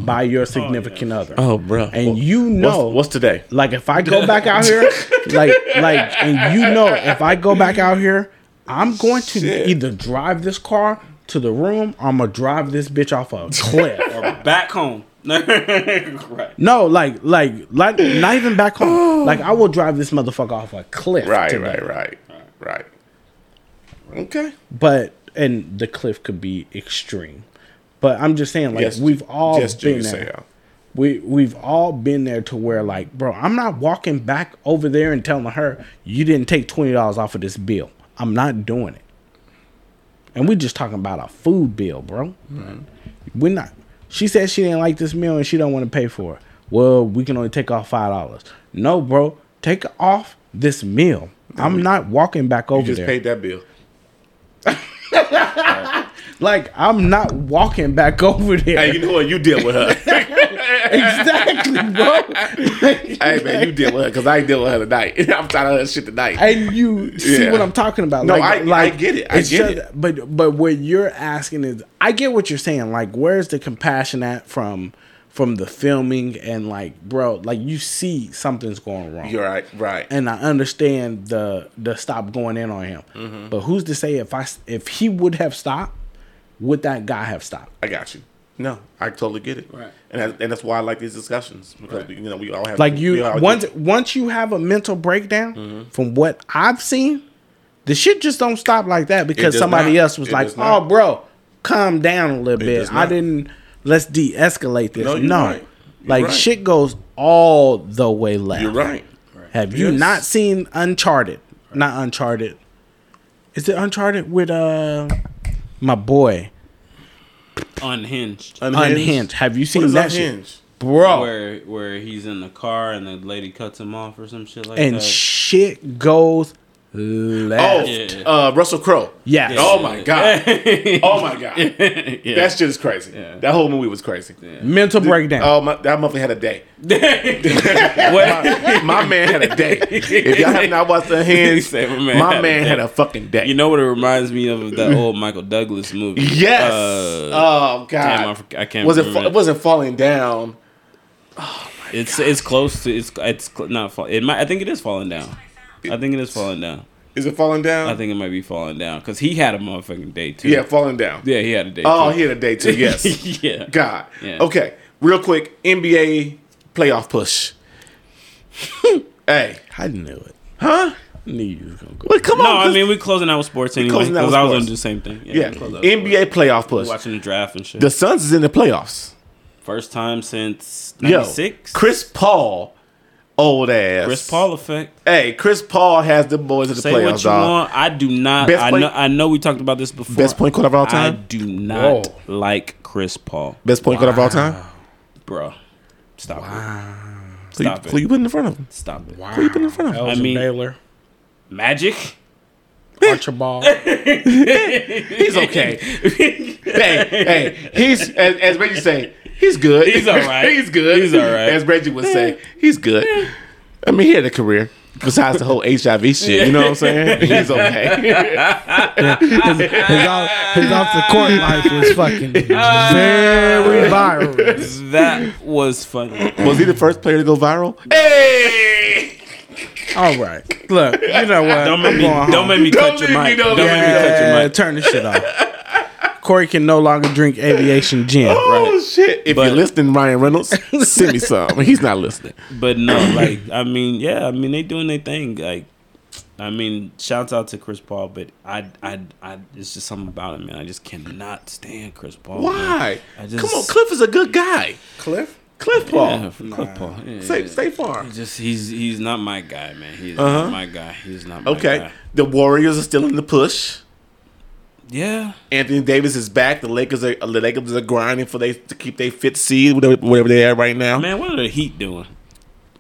Speaker 3: by your significant other.
Speaker 1: oh, bro.
Speaker 3: And you know
Speaker 1: what's, what's today?
Speaker 3: like if I go back out here, like like and you know if I go back out here, I'm going to
Speaker 1: Shit.
Speaker 3: either drive this car to the room or I'm gonna drive this bitch off a cliff.
Speaker 2: Back home. right.
Speaker 3: No, like, like, like, not even back home. like, I will drive this motherfucker off a cliff.
Speaker 1: Right,
Speaker 3: today.
Speaker 1: right, right, right. Okay.
Speaker 3: But and the cliff could be extreme. But I'm just saying, like,
Speaker 1: Yes,
Speaker 3: we've all
Speaker 1: yes,
Speaker 3: been
Speaker 1: Junior
Speaker 3: there.
Speaker 1: Seau.
Speaker 3: We we've all been there to where, like, bro, I'm not walking back over there and telling her you didn't take twenty dollars off of this bill. I'm not doing it. And we just talking about a food bill, bro.
Speaker 1: Mm-hmm.
Speaker 3: We're not. She said she didn't like this meal and she don't want to pay for it. Well, we can only take off five dollars. No, bro, take off this meal. I'm not walking back over
Speaker 1: You just
Speaker 3: there.
Speaker 1: paid that bill.
Speaker 3: Like I'm not walking back over there.
Speaker 1: Hey, you know what? You deal with her.
Speaker 3: exactly, bro.
Speaker 1: hey, man, you deal with her because I ain't dealing with her tonight. I'm tired of her shit tonight.
Speaker 3: and you see
Speaker 1: Yeah.
Speaker 3: what I'm talking about.
Speaker 1: No, I- I get it. I
Speaker 3: it's
Speaker 1: get
Speaker 3: just- But but what you're asking is, I get what you're saying. Like, where's the compassion at from from the filming and like, bro, like you see something's going wrong.
Speaker 1: You're right, right.
Speaker 3: and I understand the the stop going in on him,
Speaker 1: Mm-hmm.
Speaker 3: but who's to say if I s- if he would have stopped, would that guy have stopped?
Speaker 1: I got you. No, I totally get it.
Speaker 2: Right.
Speaker 1: And that, and that's why I like these discussions because we, you know we all have
Speaker 3: like
Speaker 1: we Mm-hmm.
Speaker 3: you
Speaker 1: all
Speaker 3: once
Speaker 1: get-
Speaker 3: once you have a mental breakdown from what i've seen the shit just don't stop like that because
Speaker 1: does
Speaker 3: somebody
Speaker 1: not.
Speaker 3: else was
Speaker 1: It
Speaker 3: like
Speaker 1: does
Speaker 3: oh
Speaker 1: not.
Speaker 3: bro calm down a little
Speaker 1: does
Speaker 3: bit i
Speaker 1: not.
Speaker 3: didn't let's de-escalate this
Speaker 1: No,
Speaker 3: no,
Speaker 1: you're right. You're
Speaker 3: like
Speaker 1: right.
Speaker 3: shit goes all the way left
Speaker 1: You're right.
Speaker 3: have you
Speaker 1: Yes.
Speaker 3: not seen uncharted not uncharted is it uncharted with uh my boy
Speaker 2: Unhinged.
Speaker 3: unhinged, have you
Speaker 1: What
Speaker 3: seen
Speaker 1: is
Speaker 3: that
Speaker 1: unhinged?
Speaker 3: shit bro
Speaker 2: Where where he's in the car and the lady cuts him off or some shit like
Speaker 3: and
Speaker 2: that.
Speaker 3: shit goes
Speaker 1: Uh, Oh,
Speaker 3: left
Speaker 2: Yeah.
Speaker 1: uh, Russell Crowe.
Speaker 3: Yes.
Speaker 1: Oh my god. oh my god.
Speaker 2: yeah.
Speaker 1: That shit is crazy. That whole movie was crazy.
Speaker 3: mental breakdown
Speaker 1: Oh my, that motherfucker had a day.
Speaker 2: What?
Speaker 1: My man had a day. If y'all have not watched the hands,
Speaker 2: Say,
Speaker 1: my man, had, a fucking day.
Speaker 2: You know what it reminds me of that old Michael Douglas movie?
Speaker 1: Yes.
Speaker 2: Uh,
Speaker 1: oh God.
Speaker 2: damn, I forg- I can't
Speaker 1: Was it?
Speaker 2: remember
Speaker 1: Fa-
Speaker 2: it.
Speaker 1: it wasn't falling down.
Speaker 2: it's it's close to it's it's cl- not fall, it might I think it is falling down. I think it is falling down.
Speaker 1: Is it falling down?
Speaker 2: I think it might be falling down because he had a motherfucking day too.
Speaker 1: Yeah, falling down.
Speaker 2: yeah, he had a day.
Speaker 1: Oh,
Speaker 2: too.
Speaker 1: he had a day too. Yes.
Speaker 2: yeah.
Speaker 1: God.
Speaker 2: Yeah.
Speaker 1: Okay. Real quick, NBA playoff push. hey,
Speaker 3: I knew it.
Speaker 1: huh?
Speaker 3: Knew you was gonna go.
Speaker 1: Well, come
Speaker 2: No,
Speaker 1: on.
Speaker 2: I
Speaker 1: 'cause-
Speaker 2: mean we closing out with sports anyway
Speaker 1: closing out
Speaker 2: because
Speaker 1: with
Speaker 2: I was
Speaker 1: sports.
Speaker 2: gonna do the same thing.
Speaker 1: yeah,
Speaker 2: we close out with
Speaker 1: NBA playoff push.
Speaker 2: sports. watching the draft and shit.
Speaker 1: The Suns is in the playoffs.
Speaker 2: First time since
Speaker 1: Yo,
Speaker 2: '96.
Speaker 1: Chris Paul, old ass.
Speaker 2: Chris Paul effect.
Speaker 1: Hey, Chris Paul has the boys in the
Speaker 2: Say
Speaker 1: playoffs.
Speaker 2: what you
Speaker 1: dog.
Speaker 2: want. I do not.
Speaker 1: Best
Speaker 2: I
Speaker 1: play-
Speaker 2: know. I know. We talked about this before.
Speaker 1: Best point guard of all time.
Speaker 2: I do not like Chris Paul,
Speaker 1: Best point guard of all time.
Speaker 2: bro. Stop it.
Speaker 1: Who you,
Speaker 2: Stop
Speaker 1: who
Speaker 2: it.
Speaker 1: you putting in front of him?
Speaker 2: Stop it.
Speaker 3: Wow.
Speaker 1: Putting in front of him.
Speaker 3: I
Speaker 2: mean-
Speaker 3: mean, Baylor,
Speaker 2: Magic.
Speaker 3: Archibald.
Speaker 1: He's okay. hey, hey, he's as, as Reggie say, he's good.
Speaker 2: He's all right.
Speaker 1: he's good.
Speaker 2: He's all right.
Speaker 1: As Reggie would say, he's good. I mean, he had a career besides the whole HIV shit. You know what I'm saying? He's okay.
Speaker 3: his, off, his off the court life was fucking
Speaker 2: Uh,
Speaker 3: very viral.
Speaker 2: That was funny.
Speaker 1: Was he the first player to go viral? Hey,
Speaker 3: All right, look, you know what?
Speaker 2: Don't make
Speaker 3: I'm
Speaker 2: me.
Speaker 3: going home.
Speaker 2: Don't make me
Speaker 1: Don't
Speaker 2: cut your
Speaker 1: leave me,
Speaker 2: mic.
Speaker 1: don't
Speaker 2: Don't
Speaker 1: leave
Speaker 2: make me cut your
Speaker 3: Yeah,
Speaker 2: mic.
Speaker 3: turn the shit off. Corey can no longer drink aviation gin.
Speaker 1: oh shit! If
Speaker 2: But-
Speaker 1: you're listening, Ryan Reynolds, send me some. He's not listening.
Speaker 2: But no, like I mean, yeah, I mean they doing their thing. Like I mean, shouts out to Chris Paul, but I, I, I, it's just something about him, man. I just cannot stand Chris Paul. man.
Speaker 1: Why?
Speaker 2: I just-
Speaker 1: Come on, Cliff is a good guy.
Speaker 3: Cliff?
Speaker 1: Cliff Paul.
Speaker 2: Yeah, Chris Paul. Yeah,
Speaker 1: Stay,
Speaker 2: yeah.
Speaker 1: stay far.
Speaker 2: He Just he's he's not my guy, man. He's
Speaker 1: Uh-huh.
Speaker 2: not my guy. He's not my
Speaker 1: Okay.
Speaker 2: guy.
Speaker 1: The Warriors are still in the push.
Speaker 2: Yeah.
Speaker 1: Anthony Davis is back. The Lakers are the Lakers are grinding for they to keep their fifth seed, whatever, whatever they are right now.
Speaker 2: Man, what are the Heat doing?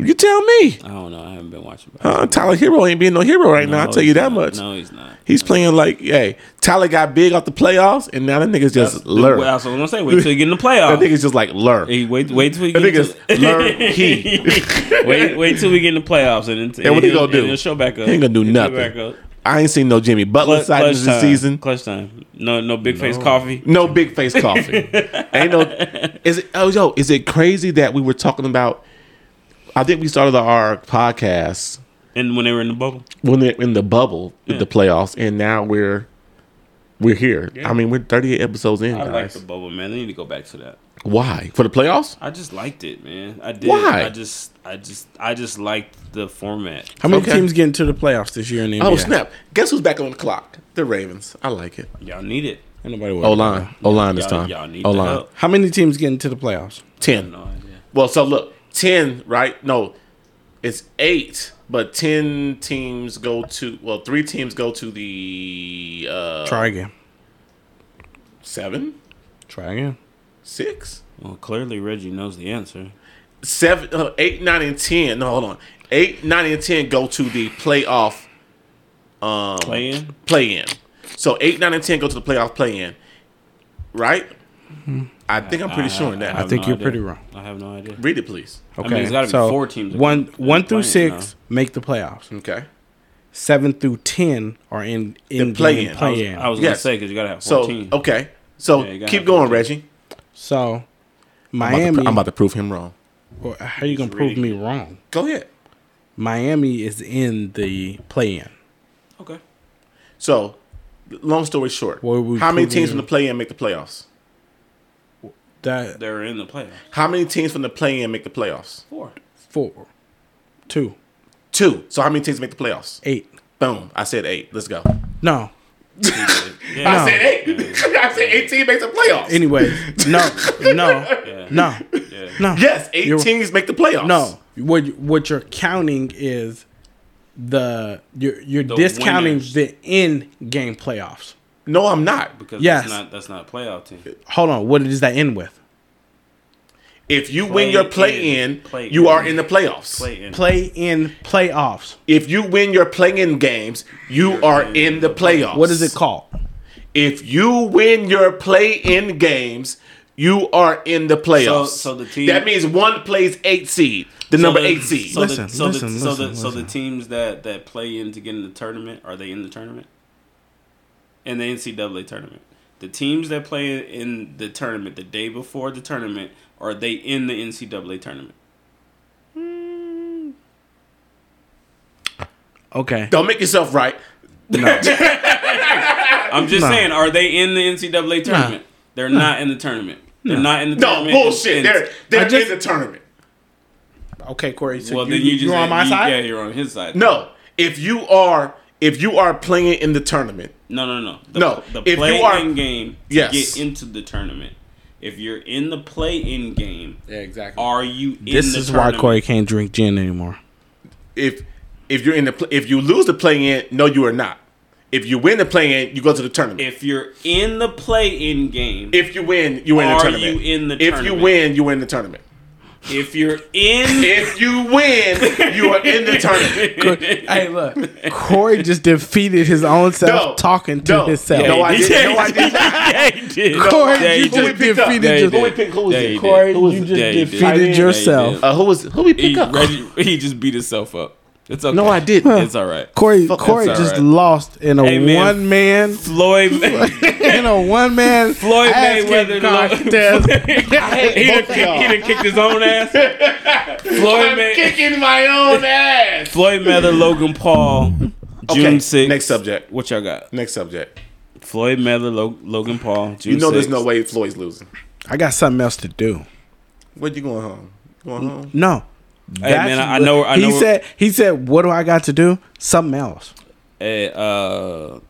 Speaker 1: You tell me.
Speaker 2: I don't know. I haven't been watching.
Speaker 1: Uh, Tyler Hero ain't being no hero right now. I'll
Speaker 2: No,
Speaker 1: tell you
Speaker 2: he's
Speaker 1: that
Speaker 2: not.
Speaker 1: much.
Speaker 2: No, he's not.
Speaker 1: He's playing like, hey, Tyler got big off the playoffs, and now that nigga's just
Speaker 2: That's
Speaker 1: lur.
Speaker 2: what I was gonna say. Wait till you get in the playoffs.
Speaker 1: That nigga's just like lur.
Speaker 2: Hey, wait, wait till we
Speaker 1: That
Speaker 2: get
Speaker 1: nigga's
Speaker 2: into-
Speaker 1: learn he.
Speaker 2: wait, wait till we get in the playoffs and then
Speaker 1: And what he gonna
Speaker 2: and
Speaker 1: do?
Speaker 2: he'll show back up.
Speaker 1: He ain't gonna do
Speaker 2: He'll
Speaker 1: nothing.
Speaker 2: back up.
Speaker 1: I ain't seen no Jimmy Butler
Speaker 2: Clutch,
Speaker 1: side
Speaker 2: clutch
Speaker 1: this
Speaker 2: time.
Speaker 1: season.
Speaker 2: Clutch time. No, no big face coffee.
Speaker 1: No big face coffee. ain't no. Is it? Oh, yo, is it crazy that we were talking about? I think we started our podcast
Speaker 2: And when they were in the bubble,
Speaker 1: when they're in the bubble with
Speaker 2: Yeah.
Speaker 1: the playoffs, and now we're we're here. I mean, we're 38 episodes in,
Speaker 2: I like
Speaker 1: guys.
Speaker 2: the bubble, man. They need to go back to that.
Speaker 1: Why for the playoffs?
Speaker 2: I just liked it, man. I did.
Speaker 1: Why?
Speaker 2: I just, I just, I just liked the format.
Speaker 3: How many
Speaker 1: Okay.
Speaker 3: teams get into the playoffs this year in the NBA?
Speaker 1: Oh snap! Guess who's back on the clock? The Ravens. I like it.
Speaker 2: Y'all need it.
Speaker 3: Ain't nobody worried
Speaker 1: O
Speaker 3: about
Speaker 1: line, O line this
Speaker 2: Y'all,
Speaker 1: time.
Speaker 2: y'all need
Speaker 1: O
Speaker 2: the
Speaker 1: line
Speaker 2: help.
Speaker 3: that. How many teams get into the playoffs?
Speaker 1: ten.
Speaker 2: No idea.
Speaker 1: Well, so look, ten, right? No, it's eight, but ten teams go to. Well, three teams go to the uh,
Speaker 3: Try again.
Speaker 1: seven,
Speaker 3: Try again.
Speaker 1: six,
Speaker 2: Well, clearly Reggie knows the answer.
Speaker 1: seven, uh, eight, nine, and ten. No, hold on. Eight, nine, and ten go to the playoff
Speaker 2: Playing.
Speaker 1: play in. So eight, nine, and ten go to the playoff play in, right? I think I'm pretty sure in that.
Speaker 2: have
Speaker 3: think you're
Speaker 2: idea.
Speaker 3: pretty wrong.
Speaker 2: I have no idea.
Speaker 1: Read it, please.
Speaker 3: Okay.
Speaker 2: mean, it's gotta be four teams that
Speaker 3: One,
Speaker 2: can-
Speaker 3: one
Speaker 2: that
Speaker 3: through
Speaker 2: are playing, you
Speaker 3: six make the playoffs.
Speaker 1: Okay.
Speaker 3: Seven through ten are in in
Speaker 1: play-in.
Speaker 3: play-in.
Speaker 2: I was,
Speaker 3: play-in.
Speaker 2: I was
Speaker 1: Yes.
Speaker 2: gonna say because you gotta have
Speaker 1: So oh.
Speaker 2: fourteen.
Speaker 1: okay. So
Speaker 2: Yeah, you gotta
Speaker 1: keep
Speaker 2: have
Speaker 1: going,
Speaker 2: 14.
Speaker 1: Reggie.
Speaker 3: so
Speaker 1: I'm about,
Speaker 3: Miami.
Speaker 1: to, I'm about to prove him wrong.
Speaker 3: well, how you gonna
Speaker 2: He's
Speaker 3: prove me
Speaker 2: reading.
Speaker 3: wrong?
Speaker 1: Go ahead.
Speaker 3: Miami is in the play-in.
Speaker 2: Okay.
Speaker 1: So, long story short,
Speaker 3: What we
Speaker 1: how many teams
Speaker 3: proving?
Speaker 1: from the play in make the playoffs?
Speaker 3: That
Speaker 2: They're in the playoffs.
Speaker 1: How many teams from the play in make the playoffs?
Speaker 2: Four.
Speaker 3: four, two,
Speaker 1: Two. So how many teams make the playoffs?
Speaker 3: eight.
Speaker 1: Boom. I said eight. Let's go.
Speaker 3: No.
Speaker 2: Yeah.
Speaker 1: I said eight. I said eight teams make the playoffs.
Speaker 3: Anyway, no, no,
Speaker 2: Yeah.
Speaker 3: no,
Speaker 2: Yeah.
Speaker 3: no.
Speaker 1: yes, 8
Speaker 3: You're-
Speaker 1: teams make the playoffs.
Speaker 3: No, what what you're counting is the you're you're discounting
Speaker 2: winners.
Speaker 3: the end game playoffs.
Speaker 1: no, I'm not.
Speaker 2: Because
Speaker 3: Yes.
Speaker 2: that's not that's not a playoff team.
Speaker 3: Hold on, what does that end with?
Speaker 1: If you win your play
Speaker 2: Play-in.
Speaker 1: in,
Speaker 2: Play-in.
Speaker 1: you are in the playoffs.
Speaker 2: Play in.
Speaker 3: Play in playoffs.
Speaker 1: If you win your play in games, you are in the playoffs.
Speaker 3: What is it called?
Speaker 1: If you win your play in games, you are in the playoffs.
Speaker 2: So- so the team-
Speaker 1: that means one plays eight seed, the number
Speaker 2: the-
Speaker 1: eight seed.
Speaker 2: So
Speaker 3: Listen,
Speaker 2: the, so,
Speaker 3: listen,
Speaker 2: the, so,
Speaker 3: listen,
Speaker 2: the, so the
Speaker 3: listen.
Speaker 2: teams that that play in to get in the tournament are they in the tournament? In the NCAA tournament, the teams that play in the tournament the day before the tournament are they in the NCAA tournament?
Speaker 3: Okay.
Speaker 1: Don't make yourself right.
Speaker 2: I'm just saying, are they in the NCAA tournament? They're not in the tournament. They're not in the
Speaker 1: No
Speaker 2: tournament.
Speaker 1: bullshit.
Speaker 2: And-
Speaker 1: They're they're
Speaker 3: I just-
Speaker 1: in the tournament.
Speaker 3: Okay, Corey. So
Speaker 2: well,
Speaker 3: you,
Speaker 2: then you just
Speaker 3: are on my
Speaker 2: you-
Speaker 3: side.
Speaker 2: Yeah, you're on his side.
Speaker 1: No, if you are if you are playing in the tournament,
Speaker 2: No, no, no. The,
Speaker 1: No,
Speaker 2: the
Speaker 1: if you
Speaker 2: play
Speaker 1: are-
Speaker 2: in game to
Speaker 1: Yes.
Speaker 2: get into the tournament. If you're in the play in game,
Speaker 3: exactly.
Speaker 2: are you in
Speaker 3: This
Speaker 2: the
Speaker 3: is why
Speaker 2: tournament?
Speaker 3: Corey can't drink gin anymore.
Speaker 1: if if you're in the pl- if you lose the play in, no, you are not. If you win the play in, you go to the tournament.
Speaker 2: If you're in the play in game,
Speaker 1: If, you win, you win the
Speaker 2: Are
Speaker 1: tournament.
Speaker 2: you in the
Speaker 1: if
Speaker 2: tournament?
Speaker 1: you win, you win the tournament.
Speaker 2: if you're in
Speaker 1: If you win, you are in the tournament.
Speaker 3: hey, look, Corey just defeated his own self
Speaker 1: No,
Speaker 3: talking to
Speaker 1: no,
Speaker 3: himself.
Speaker 1: no, I
Speaker 2: he
Speaker 1: did. No, I did.
Speaker 2: yeah, he did.
Speaker 3: Corey,
Speaker 2: yeah,
Speaker 3: you
Speaker 2: he
Speaker 1: Who we
Speaker 2: did.
Speaker 3: just
Speaker 1: picked up?
Speaker 3: defeated
Speaker 2: Yeah, he
Speaker 3: your-
Speaker 2: did.
Speaker 1: Who we pick? Who was
Speaker 2: Yeah,
Speaker 1: it?
Speaker 2: he did.
Speaker 3: Corey,
Speaker 2: Who was
Speaker 3: you
Speaker 2: it?
Speaker 3: just
Speaker 2: Yeah, he did.
Speaker 3: defeated
Speaker 2: Yeah, he did.
Speaker 3: yourself.
Speaker 1: Uh, who was who we pick
Speaker 2: He,
Speaker 1: up?
Speaker 2: Reggie, he just beat himself up. It's okay.
Speaker 1: No, I didn't.
Speaker 2: It's all right.
Speaker 3: Corey,
Speaker 1: Fuck,
Speaker 3: Corey
Speaker 2: that's all
Speaker 3: just
Speaker 2: right.
Speaker 3: lost in a
Speaker 2: Hey, man.
Speaker 3: one man,
Speaker 2: Floyd,
Speaker 3: in a one man
Speaker 2: Floyd Mayweather.
Speaker 3: contest.
Speaker 2: he, done,
Speaker 1: both of y'all.
Speaker 2: he done kicked his own ass. Floyd, May,
Speaker 1: kicking my own ass.
Speaker 2: Floyd Mayweather, Logan Paul, June 6th.
Speaker 1: Next subject.
Speaker 2: What y'all got?
Speaker 1: Next subject.
Speaker 2: Floyd Mayweather, Lo- Logan Paul, June
Speaker 1: You know, there's
Speaker 2: 6th.
Speaker 1: no way Floyd's losing.
Speaker 3: I got something else to do.
Speaker 1: Where you going home? Going home?
Speaker 3: No,
Speaker 2: Hey, man, I, I know. I know
Speaker 3: he said. He said, "What do I got to do? Something else."
Speaker 2: Hey, uh,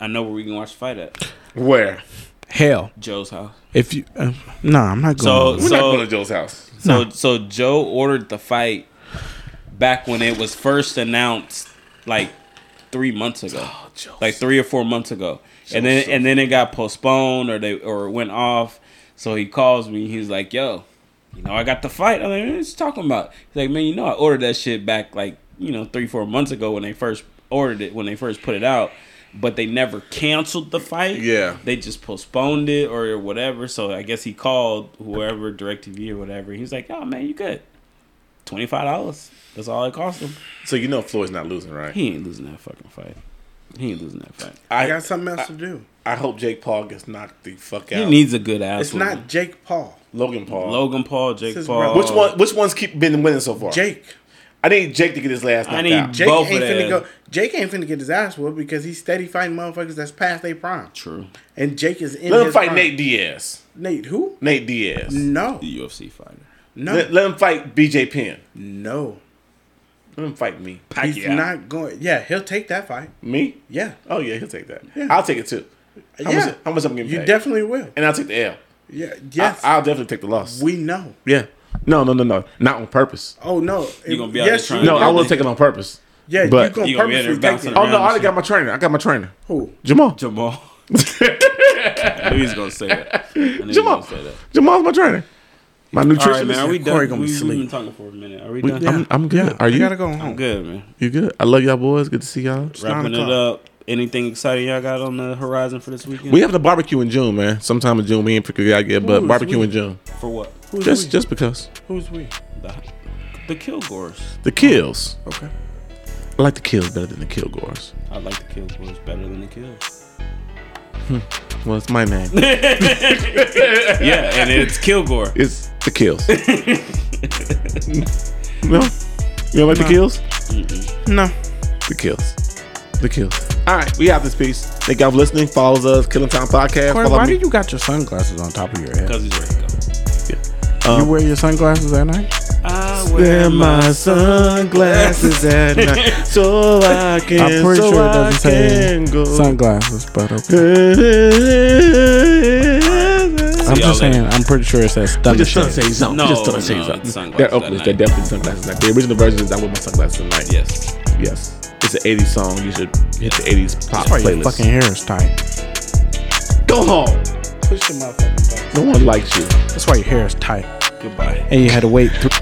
Speaker 2: I know where we can watch the fight at
Speaker 1: Where?
Speaker 3: Hell,
Speaker 2: Joe's house.
Speaker 3: if you, uh, nah, I'm not
Speaker 2: So-
Speaker 3: going.
Speaker 1: We're not
Speaker 2: So-
Speaker 1: going to Joe's house.
Speaker 2: So so Joe ordered the fight back when it was first announced, like three months ago, like three or four months ago, and then and then it got postponed or they or it went off. So he calls me. He's like, "Yo, you know I got the fight." I'm like, "What you talking about?" He's like, "Man, you know I ordered that shit back like you know three four months ago when they first ordered it when they first put it out." But they never canceled the fight.
Speaker 1: Yeah.
Speaker 2: they just postponed it or whatever. So I guess he called whoever Directv or whatever. He was like, "Oh man, you good? Twenty five dollars. That's all it cost him.
Speaker 1: So you know Floyd's not losing, right?
Speaker 2: He ain't losing that fucking fight. He ain't losing that fight.
Speaker 1: I
Speaker 5: got something else to do.
Speaker 1: I hope Jake Paul gets knocked the fuck
Speaker 2: He
Speaker 1: out.
Speaker 2: needs a good ass.
Speaker 5: It's not Jake Paul.
Speaker 1: Logan Paul.
Speaker 2: Logan Paul, Jake
Speaker 5: This is
Speaker 2: Paul.
Speaker 1: Which one? Which one's keep been winning so far?
Speaker 5: Jake.
Speaker 1: I need Jake to get his last.
Speaker 2: I
Speaker 1: knocked
Speaker 2: need
Speaker 1: out.
Speaker 5: Jake
Speaker 2: Both of
Speaker 5: ain't
Speaker 2: them.
Speaker 5: finna go. Jake ain't finna get his ass whooped because he's steady fighting motherfuckers that's past their prime.
Speaker 2: True.
Speaker 5: And Jake is in.
Speaker 1: Let him
Speaker 5: his
Speaker 1: fight
Speaker 5: prime.
Speaker 1: Nate Diaz.
Speaker 5: Nate who?
Speaker 1: Nate Diaz.
Speaker 5: No,
Speaker 2: The UFC fighter.
Speaker 5: no,
Speaker 1: Let, let him fight BJ Penn.
Speaker 5: no.
Speaker 1: Let him fight me.
Speaker 5: He's not going. Yeah, he'll take that fight.
Speaker 1: Me?
Speaker 5: Yeah,
Speaker 1: Oh yeah, he'll take that.
Speaker 5: Yeah.
Speaker 1: I'll take it too. How
Speaker 5: yeah.
Speaker 1: much? How much I'm getting
Speaker 5: you
Speaker 1: paid?
Speaker 5: definitely will.
Speaker 1: and I'll take the L.
Speaker 5: Yeah, yes,
Speaker 1: I, will definitely take the loss.
Speaker 5: we know.
Speaker 1: yeah. No, no, no, no. Not on purpose.
Speaker 5: Oh no,
Speaker 2: You gonna be out
Speaker 5: yes,
Speaker 2: there
Speaker 5: you-
Speaker 2: trying
Speaker 1: No,
Speaker 2: Yeah,
Speaker 1: I will
Speaker 2: they-
Speaker 1: take it on purpose.
Speaker 5: Yeah,
Speaker 1: But-
Speaker 5: you gonna
Speaker 2: You gonna be in there
Speaker 5: purposely take
Speaker 2: bouncing
Speaker 5: it. Oh.
Speaker 2: around.
Speaker 1: Oh no, I
Speaker 2: shit.
Speaker 1: already got my trainer. I got my trainer.
Speaker 5: Who?
Speaker 1: Jamal.
Speaker 2: Jamal. I knew he was gonna say that. I knew he was
Speaker 1: Jamal.
Speaker 2: gonna say that.
Speaker 1: Jamal's my trainer. My nutritionist.
Speaker 2: All right, man. Are we
Speaker 5: Corey
Speaker 2: done?
Speaker 5: gonna
Speaker 2: we,
Speaker 5: be
Speaker 2: we've
Speaker 5: asleep.
Speaker 2: been talking for a minute. Are we
Speaker 1: We-
Speaker 2: done?
Speaker 1: I'm, I'm good. Are you?
Speaker 5: I gotta go
Speaker 2: I'm
Speaker 5: home.
Speaker 2: good, man.
Speaker 1: You good? I love y'all, boys. Good to see y'all.
Speaker 2: Wrapping
Speaker 5: nine
Speaker 2: it up. Anything exciting y'all got on the horizon for this weekend?
Speaker 1: We have the barbecue in June, man. Sometime in June, we ain't figure out yet, but
Speaker 5: Ooh,
Speaker 1: barbecue
Speaker 5: sweet.
Speaker 1: in June.
Speaker 2: for what?
Speaker 5: Who's
Speaker 1: Just,
Speaker 5: we?
Speaker 1: just because
Speaker 5: Who's we?
Speaker 2: The, the Kilgores.
Speaker 1: the kills.
Speaker 5: Okay.
Speaker 1: I like the kills better than the Kilgores.
Speaker 2: I like the Kilgores better than the Kills.
Speaker 1: Well, it's my name.
Speaker 2: Yeah, and it's Kilgore.
Speaker 1: it's the kills. no, you don't like the kills?
Speaker 5: No.
Speaker 1: The kills. The kills. All right, we out this piece. Thank y'all for listening. Follows us, Killing Time Podcast.
Speaker 3: Corey,
Speaker 1: Follow
Speaker 3: why
Speaker 1: me.
Speaker 3: do you got your sunglasses on top of your head?
Speaker 2: Because he's ready to go.
Speaker 3: You wear your sunglasses at night?
Speaker 2: I
Speaker 1: Wear my sunglasses at night so I can.
Speaker 3: I'm pretty
Speaker 1: so
Speaker 3: sure it
Speaker 1: I
Speaker 3: doesn't say
Speaker 1: can go.
Speaker 3: sunglasses, but okay. I'm
Speaker 2: y'all
Speaker 3: just saying.
Speaker 2: later.
Speaker 3: I'm pretty sure it says thunder.
Speaker 1: Just sunshades zone.
Speaker 2: No,
Speaker 1: just sunshades
Speaker 2: no,
Speaker 1: zone.
Speaker 2: it's sunglasses
Speaker 1: They're
Speaker 2: at
Speaker 1: Oakleys.
Speaker 2: night.
Speaker 1: They're definitely sunglasses. Like the original version is I wear my sunglasses at night.
Speaker 2: Yes.
Speaker 1: Yes. It's an 80s song. You should hit the 80s pop
Speaker 3: That's why your
Speaker 1: playlist.
Speaker 3: fucking hair is tight.
Speaker 1: Go home.
Speaker 5: Push the motherfucking button.
Speaker 1: No one likes you.
Speaker 3: That's why your hair is tight,
Speaker 2: Goodbye.
Speaker 3: and you had to wait. Th-